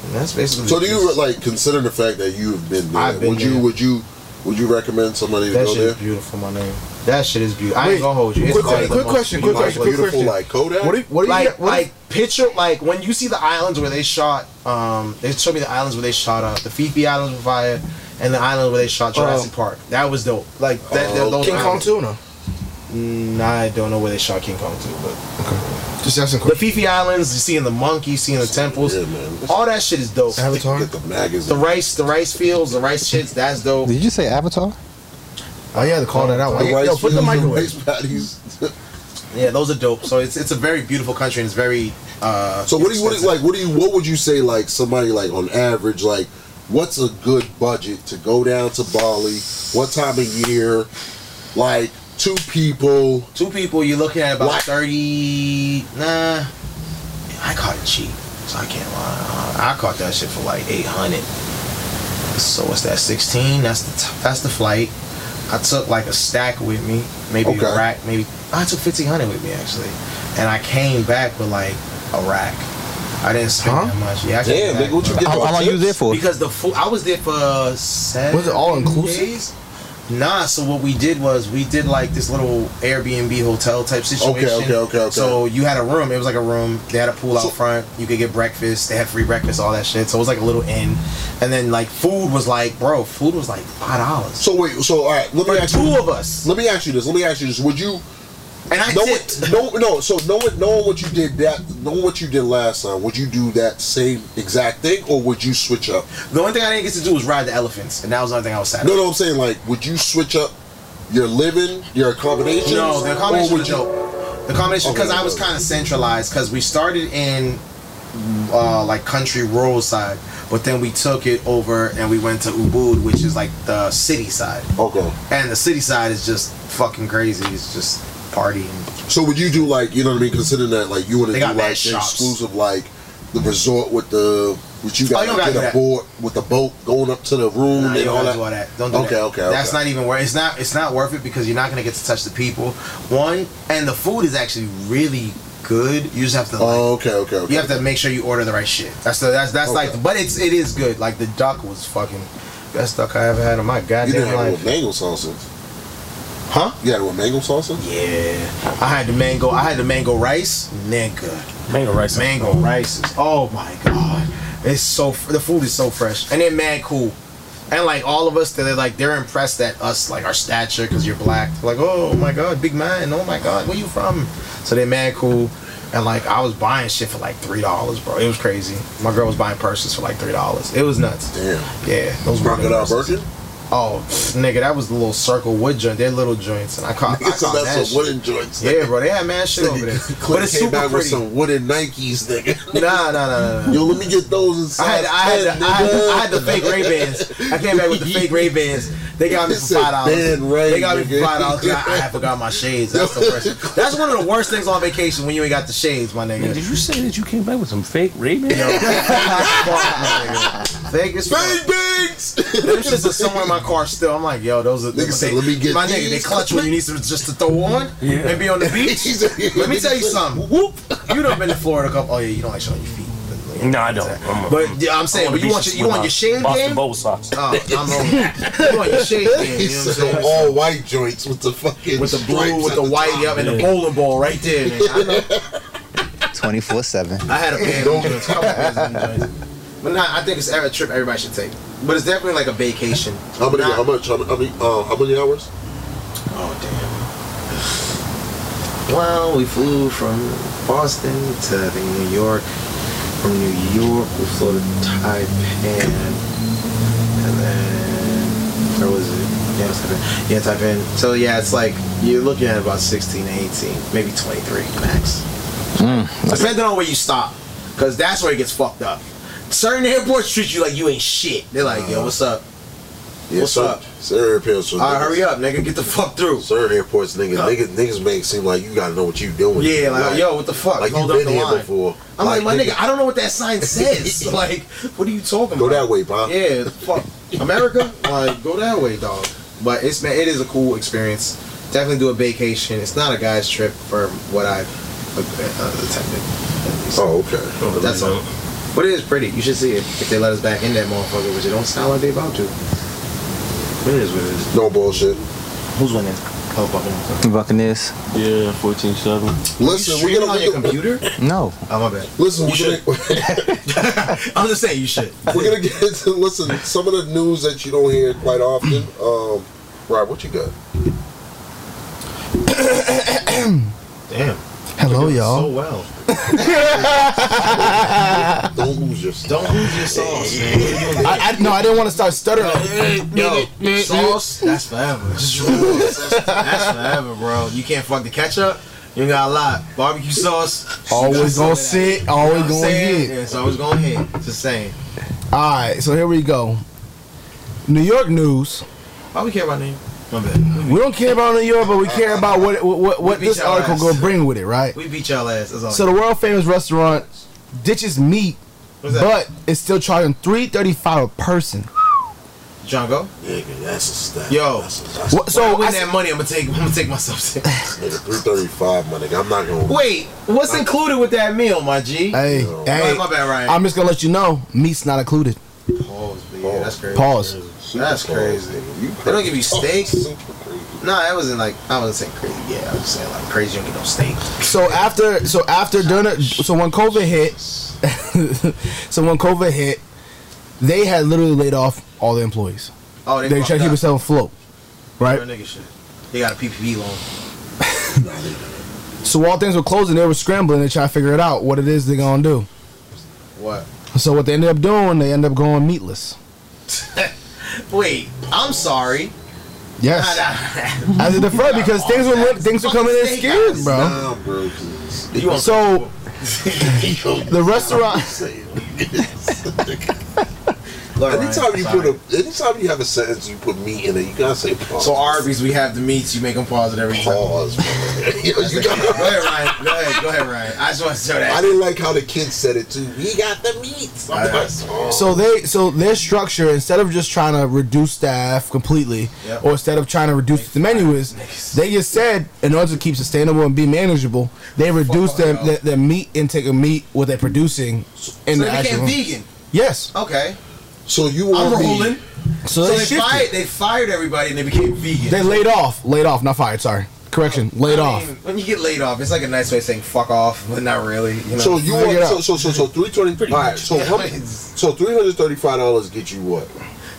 Speaker 5: And that's basically.
Speaker 1: So do you like consider the fact that you've been there?
Speaker 5: I've been
Speaker 1: would
Speaker 5: there.
Speaker 1: you would you would you recommend somebody to
Speaker 5: That
Speaker 1: go
Speaker 5: shit
Speaker 1: there?
Speaker 5: is beautiful, my name. That shit is beautiful. I ain't gonna hold you. It's
Speaker 1: quick-
Speaker 5: one of the
Speaker 1: quick
Speaker 5: most
Speaker 1: question, quick
Speaker 5: beautiful
Speaker 1: question, quick question.
Speaker 5: places.
Speaker 1: Like Kodak? What do you- what do you
Speaker 5: like,
Speaker 1: get- what do you-
Speaker 5: like picture like when you see the islands where they shot. Um, they showed me the islands where they shot uh, the Fifi Islands with fire, and the island where they shot Jurassic
Speaker 2: Oh.
Speaker 5: Park. That was dope. Like that.
Speaker 2: Oh,
Speaker 5: that those
Speaker 2: King Kong
Speaker 5: islands.
Speaker 2: too, no?
Speaker 5: Mm, I don't know where they shot King Kong too, but
Speaker 2: Just asking.
Speaker 5: the Fifi Islands, you seeing the monkeys, seeing the temples, all that shit is dope.
Speaker 2: Avatar.
Speaker 1: Get the magazine.
Speaker 5: The rice, the rice fields, the rice shits. That's dope.
Speaker 19: Did you say Avatar?
Speaker 5: Oh yeah, to call that out.
Speaker 1: The
Speaker 5: Yo,
Speaker 1: rice
Speaker 5: put the
Speaker 1: fields,
Speaker 5: microwave.
Speaker 1: rice patties.
Speaker 5: Yeah, those are dope. So it's it's a very beautiful country and it's very. Uh,
Speaker 1: So what do you what is like? What do you what would you say like somebody like on average like? What's a good budget to go down to Bali? What time of year? Like two people.
Speaker 5: Two people. You're looking at about
Speaker 1: Like-
Speaker 5: thirty. Nah, I caught it cheap, so I can't lie. I caught that shit for like eight hundred. So what's that? Sixteen. That's the t- that's the flight. I took like a stack with me, maybe a
Speaker 1: Okay.
Speaker 5: rack, maybe I took fifteen hundred with me actually, and I came back with like a rack. I didn't spend that much. Yeah, I came
Speaker 1: Damn,
Speaker 5: back
Speaker 1: nigga, what you
Speaker 5: with-
Speaker 1: get How- for how long you tips? there for?
Speaker 5: Because the food, I was there for seven.
Speaker 2: Was it all inclusive?
Speaker 5: days? Nah, so what we did was we did like this little Airbnb hotel type situation.
Speaker 1: Okay, okay, okay, okay.
Speaker 5: So you had a room. It was like a room. They had a pool out front. You could get breakfast. They had free breakfast, all that shit. So it was like a little inn. And then like food was like, bro, food was like five dollars.
Speaker 1: So wait, so all right, let me
Speaker 5: For
Speaker 1: ask
Speaker 5: two
Speaker 1: you,
Speaker 5: of us.
Speaker 1: Let me ask you this. Let me ask you this. Would you?
Speaker 5: And I
Speaker 1: knowing,
Speaker 5: tipped.
Speaker 1: no, no. So knowing knowing what you did that knowing what you did last time, would you do that same exact thing, or would you switch up?
Speaker 5: The only thing I didn't get to do was ride the elephants, and that was the only thing I was sad.
Speaker 1: No, no. I'm saying like, would you switch up your living, your accommodations?
Speaker 5: No, the
Speaker 1: or
Speaker 5: combination
Speaker 1: would
Speaker 5: was
Speaker 1: you-
Speaker 5: dope. The combination
Speaker 1: Okay,
Speaker 5: because I was
Speaker 1: okay.
Speaker 5: kind of centralized because we started in uh, like country rural side, But then we took it over and we went to Ubud, which is like the city side.
Speaker 1: Okay.
Speaker 5: And the city side is just fucking crazy. It's just partying.
Speaker 1: So would you do like you know what I mean? Considering that like you want to
Speaker 5: They
Speaker 1: do
Speaker 5: got
Speaker 1: like
Speaker 5: mad
Speaker 1: the
Speaker 5: shops.
Speaker 1: exclusive like the resort with the which you
Speaker 5: Oh,
Speaker 1: got
Speaker 5: you don't
Speaker 1: to get
Speaker 5: gotta do
Speaker 1: a
Speaker 5: that.
Speaker 1: board with the boat going up to the room
Speaker 5: Nah, you
Speaker 1: and
Speaker 5: don't
Speaker 1: all
Speaker 5: gotta
Speaker 1: that.
Speaker 5: do all that. Don't do
Speaker 1: okay,
Speaker 5: that.
Speaker 1: okay, okay.
Speaker 5: That's not even worth. It's not. It's not worth it because you're not gonna get to touch the people. One and the food is actually really good. You just have to. Like,
Speaker 1: Oh, okay, okay, okay.
Speaker 5: You have to make sure you order the right shit. That's the. That's that's
Speaker 1: Okay.
Speaker 5: like. But it's it is good. Like the duck was fucking best duck I ever had in my
Speaker 1: You
Speaker 5: goddamn
Speaker 1: didn't have it
Speaker 5: life.
Speaker 1: with mango sausage.
Speaker 5: Huh?
Speaker 1: You had it with mango sausage?
Speaker 5: Yeah. I had the mango. I had the mango rice. Nigga. Mango rice. Mango rice. Is, oh my god. It's so. fr- The food is so fresh, and they're mad cool. And like all of us, they're like they're impressed at us, like our stature, because you're black. Like, oh my god, big man. Oh my god, where you from? So they're mad cool. And like I was buying shit for like three dollars, bro. It was crazy. My girl was buying purses for like three dollars. It was nuts.
Speaker 1: Damn.
Speaker 5: Yeah. Those were
Speaker 1: Crocodile
Speaker 5: good purses.
Speaker 1: Virgin?
Speaker 5: Oh, pff, nigga, that was the little circle wood joint. They're little joints, and I caught. I
Speaker 1: Nigga, so
Speaker 5: caught
Speaker 1: that's
Speaker 5: that
Speaker 1: some
Speaker 5: shit.
Speaker 1: wooden joints.
Speaker 5: Yeah, bro, they had mad shit over there. But it's
Speaker 1: came
Speaker 5: super
Speaker 1: back with
Speaker 5: pretty.
Speaker 1: some wooden Nikes, nigga.
Speaker 5: Nah, nah, nah, nah, nah.
Speaker 1: Yo, let me get those. In
Speaker 5: I had,
Speaker 1: size
Speaker 5: I had,
Speaker 1: 10,
Speaker 5: I had,
Speaker 1: nigga.
Speaker 5: I had the fake Ray Bans. I came back with the fake Ray Bans. They got me
Speaker 1: It's
Speaker 5: for
Speaker 1: a
Speaker 5: five dollars.
Speaker 1: band Ray,
Speaker 5: They got me for
Speaker 1: nigga.
Speaker 5: five dollars. 'cause I, I had forgot my shades. That's the worst. That's one of the worst things on vacation when you ain't got the shades, my nigga.
Speaker 9: Did you say that you came back with some fake Ray Bans?
Speaker 5: Vegas, bang bangs. Those shits are somewhere in my car still. I'm like, yo, those are.
Speaker 1: Nigga said,
Speaker 5: they-
Speaker 1: "Let me get
Speaker 5: my nigga. They
Speaker 1: these."
Speaker 5: clutch when you need some just to throw on
Speaker 1: Yeah.
Speaker 5: and be on the beach.
Speaker 1: He said,
Speaker 5: Let me
Speaker 1: "Nigga
Speaker 5: tell you
Speaker 1: said,
Speaker 5: something. Whoop. You done been to Florida a couple. Oh yeah, you don't like showing your feet.
Speaker 9: no, I don't. I'm a-
Speaker 5: But yeah, I'm saying,
Speaker 9: I'm on
Speaker 5: but
Speaker 9: the
Speaker 5: you want
Speaker 9: beaches
Speaker 5: your you
Speaker 9: with
Speaker 5: want
Speaker 9: my
Speaker 5: your shade
Speaker 9: Boston
Speaker 5: game.
Speaker 9: Bowl socks.
Speaker 5: Oh, I'm on. You want your shade game? You know what I'm saying?
Speaker 1: all white joints with the fucking
Speaker 5: With the blue,
Speaker 1: stripes
Speaker 5: with
Speaker 1: at
Speaker 5: the white,
Speaker 1: top.
Speaker 5: yup, and the bowling ball right there, man. I know.
Speaker 10: 24 7.
Speaker 5: I had a band on joints, couple bands on joints. But nah, I think it's a trip everybody should take. But it's definitely like a vacation.
Speaker 1: How many?
Speaker 5: Not-
Speaker 1: How much? How many? How many, uh, how many hours?
Speaker 5: Oh damn. Well, we flew from Boston to I think New York. From New York, we flew to Taipan, and then where was it? Yeah, it was Taipan. Yeah, Taipan. So yeah, it's like you're looking at about 16 to 18, maybe 23 max. Depending on where you stop, because that's where it gets fucked up. Certain airports treat you like you ain't shit. They're like, yo, what's up?
Speaker 1: Yeah,
Speaker 5: What's
Speaker 1: certain-
Speaker 5: up?
Speaker 1: Certain airports.
Speaker 5: All right, hurry up, nigga. Get the fuck through.
Speaker 1: Certain airports, nigga.
Speaker 5: Huh?
Speaker 1: Niggas, niggas make it seem like you gotta know what you doing.
Speaker 5: Yeah, like, yo, what the fuck?
Speaker 1: Like you
Speaker 5: Hold up
Speaker 1: been
Speaker 5: the
Speaker 1: here
Speaker 5: line.
Speaker 1: before.
Speaker 5: I'm like, my nigga, I don't know what that sign says. like, what are you talking
Speaker 1: Go
Speaker 5: about?
Speaker 1: that way, Bob.
Speaker 5: Yeah, fuck America. Like, go that way, dog. But it's man, it is a cool experience. Definitely do a vacation. It's not a guy's trip for what I've uh, uh, attended.
Speaker 1: Oh, okay.
Speaker 5: But that's all. But it is pretty. You should see it if they let us back in that motherfucker, which it don't sound like they about to. It is what it is.
Speaker 1: No bullshit.
Speaker 5: Who's winning? Oh, fucking.
Speaker 10: Buccaneers.
Speaker 19: Yeah, 14 7.
Speaker 1: Listen, we
Speaker 5: on
Speaker 1: gotta
Speaker 5: your computer.
Speaker 10: No.
Speaker 5: Oh my bad.
Speaker 1: Listen,
Speaker 5: You
Speaker 1: we're
Speaker 5: should.
Speaker 1: gonna,
Speaker 5: I'm just saying you should.
Speaker 1: we're gonna get into listen some of the news that you don't hear quite often. Um, Rob, what you got?
Speaker 5: Damn.
Speaker 2: Hello, y'all.
Speaker 5: So well.
Speaker 1: Don't lose your sauce.
Speaker 5: Don't lose your sauce, man.
Speaker 2: I, I, no, I didn't want to start stuttering.
Speaker 5: Yo, sauce, that's forever. Sauce, that's forever, bro. You can't fuck the ketchup. You got a lot. Barbecue sauce.
Speaker 2: Always gonna
Speaker 5: Some of that.
Speaker 2: sit, always
Speaker 5: You know what I'm
Speaker 2: gonna
Speaker 5: saying?
Speaker 2: hit.
Speaker 5: Yeah, it's always gonna hit. It's the same.
Speaker 2: All right, so here we go. New York news.
Speaker 5: Why we care about name? My bad.
Speaker 2: We don't care about New York, but we care about what what, what, what
Speaker 5: We beat
Speaker 2: this
Speaker 5: y'all
Speaker 2: article
Speaker 5: ass.
Speaker 2: gonna bring with it, right?
Speaker 5: We beat y'all ass. That's all.
Speaker 2: So the world famous restaurant ditches meat,
Speaker 5: What's that?
Speaker 2: but it's still charging three thirty five a person.
Speaker 5: Django.
Speaker 1: Nigga, that's a stack.
Speaker 5: Yo.
Speaker 2: What- so
Speaker 5: When I win
Speaker 2: I
Speaker 5: that money, I'm gonna take. I'm gonna take myself. To-
Speaker 1: Nigga, three thirty-five, my nigga. I'm not gonna.
Speaker 5: Wait, what's included with that meal, my G?
Speaker 2: Hey,
Speaker 5: Yo.
Speaker 2: hey,
Speaker 5: my bad, Ryan.
Speaker 2: I'm just gonna let you know, meat's not included.
Speaker 5: Pause, but yeah, that's crazy.
Speaker 2: Pause.
Speaker 5: That's crazy. They don't give you steaks. No, that wasn't like I wasn't saying crazy. Yeah, I was saying like crazy. You don't get no steak.
Speaker 2: So after, so after during, the- so when COVID hit, so when COVID hit, they had literally laid off all the employees.
Speaker 5: Oh, they
Speaker 2: they tried
Speaker 5: fucked
Speaker 2: to keep
Speaker 5: up.
Speaker 2: themselves afloat, right?
Speaker 5: Real nigga shit. They got a PPP loan.
Speaker 2: So while things were closing, they were scrambling to try to figure it out what it is they're gonna do.
Speaker 5: What?
Speaker 2: So what they ended up doing, they ended up going meatless.
Speaker 5: Wait, I'm sorry.
Speaker 2: Yes,
Speaker 5: Nah, nah.
Speaker 2: as a deferred because things were li- things were coming in
Speaker 5: Fucking
Speaker 2: scared,
Speaker 5: steakhouse.
Speaker 2: bro.
Speaker 1: Nah, bro.
Speaker 5: You want
Speaker 2: So the restaurant,
Speaker 5: Look,
Speaker 1: anytime
Speaker 5: Ryan,
Speaker 1: you
Speaker 5: sorry.
Speaker 1: put a, anytime you have a sentence, you put meat in it. You gotta say pause.
Speaker 5: So Arby's, we have the meats. You make them pause it every
Speaker 2: Oh.
Speaker 1: pause, time.
Speaker 5: That's it. go ahead, Ryan. Go ahead, go ahead, Ryan. I just want to show that.
Speaker 1: I didn't like how the kids said it too. We got the meat. I'm like, oh.
Speaker 2: So they so their structure instead of just trying to reduce staff completely,
Speaker 1: Yep.
Speaker 2: or instead of trying to reduce what the menu is, they just said in order to keep sustainable and be manageable, they reduce their, their their meat intake of meat what they're producing in
Speaker 5: so they
Speaker 2: the
Speaker 5: became
Speaker 2: actual.
Speaker 5: vegan?
Speaker 2: Yes.
Speaker 5: Okay.
Speaker 1: So you
Speaker 5: I'm
Speaker 2: wanna be-
Speaker 5: rolling.
Speaker 2: So
Speaker 5: So,
Speaker 2: they
Speaker 5: they,
Speaker 2: shifted.
Speaker 5: fired. They fired everybody and they became vegan.
Speaker 2: They laid off, laid off, not fired. Sorry, correction, laid off.
Speaker 5: When you get laid off, it's like a nice way of saying fuck off, but not really. You know?
Speaker 1: So you
Speaker 5: Hang it
Speaker 1: want
Speaker 5: up.
Speaker 1: so so so so three twenty five. So how many- so three hundred thirty five dollars get you what?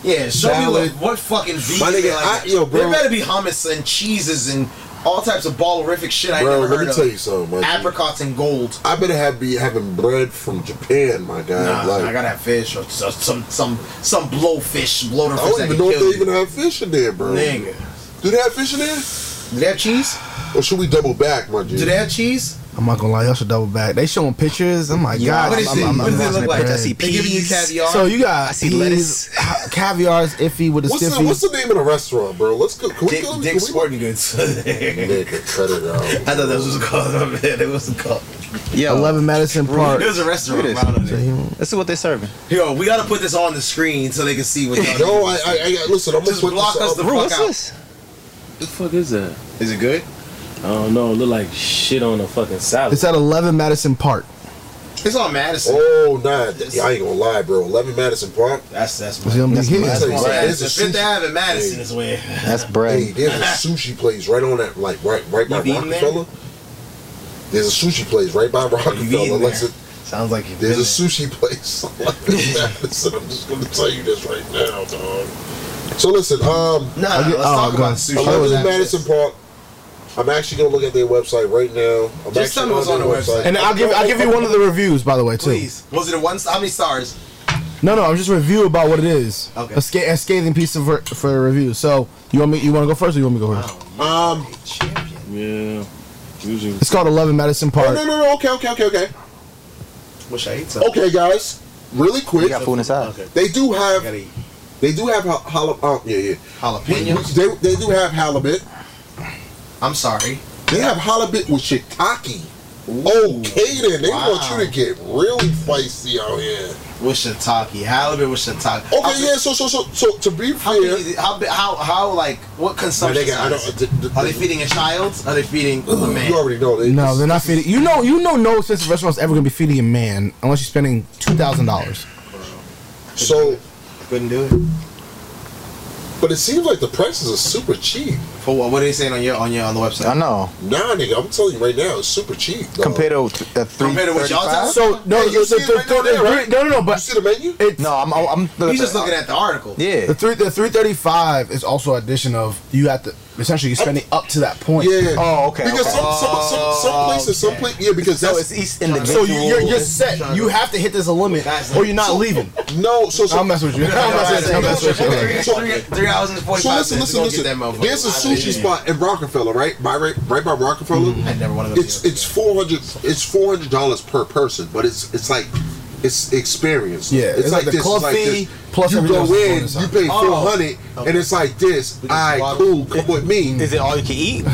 Speaker 5: Yeah, show me
Speaker 1: Salad.
Speaker 5: what, what fucking vegan.
Speaker 1: My nigga,
Speaker 5: like,
Speaker 1: I- yo, bro.
Speaker 5: There better be hummus and cheeses and all types of ballerific shit I
Speaker 1: Bro,
Speaker 5: never
Speaker 1: let
Speaker 5: heard
Speaker 1: me
Speaker 5: of.
Speaker 1: tell you something. My
Speaker 5: Apricots and gold.
Speaker 1: I better have be having bread from Japan, my guy.
Speaker 5: Nah,
Speaker 1: like,
Speaker 5: I gotta have fish or so- some some some blowfish, blowfish.
Speaker 1: I don't even know if they even have fish in there, bro.
Speaker 5: Nigga.
Speaker 1: Do they have fish in there?
Speaker 5: Do they have cheese?
Speaker 1: Or should we double back, my G?
Speaker 5: Do they have cheese?
Speaker 2: I'm not gonna lie, y'all should double back. They showing pictures. I'm like,
Speaker 5: Yeah,
Speaker 2: God,
Speaker 5: what is
Speaker 2: I'm,
Speaker 5: it?
Speaker 2: I'm, I'm,
Speaker 5: What does it
Speaker 2: I'm
Speaker 5: look like? I see
Speaker 2: peas.
Speaker 5: They giving you caviar?
Speaker 2: So you got
Speaker 5: I see
Speaker 2: peas,
Speaker 5: lettuce.
Speaker 2: ha- Caviar's iffy with the
Speaker 1: What's the,
Speaker 2: stiffy.
Speaker 1: what's the name of the restaurant, bro? Let's go. Can we
Speaker 5: Dick,
Speaker 1: go?
Speaker 5: Dick Sporting Goods.
Speaker 1: Nigga, cut it out.
Speaker 5: I thought that was what it was called. Oh, man, it wasn't called.
Speaker 2: Yeah, Eleven Madison Park.
Speaker 5: There's a restaurant
Speaker 2: Look at
Speaker 5: around
Speaker 2: this.
Speaker 10: This is what they're serving.
Speaker 5: Yo, we gotta put this on the screen so they can see what y'all.
Speaker 1: No, I- I- I- listen, I'm gonna
Speaker 5: Just
Speaker 1: put
Speaker 5: block
Speaker 1: this
Speaker 5: us
Speaker 1: up.
Speaker 5: the
Speaker 1: Bro,
Speaker 5: fuck
Speaker 1: what's
Speaker 5: out.
Speaker 1: this?
Speaker 9: the fuck is that?
Speaker 5: Is it good?
Speaker 9: I don't know. It look like shit on a fucking salad.
Speaker 2: It's at Eleven Madison Park.
Speaker 5: It's on Madison.
Speaker 1: Oh, nah. th- I ain't gonna lie, bro. 11 Madison Park.
Speaker 5: That's that's
Speaker 2: It's gonna be
Speaker 1: That's
Speaker 2: hit.
Speaker 1: my-
Speaker 2: That's
Speaker 1: Let me tell you
Speaker 2: my-
Speaker 1: something, there's a
Speaker 5: The Fifth
Speaker 1: sushi-
Speaker 5: Ave in Madison
Speaker 1: Hey.
Speaker 5: is where.
Speaker 10: That's bread.
Speaker 1: Hey, there's a sushi place right on that, like right, right by
Speaker 5: You eating there?
Speaker 1: Rockefeller. There's a sushi place right by Rockefeller.
Speaker 5: eating
Speaker 1: Unless
Speaker 5: there?
Speaker 1: it,
Speaker 5: Sounds like you've
Speaker 1: there's
Speaker 5: been
Speaker 1: a sushi place. Listen, I'm just gonna tell you this right now, dog. So listen, um,
Speaker 5: Nah, nah, let's talk about sushi.
Speaker 1: I live
Speaker 5: Let's
Speaker 1: in
Speaker 5: have
Speaker 1: Madison Park. I'm actually gonna look at their website right now. I'm
Speaker 5: Just tell
Speaker 1: actually
Speaker 5: me what's on
Speaker 1: their
Speaker 5: the website.
Speaker 2: And I'll give I'll give you one of the reviews by the way too.
Speaker 5: Please. Was it a one? How many stars?
Speaker 2: No, no, I'm just review about what it is.
Speaker 5: Okay.
Speaker 2: A, sca- a scathing piece of for, for a review. So you want me you want to go first or you want me to go first?
Speaker 1: Um,
Speaker 9: yeah. Usually.
Speaker 2: It's called Eleven Madison Park.
Speaker 1: Oh, no, no, no. Okay, okay, okay, okay.
Speaker 5: Wish I ate some.
Speaker 1: Okay, guys. Really quick.
Speaker 10: We got food inside.
Speaker 1: They do have. They do have ha- jala, uh, yeah, yeah.
Speaker 5: Jalapenos?
Speaker 1: They, they do have halibut.
Speaker 5: I'm sorry.
Speaker 1: They have halibut with shiitake. Okay then, they
Speaker 5: Wow.
Speaker 1: want you to get really feisty out here.
Speaker 5: With shiitake, halibut with shiitake.
Speaker 1: Okay, yeah. So, so, so, so to be
Speaker 5: How,
Speaker 1: fair,
Speaker 5: many- how, bi- how, how, like, what consumption?
Speaker 1: Nigga, I don't-
Speaker 5: size?
Speaker 1: th- th-
Speaker 5: Are they feeding a child? Are they feeding a man?
Speaker 1: you already know. They,
Speaker 2: No, they're not feeding. You know, you know, no expensive restaurant's ever gonna be feeding a man unless you're spending two thousand dollars.
Speaker 1: So,
Speaker 5: couldn't do it.
Speaker 1: but it seems like the prices are super cheap.
Speaker 5: For what? What are they saying on your on your on the website?
Speaker 10: I know.
Speaker 1: Nah, nigga, I'm telling you right now, it's super cheap. dog.
Speaker 10: Compared to uh, three.
Speaker 5: Compared to what y'all tell us?
Speaker 2: So no,
Speaker 1: Hey, you
Speaker 2: the,
Speaker 1: see
Speaker 2: the,
Speaker 1: it right
Speaker 2: the-
Speaker 1: down there,
Speaker 2: the-
Speaker 1: right?
Speaker 2: no, no, no,
Speaker 1: You
Speaker 2: but
Speaker 1: see the menu?
Speaker 2: it's
Speaker 10: No, I'm. I'm.
Speaker 5: He's just looking at the article.
Speaker 10: Yeah.
Speaker 2: the three the three thirty five is also addition of you have to essentially you're spending up to that point.
Speaker 1: Yeah.
Speaker 10: Oh, okay.
Speaker 1: Because
Speaker 10: okay.
Speaker 1: some, some, some, some
Speaker 5: Oh,
Speaker 1: places, some places, yeah, because
Speaker 10: so
Speaker 1: that's
Speaker 10: it's
Speaker 2: So
Speaker 10: each individual.
Speaker 2: you, you're, you're set. You have to hit this limit,
Speaker 5: That's-
Speaker 2: or you're not leaving.
Speaker 1: no. So, so
Speaker 2: I'm messing with you. I'm messing with you. I'm messing with you.
Speaker 5: Three, three, three hours and forty-five
Speaker 1: So listen,
Speaker 5: minutes.
Speaker 1: listen,
Speaker 5: Go get that
Speaker 1: listen.
Speaker 5: motherfucker.
Speaker 1: There's a sushi spot in Rockefeller, right? By right, right by Rockefeller.
Speaker 5: Mm-hmm. I never wanna go
Speaker 1: It's
Speaker 5: see it.
Speaker 1: it's four hundred. It's four hundred dollars per person, but it's it's like it's experience.
Speaker 2: Yeah, it's like the
Speaker 1: this,
Speaker 2: club
Speaker 1: it's like
Speaker 2: fee
Speaker 1: this.
Speaker 2: plus
Speaker 1: you
Speaker 2: everything
Speaker 1: go
Speaker 2: else is
Speaker 1: in,
Speaker 2: bonus, huh?
Speaker 1: you pay
Speaker 5: Oh.
Speaker 1: four hundred, and it's like this. I cool, come with me.
Speaker 10: Is it all you can eat?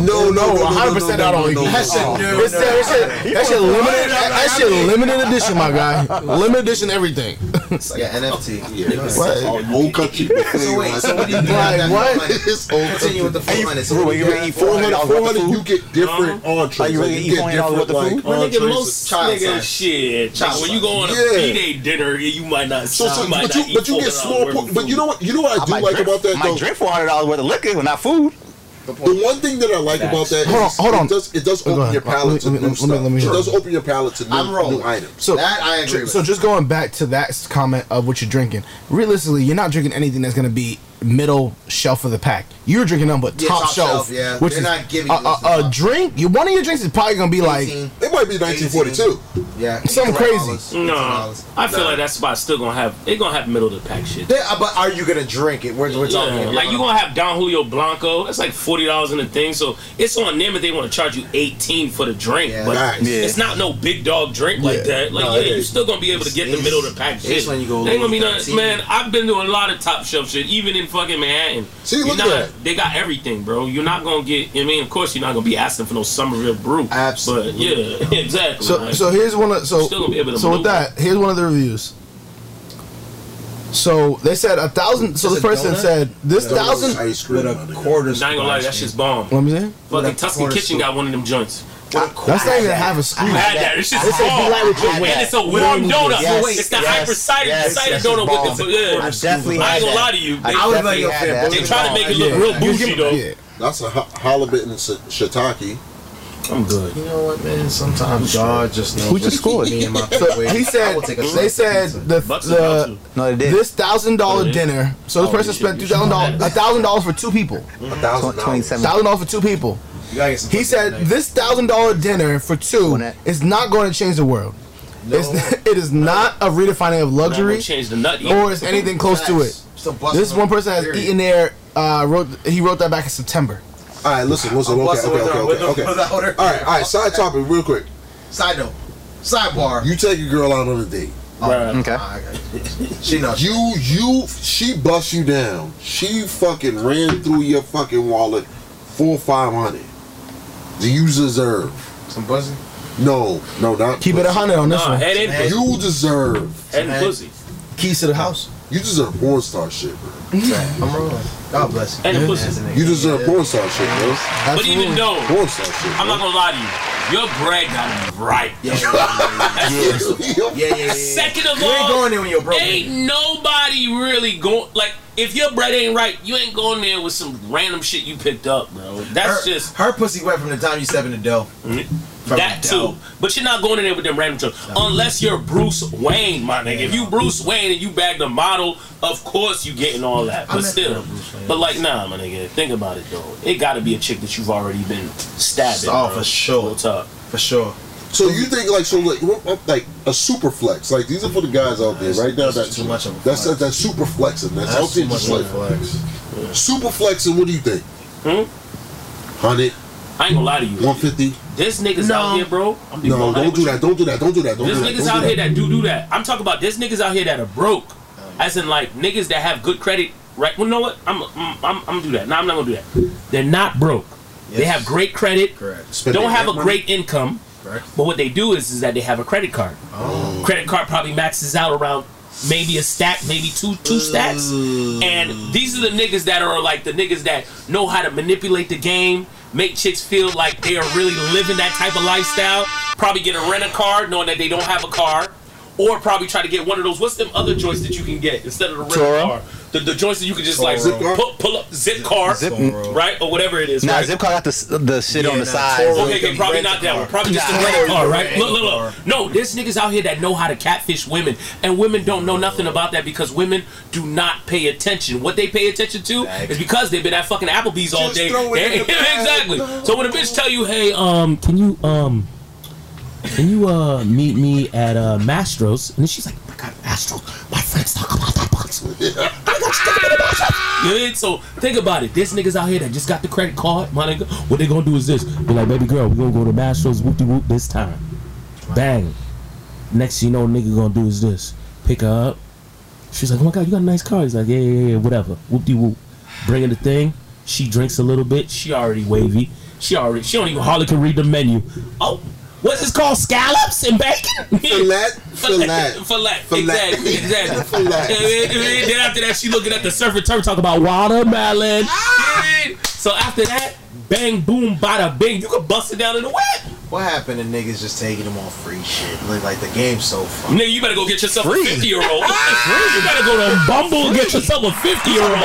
Speaker 1: No, no, no, no,
Speaker 2: 100%
Speaker 1: no,
Speaker 2: not
Speaker 1: no,
Speaker 2: on
Speaker 1: no,
Speaker 2: you.
Speaker 1: no,
Speaker 2: That shit,
Speaker 1: no, no,
Speaker 2: that shit- that shit- that shit limited. That shit limited edition, my guy. Limited edition, everything.
Speaker 5: Yeah, NFT.
Speaker 1: What? Old country.
Speaker 5: So wait, so what do you do?
Speaker 2: Like, what?
Speaker 1: It's old
Speaker 5: Continue with the four hundred. So
Speaker 10: Wait,
Speaker 5: what do
Speaker 10: wait,
Speaker 5: you
Speaker 10: you
Speaker 5: got?
Speaker 10: gonna eat
Speaker 1: Four hundred,
Speaker 10: 400 worth
Speaker 1: four
Speaker 10: of
Speaker 1: hundred. You
Speaker 10: food?
Speaker 1: get different entrees.
Speaker 10: Are you really
Speaker 1: like,
Speaker 10: eating
Speaker 1: get
Speaker 10: $400 worth of
Speaker 1: different, like,
Speaker 10: food?
Speaker 9: My nigga,
Speaker 1: entrees.
Speaker 9: most
Speaker 5: Child
Speaker 9: nigga
Speaker 5: size.
Speaker 9: shit.
Speaker 5: Child
Speaker 9: when you go on a
Speaker 1: size. Yeah.
Speaker 9: B-Day dinner, you might not.
Speaker 1: So, so
Speaker 9: you might
Speaker 1: but
Speaker 9: not
Speaker 1: you, but you
Speaker 9: eat
Speaker 1: get
Speaker 9: $400
Speaker 1: small.
Speaker 9: worth
Speaker 1: por-
Speaker 9: of
Speaker 1: But you know what? You know what I do
Speaker 10: might
Speaker 1: like
Speaker 10: drink,
Speaker 1: about that
Speaker 10: I
Speaker 1: though.
Speaker 10: might drink $400 worth of liquor, but not food.
Speaker 1: The one thing that I like about that
Speaker 2: Hold on,
Speaker 1: is
Speaker 2: hold
Speaker 1: it
Speaker 2: on.
Speaker 1: does it does
Speaker 2: Go
Speaker 1: open
Speaker 2: ahead.
Speaker 1: your palate to
Speaker 2: Let me-
Speaker 1: new
Speaker 2: let me- let me-
Speaker 1: stuff.
Speaker 2: let me
Speaker 1: It
Speaker 2: hear.
Speaker 1: does open your palate to new,
Speaker 5: I'm rolling.
Speaker 1: new items.
Speaker 2: So
Speaker 5: That I agree with.
Speaker 2: So just going back to that comment of what you're drinking. Realistically, you're not drinking anything that's going to be middle shelf of the pack. You're drinking them, but
Speaker 5: Yeah,
Speaker 2: top,
Speaker 5: top
Speaker 2: shelf.
Speaker 5: shelf, yeah.
Speaker 2: which
Speaker 5: They're
Speaker 2: is
Speaker 5: not giving
Speaker 2: a,
Speaker 5: you
Speaker 2: a,
Speaker 5: this
Speaker 2: a
Speaker 5: stuff.
Speaker 2: drink. You, one of your drinks is probably going to be like
Speaker 5: 18.
Speaker 1: It might be 1942.
Speaker 5: Yeah,
Speaker 2: Something crazy.
Speaker 5: $18.
Speaker 9: No, I feel like that spot's still gonna have they gonna have middle of the pack shit.
Speaker 5: They- uh, but are you gonna drink it? We're, we're talking
Speaker 9: Yeah,
Speaker 5: about-
Speaker 9: like you gonna have Don Julio Blanco. That's like
Speaker 6: forty dollars in the thing, so it's on them if they want to charge you eighteen for the drink. but
Speaker 5: Nice. Yeah.
Speaker 6: it's not no big dog drink like
Speaker 5: Yeah.
Speaker 6: that. Like
Speaker 5: No, it
Speaker 6: yeah, you're
Speaker 5: is.
Speaker 6: still gonna be able to get the
Speaker 5: It's-
Speaker 6: middle of the pack
Speaker 5: it's
Speaker 6: shit.
Speaker 5: when you go
Speaker 6: Ain't gonna be nothing,
Speaker 5: 13.
Speaker 6: man. I've been to a lot of top shelf shit, even in fucking Manhattan.
Speaker 5: See,
Speaker 6: You're
Speaker 5: look
Speaker 6: not,
Speaker 5: at that.
Speaker 6: They got everything, bro. You're not gonna get. I mean, of course, you're not gonna be asking for no Somerville brew. Absolutely. But yeah, exactly.
Speaker 2: So,
Speaker 6: Like,
Speaker 2: so here's one of so
Speaker 6: you're still gonna be able to
Speaker 2: so with
Speaker 6: maneuver.
Speaker 2: that here's one of the reviews. So they said a thousand. So
Speaker 6: Is
Speaker 2: the
Speaker 6: it
Speaker 2: person
Speaker 6: donut?
Speaker 2: said this
Speaker 6: No,
Speaker 2: thousand.
Speaker 6: ice cream, With a my nigga. quarter I ain't gonna lie, that shit's bomb.
Speaker 2: What I'm saying?
Speaker 6: Fucking Tuscan Kitchen got one of them joints.
Speaker 2: That's not even half a scoop.
Speaker 6: I had that. It's just
Speaker 2: It's a
Speaker 6: warm.
Speaker 2: Delight with your wet.
Speaker 6: And it's a warm
Speaker 2: Warm
Speaker 6: donut.
Speaker 2: yes,
Speaker 6: So wait, it's the
Speaker 2: yes,
Speaker 6: hyper cider
Speaker 2: yes,
Speaker 6: cider
Speaker 2: yes,
Speaker 6: donut
Speaker 2: it's
Speaker 6: with the
Speaker 2: bomb.
Speaker 6: yeah.
Speaker 2: I definitely
Speaker 6: I ain't gonna
Speaker 2: had
Speaker 6: lie
Speaker 2: that.
Speaker 6: to you.
Speaker 2: I
Speaker 6: They-
Speaker 2: would like your fair
Speaker 6: They
Speaker 2: boy.
Speaker 6: try to make it look
Speaker 1: Yeah.
Speaker 6: real
Speaker 1: You
Speaker 6: bougie
Speaker 1: give-
Speaker 6: though.
Speaker 1: yeah. That's a ho- halibut and shi- shiitake.
Speaker 6: I'm good.
Speaker 5: You know what, man? Sometimes God just knows.
Speaker 1: Who just scored?
Speaker 5: Me and my
Speaker 2: So he
Speaker 5: I
Speaker 2: said
Speaker 5: will take a
Speaker 2: they said the the this thousand dollar dinner. So this
Speaker 5: Oh,
Speaker 2: person
Speaker 5: you
Speaker 2: spent two
Speaker 5: should- you should
Speaker 2: thousand
Speaker 5: know
Speaker 2: dollars a thousand dollars for two people. A
Speaker 5: $1,000. $27.
Speaker 2: Thousand dollars for two people. He said this thousand dollar dinner for two is not going to change the world. It's, it is not a redefining of luxury,
Speaker 6: gonna change the nut either.
Speaker 2: or is anything close to
Speaker 6: Facts.
Speaker 2: it.
Speaker 6: It's a bust
Speaker 2: This
Speaker 6: on
Speaker 2: one
Speaker 6: the
Speaker 2: person has
Speaker 6: period.
Speaker 2: eaten there. Uh, wrote he wrote that back in September.
Speaker 1: All right, listen, listen,
Speaker 2: I'm
Speaker 1: okay,
Speaker 2: busting
Speaker 1: okay,
Speaker 2: with
Speaker 1: okay,
Speaker 2: her,
Speaker 1: okay,
Speaker 2: with
Speaker 1: okay.
Speaker 2: her, without
Speaker 1: All
Speaker 2: her.
Speaker 1: right, all right. Side topic, real quick.
Speaker 5: Side note. Sidebar.
Speaker 1: You take your girl out on a date.
Speaker 5: Right. Okay.
Speaker 1: She knows. You, you, she bust you down. She fucking ran through your fucking wallet for five hundred. Do you deserve some pussy? No, no, not
Speaker 2: Keep it a hundred on this Nah, one. head and pussy.
Speaker 1: You deserve
Speaker 6: head and pussy.
Speaker 1: Keys to the house. You deserve porn star shit, bro.
Speaker 5: I'm wrong. God bless you.
Speaker 6: And a pussy.
Speaker 1: You deserve porn star shit, bro.
Speaker 6: But even though
Speaker 1: porn star shit,
Speaker 6: I'm not gonna lie to you, your bread got me right.
Speaker 5: yeah, yeah, yeah.
Speaker 6: Second of
Speaker 5: You
Speaker 6: all,
Speaker 5: ain't going there when you're broke.
Speaker 6: Ain't nobody really going like if your bread ain't right, you ain't going there with some random shit you picked up, bro.
Speaker 2: Er,
Speaker 6: That's
Speaker 5: her,
Speaker 6: just Mm-hmm.
Speaker 5: her pussy wet from the time you step in the dough. From
Speaker 6: that
Speaker 5: the
Speaker 6: too. But you're not going in there with them random jokes. Unless you're Bruce Wayne, my nigga. If you Bruce Wayne and you bagged a model, of course you getting all that. But still. But like nah, my nigga, think about it though. It gotta be a chick that you've already been stabbing.
Speaker 5: Oh,
Speaker 6: bro.
Speaker 5: for sure. For sure.
Speaker 1: So you think like so like what- what- like a super flex like these are for the guys out there right now that's too much of that's that, that's super flexing that's,
Speaker 5: That's
Speaker 1: out there
Speaker 5: too
Speaker 1: just
Speaker 5: much
Speaker 1: like
Speaker 5: of
Speaker 1: super flexing what do you think
Speaker 5: Hmm?
Speaker 1: hundred
Speaker 6: I ain't gonna lie to you
Speaker 1: one fifty
Speaker 6: This nigga's out here, bro. I'm being
Speaker 1: no
Speaker 6: honest
Speaker 1: don't
Speaker 6: with
Speaker 1: do
Speaker 6: you.
Speaker 1: that don't do that don't do that don't
Speaker 6: There's
Speaker 1: do that
Speaker 6: niggas
Speaker 1: don't
Speaker 6: out
Speaker 1: do
Speaker 6: here that do do that. I'm talking about there's niggas out here that are broke, as in like niggas that have good credit. Right? Well, you know what? I'm I'm I'm, I'm gonna do that. No, I'm not gonna do that. They're not broke. They have great credit.
Speaker 5: Correct. Spend
Speaker 6: Don't
Speaker 5: their
Speaker 6: have a
Speaker 5: money.
Speaker 6: great income.
Speaker 5: Correct.
Speaker 6: But what they do is is that they have a credit card. Credit card probably maxes out around maybe a stack, maybe two two stacks. And these are the niggas that are like the niggas that know how to manipulate the game, make chicks feel like they are really living that type of lifestyle. Probably get a rent a car knowing that they don't have a car. Or probably try to get one of those. What's them other joints that you can get instead of the rental
Speaker 10: Toro?
Speaker 6: car? The, the joints that you can just like
Speaker 10: Toro.
Speaker 6: pu- pull, up zip car,
Speaker 10: Zip-
Speaker 6: right, or whatever it is.
Speaker 10: Nah,
Speaker 6: right?
Speaker 10: Zipcar got the s- the shit on the side.
Speaker 6: Okay, okay, probably not that one. Probably just
Speaker 10: Nah.
Speaker 6: a rental car, right?
Speaker 10: Rental
Speaker 6: Look, look, look. No, there's niggas out here that know how to catfish women, and women don't know nothing about that because women do not pay attention. What they pay attention to is because they've been at fucking Applebee's all day.
Speaker 5: throw it in the bag.
Speaker 6: exactly. So when a bitch tell you, hey,
Speaker 9: Um, can you um, can you uh meet me at uh Mastros? And she's like, oh my God, Mastros, my friends talk about that box.
Speaker 6: You know what I mean? So think about it. There's niggas out here that just got the credit card, my nigga.
Speaker 9: What they gonna do is this? Be like, baby girl, we gonna go to Mastros whoop de whoop this time. Bang. Next thing you know, nigga gonna do is this. Pick her up. She's like, oh my god, you got a nice car. He's like, yeah, yeah, yeah, whatever. Whoop de whoop. Bring her the thing. She drinks a little bit. She already wavy. She already. She don't even hardly can read the menu. Oh, what's this called? Scallops and bacon.
Speaker 1: Fillet.
Speaker 6: Fillet. Fillet. Exactly. Exactly. You know what I mean? Then after that, she looking at the surfer turf talking about watermelon.
Speaker 5: Ah!
Speaker 6: So after that, bang, boom, bada, bing. You could bust it down in the wet.
Speaker 5: What happened to niggas just taking them on free shit? Like, like the game's so fun.
Speaker 6: Nigga, you better go get yourself a 50 year
Speaker 5: Ah!
Speaker 6: old. You better go to Bumble and get yourself a 50 year old.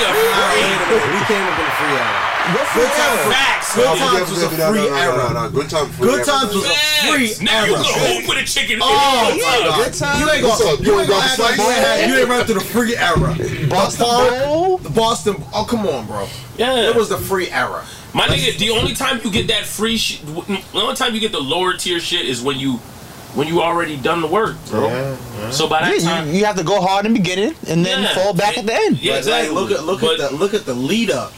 Speaker 5: We came up in a free hour.
Speaker 1: free
Speaker 5: Good times
Speaker 1: hour?
Speaker 5: was-
Speaker 6: Facts.
Speaker 5: Good
Speaker 1: No,
Speaker 5: times was a
Speaker 1: no, no,
Speaker 5: free
Speaker 1: no, no, no,
Speaker 5: era.
Speaker 1: no, Good times. free
Speaker 5: Good
Speaker 1: era.
Speaker 5: times was a free
Speaker 6: Nigga, you
Speaker 5: era.
Speaker 6: could hoop with a chicken.
Speaker 5: Oh,
Speaker 6: every
Speaker 5: yeah,
Speaker 6: time.
Speaker 5: good times. You ain't gonna, you ain't gonna act like you ain't had- you ain't run through the free era. Boston, the Boston. Oh, come on, bro.
Speaker 6: Yeah,
Speaker 5: it was the free era.
Speaker 6: My nigga, the only time you get that free shit, the only time you get the lower tier shit is when you, when you already done the work, bro. So by that
Speaker 10: Yeah,
Speaker 6: time,
Speaker 10: you, you have to go hard in the beginning and then
Speaker 6: Yeah.
Speaker 10: fall back at the end.
Speaker 6: Yeah,
Speaker 5: But, like,
Speaker 6: exactly.
Speaker 5: look at look at the look at the lead up.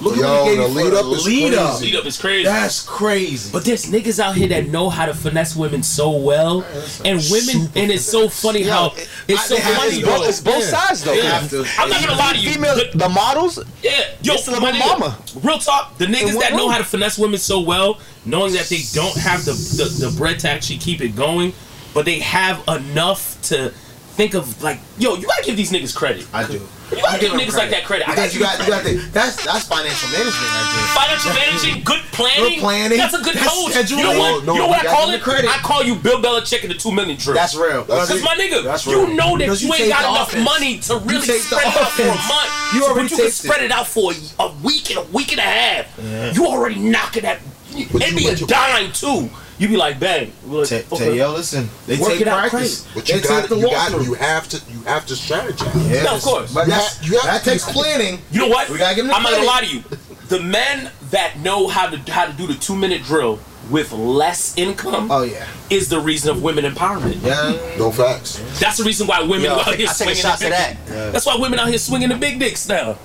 Speaker 5: Look at
Speaker 1: Yo,
Speaker 5: what
Speaker 1: the
Speaker 5: he gave you
Speaker 1: lead
Speaker 5: for
Speaker 1: up is
Speaker 5: lead up.
Speaker 1: crazy.
Speaker 6: Lead up is crazy.
Speaker 5: That's crazy.
Speaker 6: But there's niggas out here that know how to finesse women so well, and women, and it's so funny how it's so
Speaker 10: I- they have-
Speaker 6: funny.
Speaker 10: it's both- it's both sides, though. They have to.
Speaker 6: I'm not gonna lie to you.
Speaker 10: Female- the models,
Speaker 6: yeah, yo,
Speaker 10: it's the
Speaker 6: my nigga,
Speaker 10: mama.
Speaker 6: Real talk, the
Speaker 10: In
Speaker 6: niggas
Speaker 10: one
Speaker 6: that know
Speaker 10: room.
Speaker 6: how to finesse women so well, knowing that they don't have the the, the bread to actually keep it going, but they have enough to think of like, yo, you gotta give these niggas credit.
Speaker 5: I do.
Speaker 6: You gotta
Speaker 5: I
Speaker 6: give
Speaker 5: him
Speaker 6: niggas like that credit. I gotta
Speaker 5: Because you
Speaker 6: give
Speaker 5: got,
Speaker 6: you
Speaker 5: you got the, that's that's financial management right
Speaker 6: Financial managing, good planning.
Speaker 5: Good planning.
Speaker 6: That's a good
Speaker 5: That's
Speaker 6: coach.
Speaker 5: scheduling.
Speaker 6: You know what?
Speaker 5: No, no,
Speaker 6: you know what
Speaker 5: you
Speaker 6: I
Speaker 5: gotta
Speaker 6: call
Speaker 5: give
Speaker 6: it?
Speaker 5: him credit.
Speaker 6: I call you Bill Belichick and the two million drill.
Speaker 5: That's real. That's
Speaker 6: Because
Speaker 5: it.
Speaker 6: my nigga,
Speaker 5: That's
Speaker 6: you
Speaker 5: real.
Speaker 6: know that
Speaker 5: Because
Speaker 6: you,
Speaker 5: you
Speaker 6: ain't
Speaker 5: take
Speaker 6: got
Speaker 5: the
Speaker 6: enough
Speaker 5: offense.
Speaker 6: money to
Speaker 5: You
Speaker 6: really
Speaker 5: take the
Speaker 6: spread it out for a
Speaker 5: offense.
Speaker 6: month.
Speaker 5: You
Speaker 6: So,
Speaker 5: already
Speaker 6: but you can
Speaker 5: take
Speaker 6: spread it. out for a, a week and a week and a half. You already knocking that. It'd be a dime too. You be like, bang. We're Like,
Speaker 5: there. Tell yo, listen, they
Speaker 6: Work
Speaker 5: take
Speaker 6: it out
Speaker 5: practice,
Speaker 6: great.
Speaker 1: But you
Speaker 5: They
Speaker 1: got
Speaker 5: take
Speaker 1: to
Speaker 5: the
Speaker 1: you got
Speaker 5: walkthrough.
Speaker 1: you have to you have to strategize.
Speaker 5: Yes.
Speaker 6: No, of course.
Speaker 5: But that's-
Speaker 1: you have-
Speaker 5: that takes planning.
Speaker 6: You know what?
Speaker 5: We gotta give him the
Speaker 6: I'm not gonna
Speaker 5: credit.
Speaker 6: lie to you. The men that know how to how to do the two minute drill with less income. Oh
Speaker 5: yeah.
Speaker 6: Is the reason of women empowerment.
Speaker 5: Yeah.
Speaker 1: No facts.
Speaker 6: That's the reason why women
Speaker 10: Yo,
Speaker 6: are out here
Speaker 10: I take
Speaker 6: swinging
Speaker 10: shots
Speaker 6: the big
Speaker 10: at that.
Speaker 6: dicks.
Speaker 10: Yeah.
Speaker 6: That's why women out here swinging the big dicks now.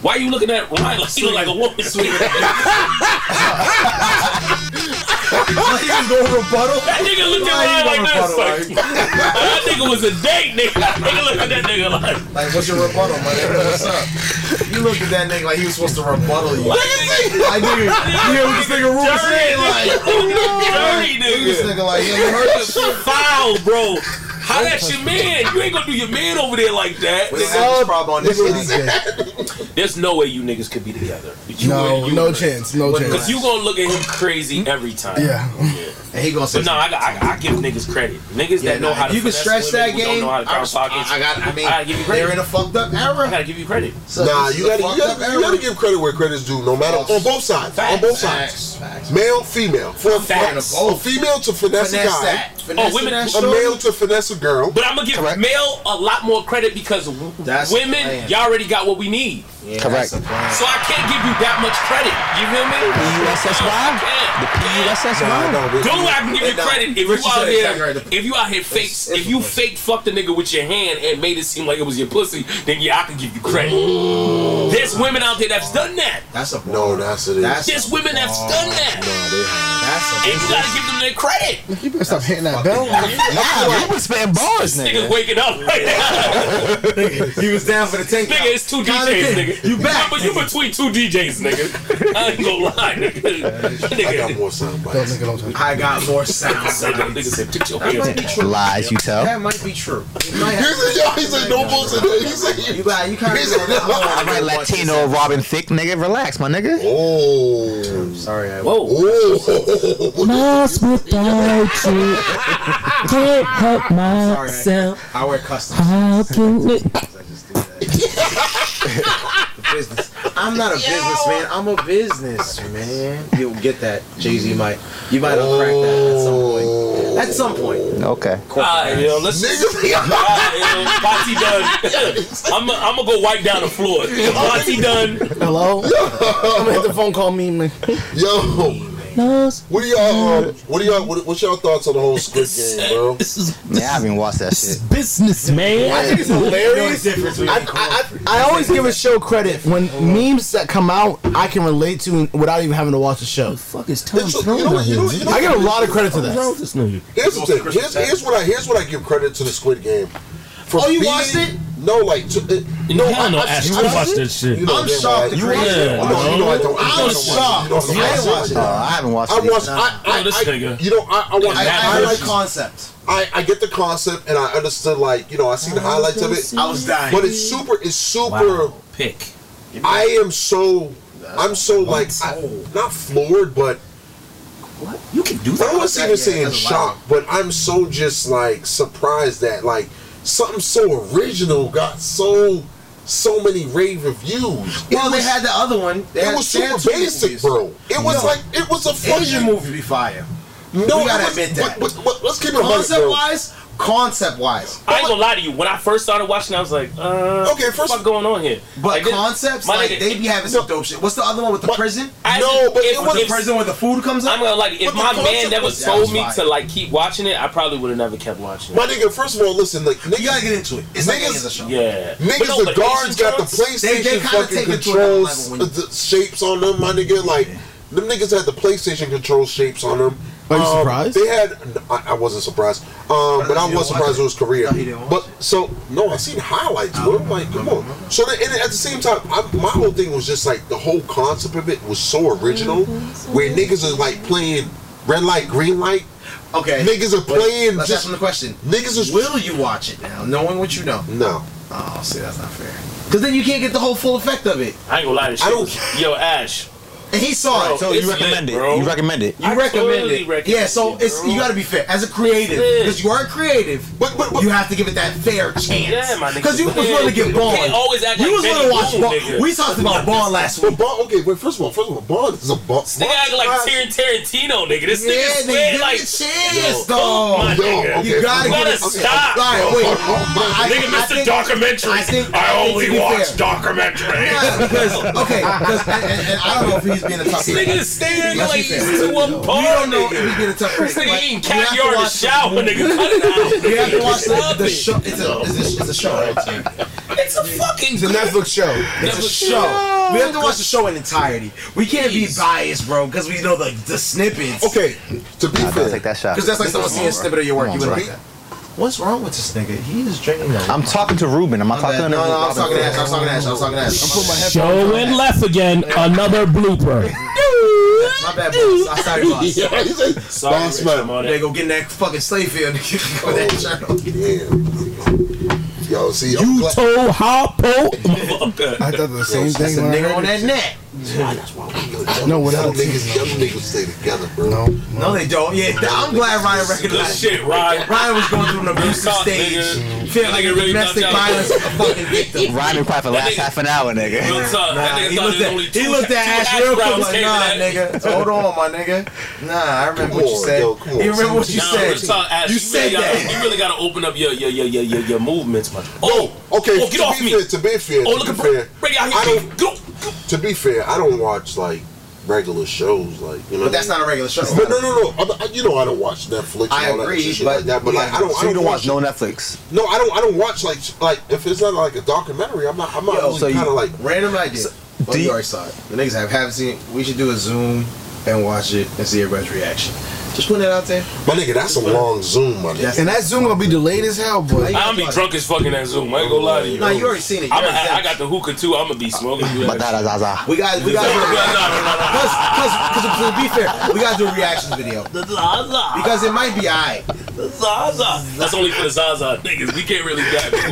Speaker 6: Why are you looking at Ryan like he look like a woman swinging?
Speaker 5: He's going rebuttal.
Speaker 6: That nigga looked at Ryan like this. Like, that nigga was a date, nigga. That nigga looked at that nigga like.
Speaker 5: Like, what's your rebuttal, my nigga? What's up? You looked at that nigga like he was supposed to rebuttal you. Like, nigga, you hear what this nigga Rufus saying? Like,
Speaker 6: Dirty, nigga.
Speaker 5: This nigga like, yeah, you heard this shit?
Speaker 6: Foul, bro. How that's your man? You ain't gonna do your man over there like that.
Speaker 5: We don't have this problem on this
Speaker 2: nigga.
Speaker 6: There's no way you niggas could be together. You
Speaker 2: No,
Speaker 6: would- you
Speaker 2: no chance, no
Speaker 6: Because
Speaker 2: chance.
Speaker 6: you gonna look at him crazy every time.
Speaker 2: Yeah.
Speaker 5: And he gonna say
Speaker 6: But no, I, I, I give niggas credit. Niggas
Speaker 5: Yeah,
Speaker 6: that know
Speaker 5: nah,
Speaker 6: how to
Speaker 5: you can
Speaker 6: finesse
Speaker 5: stretch
Speaker 6: women
Speaker 5: that
Speaker 6: who don't
Speaker 5: game,
Speaker 6: know how to
Speaker 5: I
Speaker 6: count
Speaker 5: res-
Speaker 6: pockets.
Speaker 5: I- I got- I mean,
Speaker 6: gotta give you credit.
Speaker 5: they're in a fucked up era.
Speaker 6: I gotta give you credit.
Speaker 5: So
Speaker 1: nah,
Speaker 5: this
Speaker 1: you
Speaker 5: is
Speaker 1: gotta, you
Speaker 5: a fucked
Speaker 1: gotta
Speaker 5: up
Speaker 1: you gotta
Speaker 5: era.
Speaker 1: give credit where credit's due, no matter on both sides, on both sides, male, female, for
Speaker 6: Facts.
Speaker 1: a female to finesse,
Speaker 5: Finesse
Speaker 1: a guy,
Speaker 5: that. Finesse
Speaker 6: Oh, women-
Speaker 5: that
Speaker 1: a
Speaker 5: shorty.
Speaker 1: male to finesse a girl.
Speaker 6: But I'm gonna give male a lot more credit because w-
Speaker 5: That's the
Speaker 6: women,
Speaker 5: plan.
Speaker 6: y'all already got what we need.
Speaker 5: Yeah,
Speaker 10: Correct.
Speaker 5: that's a plan.
Speaker 6: So I can't give you that much credit. You feel me?
Speaker 10: PUSSY?
Speaker 6: I can't.
Speaker 10: The PUSSY?
Speaker 6: Do I can give you
Speaker 5: Hey, nah,
Speaker 6: credit if
Speaker 5: Richie
Speaker 6: you out
Speaker 5: said exactly
Speaker 6: here
Speaker 5: right.
Speaker 6: if you out here fake if you fake fucked a nigga with your hand and made it seem like it was your pussy, then yeah, I can give you credit. There's women out there that's done that.
Speaker 5: That's a plan.
Speaker 1: no, that's it.
Speaker 5: That's
Speaker 6: There's women that's done that.
Speaker 5: That's a
Speaker 6: And you gotta give them their credit.
Speaker 2: You better stop hitting that bell.
Speaker 10: Nah, we was spitting bars,
Speaker 6: Niggas
Speaker 10: nigga.
Speaker 6: waking up right now.
Speaker 5: He was down for the tank.
Speaker 6: Nigga, it's two DJs, nigga.
Speaker 5: You back.
Speaker 6: But you between two DJs, nigga. I ain't gonna lie, nigga.
Speaker 1: I got
Speaker 6: Nigga,
Speaker 1: more sound bites.
Speaker 2: Don't make it long time.
Speaker 5: I got more sounds.
Speaker 6: said- nigga said, put your
Speaker 5: That might
Speaker 6: hands
Speaker 5: be
Speaker 6: up.
Speaker 5: true.
Speaker 10: Lies you tell.
Speaker 5: That might be true. It might
Speaker 1: He
Speaker 5: have-
Speaker 1: said, yo, he said, no bullshit. He said,
Speaker 5: You lie. You kind
Speaker 1: He said, no.
Speaker 10: I
Speaker 5: of.
Speaker 10: write Latino, Robin Thicke, nigga. Relax, my nigga.
Speaker 1: Oh.
Speaker 5: Sorry, I.
Speaker 6: Whoa.
Speaker 1: Oh.
Speaker 12: Lost without you. Can't help myself.
Speaker 5: I wear customs.
Speaker 12: How can it?
Speaker 5: I just do that. The business. I'm not a businessman. I'm a businessman. You'll get that. Jay Z might. You might uncrack that at some point. At some point.
Speaker 10: Okay.
Speaker 6: Alright, yo, let's
Speaker 1: Niggas.
Speaker 6: Alright, yo, Monty done. I'm gonna go wipe down the floor. Monty done.
Speaker 2: Hello? I'm gonna hit the phone call me, man.
Speaker 1: Yo.
Speaker 12: Lost.
Speaker 1: What are y'all, um, what are y'all, what, what's y'all thoughts on the whole Squid Game, bro?
Speaker 17: This is
Speaker 10: Man, I haven't even watched that
Speaker 17: this
Speaker 10: shit.
Speaker 17: is business, man.
Speaker 2: I think it's hilarious. I, I, I, I always give a show credit when memes that come out I can relate to without even having to watch the show.
Speaker 17: fuck is Tom
Speaker 1: It's- you
Speaker 17: Brown
Speaker 1: know what-
Speaker 17: out
Speaker 1: you
Speaker 17: here?
Speaker 1: know-
Speaker 17: dude?
Speaker 1: you know-
Speaker 2: I give a lot of credit to
Speaker 17: What's wrong
Speaker 2: that.
Speaker 17: with this nigga?
Speaker 1: Here's the thing. Here's, here's what I here's what I give credit to the Squid Game. For
Speaker 5: Oh, you watched it?
Speaker 1: No, like to, uh, it,
Speaker 6: No, I know.
Speaker 1: I've-
Speaker 6: You
Speaker 1: I've-
Speaker 17: watched that shit.
Speaker 1: You know,
Speaker 5: I'm
Speaker 1: damn
Speaker 5: shocked
Speaker 1: well,
Speaker 5: the
Speaker 1: You
Speaker 5: crazy-
Speaker 1: watched it?
Speaker 5: Yeah,
Speaker 1: You know, you know I don't.
Speaker 5: I'm
Speaker 1: I don't watch it. You know,
Speaker 5: shocked. I ain't watch it.
Speaker 10: No, Oh, I haven't watched
Speaker 1: I
Speaker 10: it.
Speaker 1: watched. I I,
Speaker 6: Oh, this
Speaker 1: I,
Speaker 6: nigga.
Speaker 1: you know, I, I watched.
Speaker 5: I,
Speaker 1: I,
Speaker 5: I,
Speaker 1: I,
Speaker 5: like
Speaker 1: like,
Speaker 5: concept.
Speaker 1: I, I get the concept and I understood like you know I see the highlights of it.
Speaker 5: I was dying.
Speaker 1: But it's super. It's super.
Speaker 6: Wow. Pick.
Speaker 1: I am so. I'm so like I, not floored, but
Speaker 6: What? You can do
Speaker 1: I don't want to
Speaker 5: Yeah,
Speaker 1: even say
Speaker 5: yeah,
Speaker 1: in
Speaker 5: that's
Speaker 1: shock, but I'm so just like surprised that like something so original got so so many rave reviews.
Speaker 5: Well,
Speaker 1: it
Speaker 5: Oh, they
Speaker 1: was,
Speaker 5: had the other one. They
Speaker 1: it
Speaker 5: had
Speaker 1: was super
Speaker 5: Sansu
Speaker 1: basic,
Speaker 5: movies.
Speaker 1: bro. It was
Speaker 5: No.
Speaker 1: like it was a
Speaker 5: Asian
Speaker 1: fucking
Speaker 5: movie be fire.
Speaker 1: No,
Speaker 5: we gotta
Speaker 1: it was-
Speaker 5: admit that.
Speaker 1: But, but, but let's keep it a hundred,
Speaker 5: Concept
Speaker 1: bro.
Speaker 5: wise, concept wise.
Speaker 6: I ain't gonna lie to you. When I first started watching, I was like, uh, okay, first what's going on here?
Speaker 5: But concepts, like, they be having some dope shit. What's the other one with the prison?
Speaker 6: No, but it
Speaker 5: was
Speaker 6: was-
Speaker 5: the prison where the food comes up.
Speaker 6: I'm gonna like if
Speaker 5: But the
Speaker 6: my man
Speaker 5: concept
Speaker 6: never
Speaker 5: was- that
Speaker 6: told
Speaker 5: was
Speaker 6: me
Speaker 5: fire.
Speaker 6: to like keep watching it, I probably would have never kept watching. it.
Speaker 1: My nigga, first of all, listen, like niggas, you gotta
Speaker 5: get into it.
Speaker 1: It's
Speaker 6: like
Speaker 1: niggas,
Speaker 6: any other show. Yeah.
Speaker 1: niggas,
Speaker 6: But no,
Speaker 1: the
Speaker 6: but
Speaker 1: guards
Speaker 6: Asian
Speaker 1: got the
Speaker 6: joints, they-
Speaker 1: PlayStation
Speaker 6: they kinda
Speaker 1: fucking
Speaker 6: take it to another
Speaker 1: controls, uh, the shapes on them. My nigga, like them niggas had the PlayStation control shapes on them.
Speaker 2: Are you
Speaker 1: Um,
Speaker 2: surprised?
Speaker 1: They had. I, I wasn't surprised, um, but I was surprised it was Korea. But so no, I seen highlights. Bro. I'm like, come on. So then, and at the same time, I, my whole thing was just like the whole concept of it was so original, where niggas is like playing red light, green light.
Speaker 5: Okay.
Speaker 1: Niggas are
Speaker 5: Wait,
Speaker 1: playing.
Speaker 5: Let's
Speaker 1: just
Speaker 5: ask them the question.
Speaker 1: Niggas is.
Speaker 5: Will you watch it now, knowing what you know?
Speaker 1: No.
Speaker 5: Oh, see, that's not fair. Because then you can't get the whole full effect of it.
Speaker 6: I ain't gonna lie to you.
Speaker 5: I don't-
Speaker 6: Yo, Ash.
Speaker 5: And he saw
Speaker 6: Bro,
Speaker 5: it.
Speaker 6: So you it's recommend lit, it. bro. You recommend it.
Speaker 5: You
Speaker 6: I
Speaker 5: recommend
Speaker 6: totally
Speaker 5: it.
Speaker 6: recommend
Speaker 5: yeah. So
Speaker 6: it,
Speaker 5: it's
Speaker 6: bro.
Speaker 5: you got to be fair as a creative because you are a creative. But, you have to give it that fair chance.
Speaker 6: Yeah, my nigga.
Speaker 5: Because you was
Speaker 6: Yeah,
Speaker 5: willing to
Speaker 6: you
Speaker 5: get Bond.
Speaker 6: can't always act
Speaker 5: you
Speaker 6: like
Speaker 5: was willing
Speaker 6: Benny
Speaker 5: to watch
Speaker 6: Boone,
Speaker 5: Bond.
Speaker 6: nigga.
Speaker 5: We talked about Bond last
Speaker 1: But
Speaker 5: week.
Speaker 1: Bond, okay, wait. First of all, first of all, Bond is a Bond.
Speaker 6: This nigga act like Tar- Tarantino, nigga. This nigga
Speaker 5: Yeah,
Speaker 6: swear
Speaker 5: nigga, give
Speaker 6: like
Speaker 5: it a chance,
Speaker 6: Yo, oh
Speaker 5: dog.
Speaker 6: My
Speaker 5: Yo,
Speaker 6: nigga,
Speaker 5: okay, You gotta
Speaker 6: let
Speaker 5: give it-
Speaker 6: us
Speaker 5: okay,
Speaker 6: stop.
Speaker 5: all right, wait. I-
Speaker 6: nigga,
Speaker 5: I
Speaker 6: Mr.
Speaker 5: think-
Speaker 6: Documentary. I,
Speaker 5: think- I think to be fair-
Speaker 6: documentaries.
Speaker 5: Yeah, because okay, because and, and, and I don't know if he's being a tough.
Speaker 6: This nigga is staring
Speaker 5: Let's be
Speaker 6: like he's
Speaker 5: fair.
Speaker 6: two up
Speaker 5: You don't know if he's being a tough.
Speaker 6: This
Speaker 5: critic,
Speaker 6: nigga
Speaker 5: but
Speaker 6: eating
Speaker 5: you have to
Speaker 6: caviar in the
Speaker 5: watch
Speaker 6: shower, nigga. Cut it out.
Speaker 5: You have to watch the,
Speaker 6: Stop
Speaker 5: the
Speaker 6: it.
Speaker 5: show. It's a, it's a, it's a show. Right?
Speaker 6: It's a fucking.
Speaker 5: It's a Netflix show. It's a
Speaker 6: Netflix
Speaker 5: show.
Speaker 6: show.
Speaker 5: We have to watch the show in entirety. We can't be biased, bro, because we know the, the snippets. Okay,
Speaker 1: to be
Speaker 10: fair, take that shot.
Speaker 5: because that's like someone
Speaker 10: Come
Speaker 5: seeing a
Speaker 10: on,
Speaker 5: snippet
Speaker 10: bro.
Speaker 5: of your work.
Speaker 10: Come
Speaker 5: You
Speaker 10: on,
Speaker 5: would
Speaker 10: bro.
Speaker 5: like that. What's wrong with this nigga? He is drinking. that.
Speaker 10: I'm talking to Ruben. I'm not
Speaker 5: My
Speaker 10: talking
Speaker 5: bad.
Speaker 10: to
Speaker 5: No, no, I'm
Speaker 10: Robin.
Speaker 5: talking to Ash. I'm talking to Ash. I'm talking to Ash. I'm putting my headphones
Speaker 17: Show
Speaker 5: on.
Speaker 17: went left again. Another blooper.
Speaker 5: My bad, boss. I'm sorry, boss.
Speaker 17: Yeah, he's like,
Speaker 5: sorry,
Speaker 17: boss man.
Speaker 5: They go get in that fucking slave field. nigga. With that shirt
Speaker 1: Oh,
Speaker 5: on.
Speaker 1: Yo, see,
Speaker 17: You told Harpo.
Speaker 2: I thought the same
Speaker 5: That's
Speaker 2: thing.
Speaker 5: a
Speaker 2: when I
Speaker 5: nigga
Speaker 2: heard
Speaker 5: on
Speaker 2: it.
Speaker 5: that net.
Speaker 2: No, without
Speaker 1: niggas, young niggas stay together, bro. No,
Speaker 5: No, they don't. Yeah, I'm glad Ryan recognized
Speaker 6: Good shit, Ryan.
Speaker 5: Ryan was going through an abusive
Speaker 6: Talk,
Speaker 5: stage.
Speaker 6: nigga.
Speaker 5: Feel like
Speaker 6: Nigga really
Speaker 5: domestic
Speaker 6: thought y'all-
Speaker 5: violence a fucking victim.
Speaker 10: Ryan been quiet for the last half an hour, nigga.
Speaker 6: Real talk.
Speaker 5: Nah,
Speaker 6: That nigga
Speaker 5: he
Speaker 6: thought
Speaker 5: looked
Speaker 6: there's
Speaker 5: at,
Speaker 6: only
Speaker 5: he
Speaker 6: two-
Speaker 5: looked at
Speaker 6: two
Speaker 5: Ash
Speaker 6: hash
Speaker 5: real quick
Speaker 6: browns
Speaker 5: like,
Speaker 6: came to
Speaker 5: nah,
Speaker 6: that.
Speaker 5: nigga. Hold on, my nigga. Nah, I remember what you said. you remember what you
Speaker 6: Nah,
Speaker 5: said.
Speaker 6: real talk, Ash,
Speaker 5: you,
Speaker 6: you
Speaker 5: said
Speaker 6: really
Speaker 5: that.
Speaker 6: Gotta, you really gotta open up your your your your your, your movements, my. Oh,
Speaker 1: okay.
Speaker 6: Oh, get
Speaker 1: to
Speaker 6: off
Speaker 1: be
Speaker 6: me.
Speaker 1: Fair, to be fair,
Speaker 6: Oh,
Speaker 1: to
Speaker 6: look
Speaker 1: be
Speaker 6: at
Speaker 1: fair,
Speaker 6: Brady out here.
Speaker 1: I don't. To be fair, I don't watch like regular shows, like you know.
Speaker 5: But that's not a regular show.
Speaker 1: But no, no, no. I, I- you know, I don't watch Netflix. and
Speaker 5: I
Speaker 1: all that
Speaker 5: agree,
Speaker 1: shit
Speaker 5: but-
Speaker 1: like that. But like, I don't.
Speaker 10: So
Speaker 1: I
Speaker 10: you don't watch
Speaker 1: watch
Speaker 10: no Netflix.
Speaker 1: No, I don't. I don't watch like like if it's not like a documentary. I'm not. I'm not.
Speaker 5: Yo,
Speaker 1: really kind of like
Speaker 5: random idea. well, you already saw it. The niggas have haven't seen. it. We should do a Zoom and watch it and see everybody's reaction. Just putting that out there.
Speaker 1: My nigga, that's a long Zoom, my nigga.
Speaker 2: And that Zoom gonna be delayed as hell, boy.
Speaker 6: I'm be drunk as fucking that Zoom. I ain't gonna lie to you.
Speaker 5: Nah, you already seen it. You
Speaker 6: I'm a,
Speaker 5: already
Speaker 6: I got the hookah too. I'm gonna be smoking. you
Speaker 10: But da da da da.
Speaker 5: We got we got because to be fair, we gotta do a reactions video because it might be I.
Speaker 6: Zaza. That's only for the Zaza niggas. We can't really get it.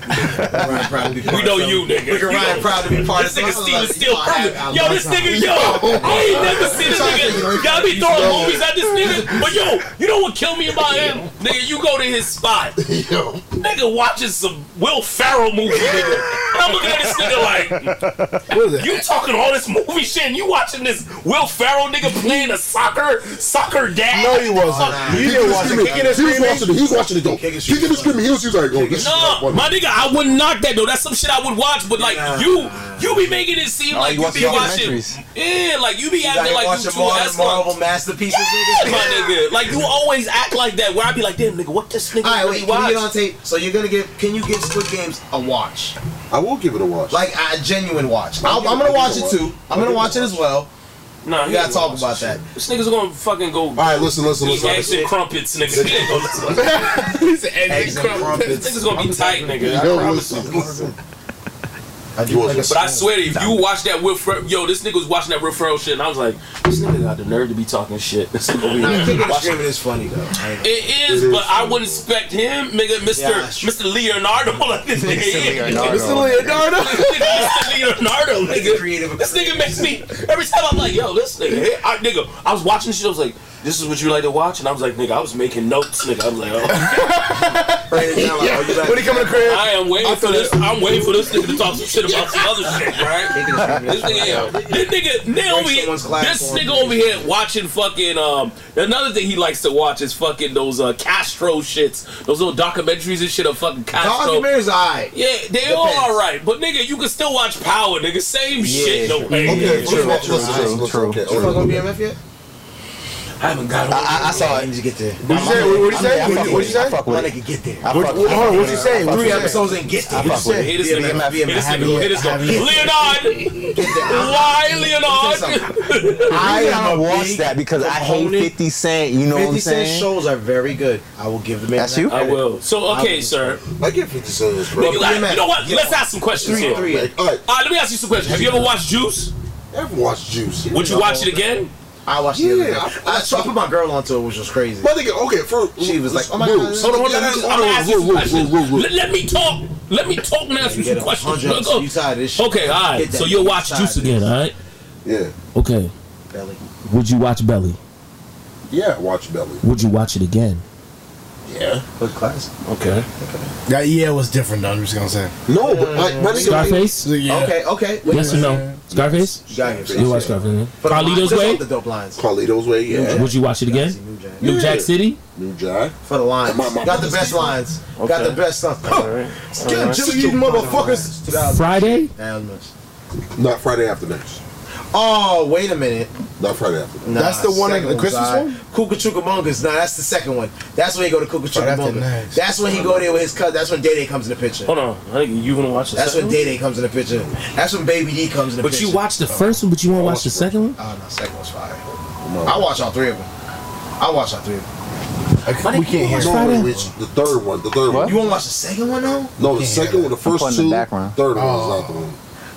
Speaker 6: We know you, nigga.
Speaker 5: We
Speaker 6: You
Speaker 5: can Ryan
Speaker 6: know.
Speaker 5: proud to be part of
Speaker 6: This nigga
Speaker 5: something
Speaker 6: Steven
Speaker 5: like-
Speaker 6: still
Speaker 5: I have- I
Speaker 6: perfect. Yo,
Speaker 5: love
Speaker 6: this
Speaker 5: him.
Speaker 6: nigga, yo, I ain't never seen this nigga. Y'all be throwing movies at this nigga, but yo, you know what killed me about him, nigga? You go to his spot, nigga watches some Will Ferrell movie, nigga. And I'm looking at this nigga like, you talking all this movie shit, and you watching this Will Ferrell nigga playing a soccer soccer dad?
Speaker 1: No, he wasn't.
Speaker 6: He
Speaker 1: He
Speaker 6: didn't
Speaker 1: was
Speaker 6: watch
Speaker 1: watching
Speaker 6: it.
Speaker 1: it. He was watching it. He was watching it though. Kicking and screaming. He was, he was like, oh, this is not
Speaker 6: No,
Speaker 1: funny.
Speaker 6: my nigga, I wouldn't knock that though. That's some shit I would watch, but like you, you be making it seem
Speaker 10: No,
Speaker 6: like
Speaker 10: you
Speaker 6: you,
Speaker 10: watch
Speaker 6: be watching.
Speaker 10: documentaries.
Speaker 6: Yeah, like you be acting
Speaker 5: gotta
Speaker 6: like
Speaker 5: watch
Speaker 6: you
Speaker 5: them
Speaker 6: two
Speaker 5: all the
Speaker 6: Esquire.
Speaker 5: Marvel masterpieces.
Speaker 6: Yeah, my nigga. Like you always act like that. Where I be like, damn nigga, what this nigga
Speaker 5: All right, wait.
Speaker 6: really
Speaker 5: Can
Speaker 6: watch?
Speaker 5: we get on tape? So you're gonna give? Can you give Squid Games a watch?
Speaker 1: I will give it a watch.
Speaker 5: Like a genuine watch.
Speaker 6: I'll
Speaker 5: I'll,
Speaker 6: give
Speaker 5: I'm
Speaker 6: it-
Speaker 5: gonna
Speaker 6: I'll
Speaker 5: watch
Speaker 6: give
Speaker 5: it
Speaker 6: it a
Speaker 5: too.
Speaker 6: watch.
Speaker 5: I'm gonna watch it as well.
Speaker 6: Nah,
Speaker 5: We
Speaker 6: he
Speaker 5: gotta
Speaker 6: ain't
Speaker 5: talk
Speaker 6: watch
Speaker 5: about
Speaker 6: this
Speaker 5: that.
Speaker 6: shit. This nigga's gonna fucking go. All
Speaker 1: right, listen, listen,
Speaker 6: eat
Speaker 1: listen.
Speaker 6: Eggs and crumpets, nigga. He ain't gonna listen. He's an eggs and crumpets. This nigga's gonna be tight, nigga. I
Speaker 1: Yo,
Speaker 6: promise
Speaker 1: listen,
Speaker 6: you.
Speaker 1: listen.
Speaker 6: But I swear to you, if you watch that Will Fer- yo, this nigga was watching that Will Ferrell shit, and I was like, this nigga got the nerve to be talking shit. This nigga over here
Speaker 5: Nah, Kicking and
Speaker 6: watching-
Speaker 5: screaming is funny though. I ain't-
Speaker 6: It is,
Speaker 5: It is
Speaker 6: but I wouldn't expect him, nigga, Mr.
Speaker 5: Yeah,
Speaker 6: Mr. Leonardo like this nigga. is.
Speaker 5: Leonardo. Mr.
Speaker 6: Leonardo. Mr. Leonardo, nigga. This nigga makes me every time I'm like, yo, this nigga, hey, I, nigga. I was watching shit. I was like, this is what you like to watch, and I was like, nigga, I was making notes, nigga. I was like, oh.
Speaker 1: Write it down, like, oh, you like-
Speaker 2: When he come in the crib,
Speaker 6: I am waiting for this. I'm waiting for this nigga to talk some shit about some other shit, right? this nigga, this nigga, nigga over here, this nigga over here watching fucking. Um, another thing he likes to watch is fucking those uh, Castro shits, those little documentaries and shit of fucking Castro.
Speaker 5: Documentaries, alright.
Speaker 6: Yeah, they all
Speaker 5: Depends.
Speaker 6: alright, but nigga, you can still watch Power, nigga. Same shit, no way.
Speaker 1: Okay, true, true, true, true,
Speaker 5: You fuck on BMF yet?
Speaker 10: I haven't got. I, I saw it. I need to get there.
Speaker 5: What'd you say? What'd you say? What'd you- what'd you say?
Speaker 10: I fuck with
Speaker 5: My
Speaker 10: it.
Speaker 5: nigga, get there.
Speaker 10: I
Speaker 5: What-
Speaker 10: fuck
Speaker 5: what-
Speaker 10: with it.
Speaker 5: hold on,
Speaker 10: I
Speaker 5: what'd you
Speaker 10: fuck
Speaker 5: say?
Speaker 10: with
Speaker 5: Three
Speaker 10: it.
Speaker 5: episodes and get there.
Speaker 10: I fuck with it.
Speaker 5: Hit us in the-
Speaker 10: BMF,
Speaker 5: hit us in the-
Speaker 10: BMF.
Speaker 5: hit us in the-
Speaker 6: Leonard!
Speaker 5: Why,
Speaker 6: Leonard?
Speaker 10: I
Speaker 5: am
Speaker 10: haven't
Speaker 5: a
Speaker 10: watched
Speaker 5: big
Speaker 10: that because I hate
Speaker 5: proponent.
Speaker 10: 50 Cent. You know what I'm
Speaker 5: 50 Cent
Speaker 10: saying?
Speaker 5: shows are very good. I will give them.
Speaker 10: That's you?
Speaker 6: I will. So okay, sir.
Speaker 1: I get 50 Cent is
Speaker 6: Nigga, like, you know what? Let's ask some questions
Speaker 1: Three,
Speaker 6: here.
Speaker 1: three.
Speaker 6: All right. let me ask you some questions. Have you ever watched Juice?
Speaker 1: I've watched Juice.
Speaker 6: Would you watch it again?
Speaker 5: I watched
Speaker 1: Yeah,
Speaker 5: the other day.
Speaker 1: I-
Speaker 5: I, so I put my girl onto it, which was crazy.
Speaker 1: My nigga, okay, for
Speaker 5: She was like, oh my
Speaker 1: Whoa,
Speaker 5: god.
Speaker 1: hold on, hold on, hold on,
Speaker 6: I'm gonna ask you some
Speaker 1: whoa, whoa,
Speaker 6: questions.
Speaker 1: whoa, whoa, whoa.
Speaker 6: Let, let me talk. Let me talk and ask you some questions. Look, look. Okay, all right. So you'll watch Juice again.
Speaker 9: again, all right?
Speaker 1: Yeah.
Speaker 9: Okay.
Speaker 5: Belly.
Speaker 9: Would you watch Belly?
Speaker 1: Yeah, watch Belly.
Speaker 9: Would you watch it again?
Speaker 1: Yeah.
Speaker 5: Good class.
Speaker 9: Okay.
Speaker 2: That yeah was different though. I'm just gonna say.
Speaker 1: No, but like, my nigga,
Speaker 9: Scarface?
Speaker 2: Yeah.
Speaker 5: Okay, oh, okay.
Speaker 9: yes or no? Scarface?
Speaker 5: Scarface,
Speaker 9: You watch
Speaker 5: yeah.
Speaker 9: Scarface? yeah.
Speaker 5: But
Speaker 9: Carlito's
Speaker 5: just
Speaker 9: Way?
Speaker 5: off The dope lines.
Speaker 1: Carlito's Way, yeah.
Speaker 9: Would you watch it again? New
Speaker 1: Yeah.
Speaker 9: Jack City?
Speaker 1: New Jack.
Speaker 5: For the lines.
Speaker 1: My- my
Speaker 5: Got the
Speaker 1: brother's
Speaker 5: best
Speaker 1: people.
Speaker 5: lines. Got
Speaker 1: Okay.
Speaker 5: the best stuff.
Speaker 1: Get to you motherfuckers.
Speaker 9: Friday?
Speaker 1: Not Friday after next.
Speaker 5: Oh, wait a minute.
Speaker 1: Not Friday after next.
Speaker 5: Nah,
Speaker 2: That's the one, like,
Speaker 5: second
Speaker 2: the Christmas
Speaker 5: alright.
Speaker 2: one?
Speaker 5: Cucachucamongas. Nah, that's the second one. That's when he go to
Speaker 2: Friday after
Speaker 5: Cucachucamongas.
Speaker 2: next.
Speaker 5: That's when he go there with his cousin. That's when Day Day comes in the picture.
Speaker 6: Hold on. I think you wanna watch the
Speaker 5: That's
Speaker 6: second
Speaker 5: when Day Day comes in the picture. That's when Baby D comes in the
Speaker 6: But
Speaker 5: picture.
Speaker 6: you watched the
Speaker 9: First one, but you won't watch the second one?
Speaker 5: Oh, no, second one's fire. I watch all three of them. I watch all three of them.
Speaker 1: we can't
Speaker 5: hear
Speaker 1: no,
Speaker 5: Friday.
Speaker 1: Rich, the third one. The third
Speaker 5: You
Speaker 1: one.
Speaker 5: won't watch the second one though?
Speaker 1: No, the second one, the
Speaker 10: I'm putting
Speaker 1: first
Speaker 10: the
Speaker 1: two,
Speaker 10: background.
Speaker 1: third one was not the one.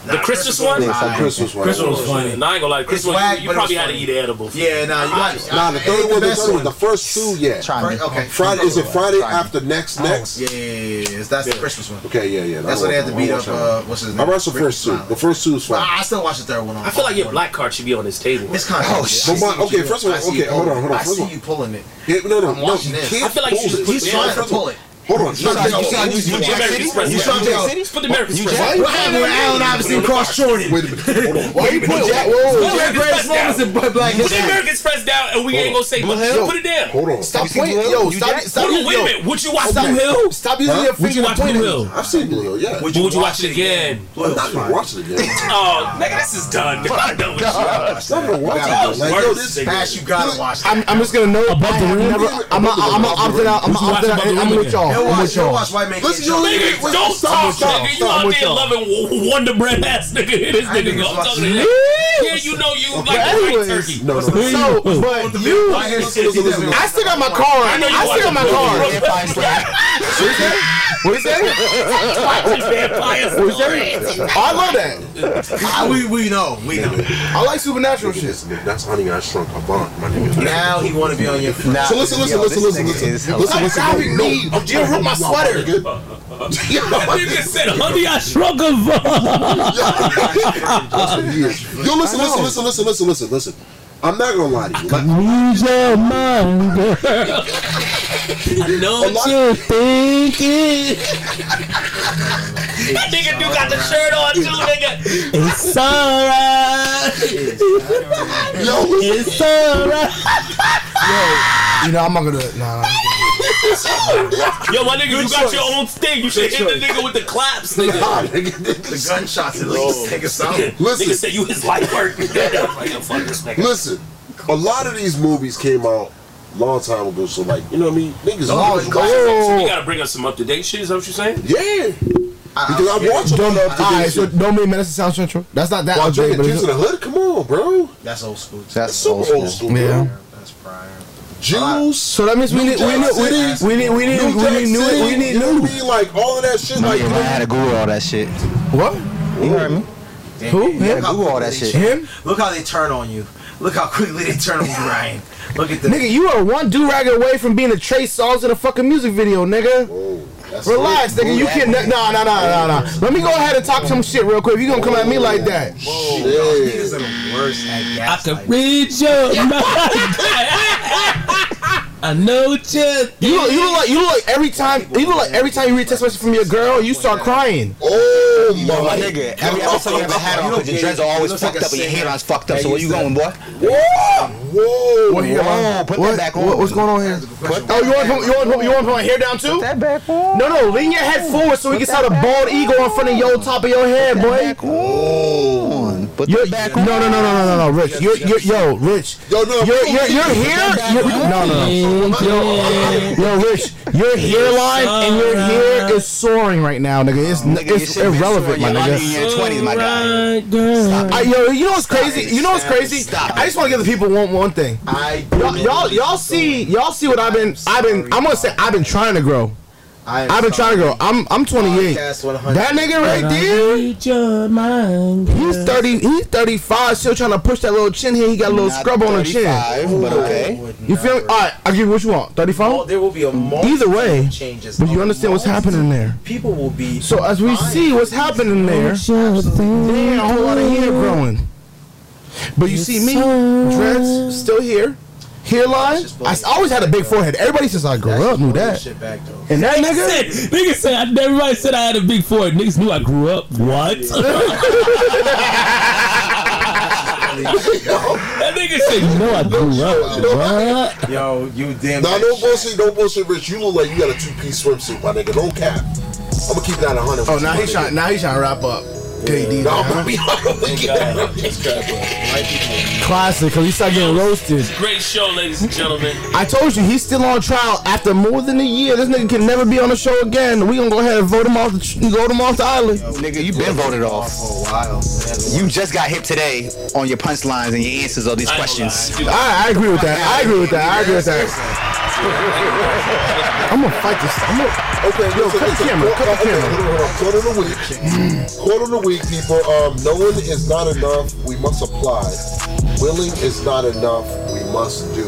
Speaker 6: The Christmas one?
Speaker 1: Yeah, it's the Christmas one.
Speaker 6: Christmas was funny. Nah, I ain't gonna lie. The Christmas
Speaker 5: whack,
Speaker 6: one, you
Speaker 5: but it
Speaker 6: probably
Speaker 5: was
Speaker 6: had to
Speaker 5: funny.
Speaker 6: eat the edibles.
Speaker 5: Yeah, nah, you watch.
Speaker 1: Nah, the third one, the third one, the first two, yeah.
Speaker 5: Fri- Okay.
Speaker 1: Friday is it Friday after next next?
Speaker 5: Yeah, yeah, yeah, yeah. That's the Christmas one.
Speaker 1: Okay, yeah, yeah. I
Speaker 5: That's when they had to
Speaker 1: watched-
Speaker 5: beat
Speaker 1: I
Speaker 5: up.
Speaker 1: watched
Speaker 5: Uh, Ah,
Speaker 1: that.
Speaker 5: what's his
Speaker 1: I
Speaker 5: name?
Speaker 1: watched the first two. The first two is fine.
Speaker 5: I still watch the third one. On
Speaker 6: I feel like your black card should be on this table.
Speaker 5: It's kind of
Speaker 1: Oh, shit. But my- okay, first of all, okay, hold on, hold on,
Speaker 5: I
Speaker 1: first of
Speaker 5: see
Speaker 1: all.
Speaker 5: you pulling it.
Speaker 1: Yeah, no, no,
Speaker 5: I'm
Speaker 1: no.
Speaker 5: watching
Speaker 1: You
Speaker 5: this.
Speaker 1: can't
Speaker 6: I feel like you
Speaker 1: pull
Speaker 6: should
Speaker 1: it.
Speaker 6: put
Speaker 5: He's trying to pull it.
Speaker 1: Hold on. You
Speaker 5: trying to pull it.
Speaker 1: New Jack City?
Speaker 6: You
Speaker 1: saw New Jack City?
Speaker 6: Put the American
Speaker 1: You
Speaker 6: Express
Speaker 1: Jack-
Speaker 6: down.
Speaker 1: What happened when Allen Iverson
Speaker 5: crossed Jordan?
Speaker 1: Wait a minute. Hold on.
Speaker 2: Why you put Jack? Whoa,
Speaker 6: Put the
Speaker 2: whoa,
Speaker 6: American Express down.
Speaker 5: Black
Speaker 6: Put the American Express down, and we ain't gonna say much.
Speaker 1: Hill?
Speaker 6: Put it down.
Speaker 1: Hold on.
Speaker 2: Stop pointing, yo. Stop, stop.
Speaker 6: Hold on, wait a
Speaker 2: yo.
Speaker 6: minute. Would you watch
Speaker 2: Stop-
Speaker 6: Blue Hill?
Speaker 2: Stop using
Speaker 1: Huh?
Speaker 2: your
Speaker 6: Would
Speaker 2: finger
Speaker 6: you
Speaker 2: to
Speaker 6: watch
Speaker 2: point
Speaker 6: Blue
Speaker 2: at me.
Speaker 6: Hill?
Speaker 1: I've seen Blue Hill, yeah.
Speaker 6: Would you, watch, it again?
Speaker 1: I'm not gonna watch it again.
Speaker 6: Oh, nigga, this is done. I'm done with you.
Speaker 1: I'm gonna watch
Speaker 5: gotta
Speaker 1: it.
Speaker 5: watch
Speaker 1: Like,
Speaker 6: that.
Speaker 1: yo, this
Speaker 5: Pass, you gotta watch that.
Speaker 2: I'm, I'm just gonna know. I have never. I'm not. I'm not opting out. I'm not opting out. I'm with y'all.
Speaker 5: He'll
Speaker 2: I'm
Speaker 5: watch,
Speaker 2: with
Speaker 5: he'll
Speaker 2: y'all.
Speaker 5: watch White Man Can't
Speaker 1: Listen,
Speaker 5: Jump.
Speaker 1: yo,
Speaker 6: Nigga,
Speaker 1: Wait,
Speaker 6: don't talk,
Speaker 2: y'all.
Speaker 6: nigga. You
Speaker 2: Stop
Speaker 6: out
Speaker 2: with
Speaker 6: there
Speaker 2: y'all.
Speaker 6: loving W- Wonder Bread ass nigga. This
Speaker 5: I think
Speaker 6: nigga,
Speaker 5: it's
Speaker 6: I'm
Speaker 5: my-
Speaker 6: talking to him. Yeah, you know you like white
Speaker 2: Anyways,
Speaker 6: turkey.
Speaker 1: No, no, no.
Speaker 2: So, but you,
Speaker 1: Listen, listen, listen, listen.
Speaker 2: I still got my card.
Speaker 6: I know you
Speaker 2: I still got
Speaker 6: watch
Speaker 2: my
Speaker 6: Blue
Speaker 2: card.
Speaker 6: Hill.
Speaker 2: What you say? What you say? I love that.
Speaker 5: Ah, we we know, we know.
Speaker 2: I like supernatural shit.
Speaker 1: Listen, nigga, That's honey, I shrunk my bond, my nigga.
Speaker 5: Now he want to be on your. Front.
Speaker 10: Nah,
Speaker 1: So listen, listen,
Speaker 10: yo,
Speaker 1: listen,
Speaker 10: this
Speaker 1: listen,
Speaker 10: nigga
Speaker 1: listen.
Speaker 10: is
Speaker 1: Listen,
Speaker 10: hilarious.
Speaker 1: listen,
Speaker 2: driving
Speaker 1: no,
Speaker 2: me.
Speaker 1: no.
Speaker 2: Oh, Jim, rip my
Speaker 1: Yo,
Speaker 2: sweater.
Speaker 1: nigga.
Speaker 6: That nigga said, honey, I sh-"
Speaker 9: Shrug of
Speaker 1: Yo, listen, listen, listen, listen, listen, listen, listen. I'm not gonna lie to you. Like,
Speaker 12: Lose your mind, girl.
Speaker 6: I know.
Speaker 1: lot-
Speaker 12: You're thinking
Speaker 6: That nigga do got the shirt on too, nigga.
Speaker 12: it's alright.
Speaker 1: yo, listen.
Speaker 12: It's alright.
Speaker 2: You know, I'm not gonna. Nah, nah.
Speaker 6: Yo, my nigga, you got your own thing. You should hit the nigga with the claps, nigga.
Speaker 1: Nah, nigga.
Speaker 5: The gunshots at least take a something.
Speaker 1: Listen.
Speaker 6: Nigga said you his life work. I'm like, yo, fuck this nigga.
Speaker 1: Listen, a lot of these movies came out long time ago, so like, you know what I mean? Niggas always
Speaker 6: So we
Speaker 1: go.
Speaker 6: gotta bring up some up to date shit. Is that what you're saying?
Speaker 1: Yeah. Because I watch them
Speaker 2: Don't.
Speaker 1: on up
Speaker 2: All right, so
Speaker 1: to date.
Speaker 2: don't make Menace to Sound Central. That's not that
Speaker 1: Watch
Speaker 2: update,
Speaker 1: them
Speaker 2: but
Speaker 1: Kids in the
Speaker 2: it's-
Speaker 1: Hood? Come on, bro.
Speaker 5: That's old school. too.
Speaker 10: That's old
Speaker 1: Super old
Speaker 10: school.
Speaker 1: school, bro.
Speaker 2: Yeah.
Speaker 5: That's prior.
Speaker 1: Juice.
Speaker 2: so that means we
Speaker 1: New
Speaker 2: need. We
Speaker 1: Jack
Speaker 2: need. We need.
Speaker 1: City.
Speaker 2: We need. We need.
Speaker 1: New
Speaker 2: We need
Speaker 1: Jack
Speaker 2: new.
Speaker 1: City,
Speaker 2: We need
Speaker 1: you know
Speaker 2: new.
Speaker 1: what I mean? Like all of that shit.
Speaker 10: Nah,
Speaker 1: Like,
Speaker 10: yeah, man, I had to Google all that shit.
Speaker 2: What?
Speaker 10: You heard me?
Speaker 2: Who?
Speaker 5: Look
Speaker 2: Him?
Speaker 5: how
Speaker 10: Google all
Speaker 5: quickly
Speaker 10: that
Speaker 5: they
Speaker 10: shit.
Speaker 5: turn-
Speaker 2: Him?
Speaker 5: Look how they turn on you. Look how quickly they turn on you, Ryan. Look at the
Speaker 2: Nigga, you are one do rag away from being a Trey Songz in a fucking music video, nigga.
Speaker 1: Whoa, that's
Speaker 2: Relax,
Speaker 1: it.
Speaker 2: nigga. You can not nah nah nah nah nah. Let me go ahead and talk some shit real quick. If you gonna come at me like that,
Speaker 1: Shit.
Speaker 5: Niggas are the worst at gaslighting.
Speaker 9: Read your mind.
Speaker 2: I know what you. You look, you look like you look like every time you look like every time you read a text message from your girl, you start crying.
Speaker 1: Oh
Speaker 10: You know, my nigga, every episode you ever had on, because your dreads are always fucked up and your hairline's fucked up. So where you going, boy?
Speaker 1: Whoa! Whoa!
Speaker 10: Whoa, put that back on.
Speaker 2: what's going on here? oh, you want to put, you want to put, you want to put my hair down too? Put that back on. No, no, lean your head forward so we can see the bald eagle in front of your top of your head, boy. Back on. Put that back on. No, no, no, no, no, no, no, Rich. You're, you're, yo, Rich. Yo, no. You're, you're, you're here. You're, no, no, no. Yo, yo, Rich. Your hairline and your hair is soaring right now, nigga. It's, it's irrelevant, my nigga.
Speaker 10: my guy.
Speaker 2: I, yo, you know what's crazy? you know what's crazy? I just want to give the people one one thing.
Speaker 1: I
Speaker 2: y'all, y'all y'all see y'all see what I've been I've been I'm gonna say I've been trying to grow.
Speaker 5: I am
Speaker 2: I've been trying to grow. I'm I'm 28.
Speaker 5: Podcast 100.
Speaker 2: That nigga right
Speaker 5: And I
Speaker 2: there, he's 30. He's 35. Still trying to push that little chin here. He got a little
Speaker 5: Not
Speaker 2: scrub on the chin.
Speaker 5: 35, but okay.
Speaker 2: You feel me? All right, I'll give you what you want. 35.
Speaker 5: Well, there will be a multitude
Speaker 2: Either way,
Speaker 5: of changes
Speaker 2: but you understand what's happening there.
Speaker 5: People will be.
Speaker 2: So as we see what's happening there, damn, a whole lot of hair growing. But you see me, dreads still here, hairline. I s- always had a big forehead. Everybody since I grew up knew that. And that nigga,
Speaker 17: said, nigga said, I, everybody said I had a big forehead. Niggas knew I grew up. What?
Speaker 5: that
Speaker 17: nigga said, you know I grew up. What?
Speaker 5: Yo, you damn.
Speaker 1: Nah, no bullshit, no bullshit, Rich. You look like you got a two piece swimsuit, my nigga. No cap. I'm gonna keep that 100.
Speaker 2: Oh, now he trying. Now he trying to wrap up. KD,
Speaker 1: Nah,
Speaker 2: now,
Speaker 1: I'm gonna be
Speaker 2: huh?
Speaker 1: honest.
Speaker 2: classic. Cause he started getting roasted.
Speaker 6: Great show, ladies and gentlemen.
Speaker 2: I told you he's still on trial after more than a year. This nigga can never be on the show again. We gonna go ahead and vote him off. The, vote him off the island.
Speaker 10: Nigga, you been voted off. You just got hit today on your punchlines and your answers of these questions.
Speaker 2: I, I agree with that. I agree with that. I agree with that. I'm gonna fight this. I'm gonna.
Speaker 1: Okay,
Speaker 2: yo,
Speaker 1: listen,
Speaker 2: cut the
Speaker 1: listen.
Speaker 2: camera.
Speaker 1: Quote-
Speaker 2: Cut the
Speaker 1: okay,
Speaker 2: camera.
Speaker 1: hold on, hold on. Quote of the week. Quote of the week, people. Um, knowing is not enough. We must apply. Willing is not enough. We must do.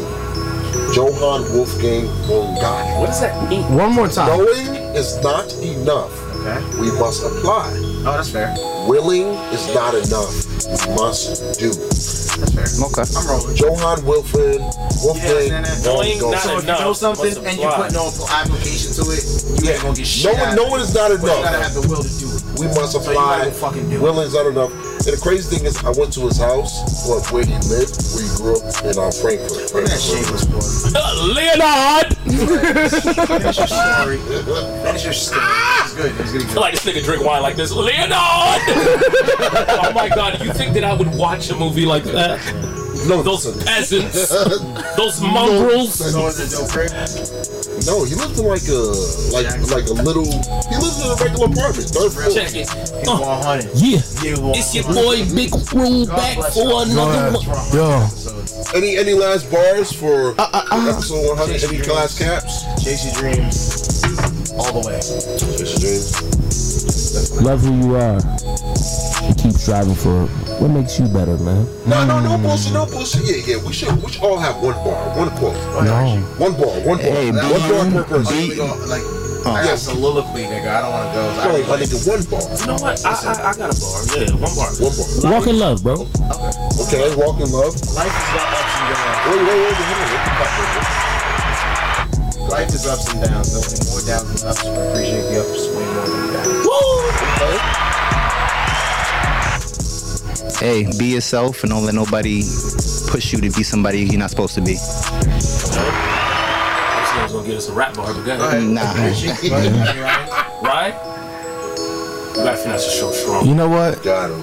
Speaker 1: Johann Wolfgang von Goethe. What does that mean?
Speaker 2: One more time.
Speaker 1: Knowing is not enough. Okay. We must apply.
Speaker 5: Oh, that's fair.
Speaker 1: Willing is not enough. We must do. That's
Speaker 5: fair.
Speaker 10: Okay.
Speaker 1: I'm wrong. Johann Wilfred, Wolfgang von
Speaker 5: Knowing
Speaker 1: Goethe.
Speaker 5: not so if you know something and you put no application to it, you ain't gonna get
Speaker 1: No,
Speaker 5: shit. out
Speaker 1: no one is not
Speaker 5: But You gotta
Speaker 1: enough.
Speaker 5: have the will to do it.
Speaker 1: We must apply. Willing's not enough. And the crazy thing is, I went to his house, well, where he lived, where he grew up in uh, Frankfurt. That
Speaker 17: Leonard!
Speaker 5: Finish your story. Finish your story. It's good. It's good.
Speaker 6: I feel like this nigga drink wine like this. Leonard! oh my god, you think that I would watch a movie like that?
Speaker 17: Uh,
Speaker 1: No,
Speaker 6: those peasants, those mongrels.
Speaker 5: So is it Joe Craig?
Speaker 1: No, he lived in like a like like a little. He lived in a regular apartment, third floor.
Speaker 6: Check it.
Speaker 5: Uh, 100.
Speaker 17: Yeah.
Speaker 6: It's your boy Big Room back for another
Speaker 1: Go
Speaker 6: one.
Speaker 2: Yo.
Speaker 1: Any any last bars for
Speaker 17: Uh,
Speaker 1: episode 100? Any last caps?
Speaker 5: Chase your dreams. All the way.
Speaker 1: Chase your dreams.
Speaker 17: Love who you
Speaker 2: uh,
Speaker 17: are. And keep striving for it. What makes you better, man?
Speaker 1: No, no, no bullshit, no bullshit. Yeah, yeah, we should, we should all have one bar, one quote.
Speaker 17: No.
Speaker 1: One bar, one bar,
Speaker 17: Hey,
Speaker 1: one
Speaker 17: be-
Speaker 1: bar per
Speaker 5: Like,
Speaker 1: person.
Speaker 5: we gonna, like
Speaker 2: Oh.
Speaker 5: I got soliloquy, nigga. I don't want to go.
Speaker 1: No, my nigga, one bar.
Speaker 5: You know what? I, I, I got a bar. Yeah, one bar.
Speaker 1: One bar.
Speaker 17: Walk in love, bro.
Speaker 1: Okay, walk in love.
Speaker 5: Life is about ups and downs.
Speaker 1: Wait, wait, wait, wait,
Speaker 5: Life is ups and downs. There'll be more downs than ups. but appreciate the ups way more than downs.
Speaker 10: Hey, be yourself and don't let nobody push you to be somebody you're not supposed to be.
Speaker 6: This nigga's gonna give us a rap bar, but go ahead.
Speaker 10: Nah.
Speaker 6: right? We gotta finish the show strong.
Speaker 2: You know what?
Speaker 1: Got him.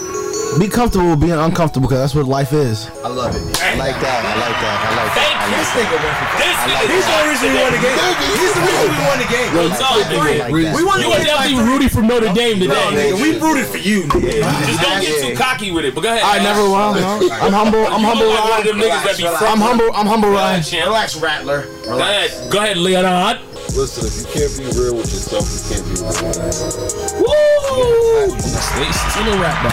Speaker 2: Be comfortable with being uncomfortable because that's what life is.
Speaker 5: I love it.
Speaker 10: I like that. I like that. I like that. I
Speaker 5: This
Speaker 10: like
Speaker 5: nigga went for
Speaker 6: this.
Speaker 10: I like
Speaker 5: He's the only
Speaker 10: that.
Speaker 5: reason we won the game. He's the reason we won the game.
Speaker 17: Yo,
Speaker 5: Like,
Speaker 17: sorry,
Speaker 5: we
Speaker 17: nigga.
Speaker 5: won- We won
Speaker 17: You
Speaker 5: the game.
Speaker 17: were definitely rooting for Notre Dame today.
Speaker 5: nigga, we rooted for you. nigga.
Speaker 6: Just don't get too cocky with it, but go ahead.
Speaker 2: I never will. No. I'm humble. I'm
Speaker 6: You
Speaker 2: humble.
Speaker 6: look like one of them
Speaker 2: Ryan.
Speaker 6: niggas that be
Speaker 2: I'm humble. I'm humble. Ryan.
Speaker 5: Relax, Rattler.
Speaker 6: Go ahead. Go ahead, Leonard.
Speaker 1: wait. Listen, if you can't be real with yourself, you can't be real with anyone.
Speaker 6: Woo! Still a rap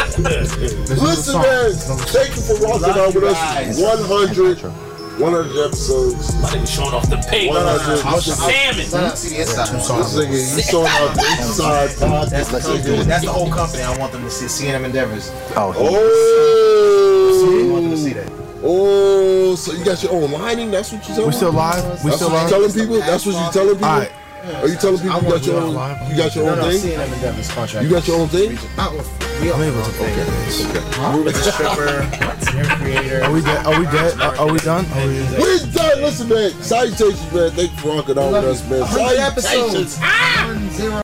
Speaker 1: Listen, man, thank you for walking out with us. 100, 100 episodes.
Speaker 6: My nigga showing off the paint.
Speaker 1: 100.
Speaker 6: Salmon.
Speaker 1: This nigga, you showing out the inside
Speaker 5: That's the,
Speaker 1: podcast.
Speaker 5: that's the whole company. I want them to see. CNN Endeavors.
Speaker 10: Oh,
Speaker 1: Oh, see that. Oh, so you got your own lining? That's what you telling?
Speaker 5: We still live?
Speaker 1: That's
Speaker 5: We still
Speaker 1: what
Speaker 5: live?
Speaker 1: You telling people? That's what you telling people?
Speaker 5: All right.
Speaker 1: Are you telling people
Speaker 5: I
Speaker 1: you
Speaker 5: want
Speaker 1: got your
Speaker 5: we
Speaker 1: own?
Speaker 5: all live.
Speaker 1: You got your
Speaker 5: No,
Speaker 1: own
Speaker 5: no,
Speaker 1: thing?
Speaker 5: CNN and Devin's contract. Oh,
Speaker 1: You got your own thing?
Speaker 5: I'm able to okay.
Speaker 1: Huh?
Speaker 5: Ruben's a stripper. Are we dead? Are we dead? Are, are we done? Are we
Speaker 1: We're done. Listen, man. Salutations, man. Thank you for rocking on with us, man.
Speaker 5: Hundred
Speaker 1: Salutations.
Speaker 5: episodes.
Speaker 20: One, zero.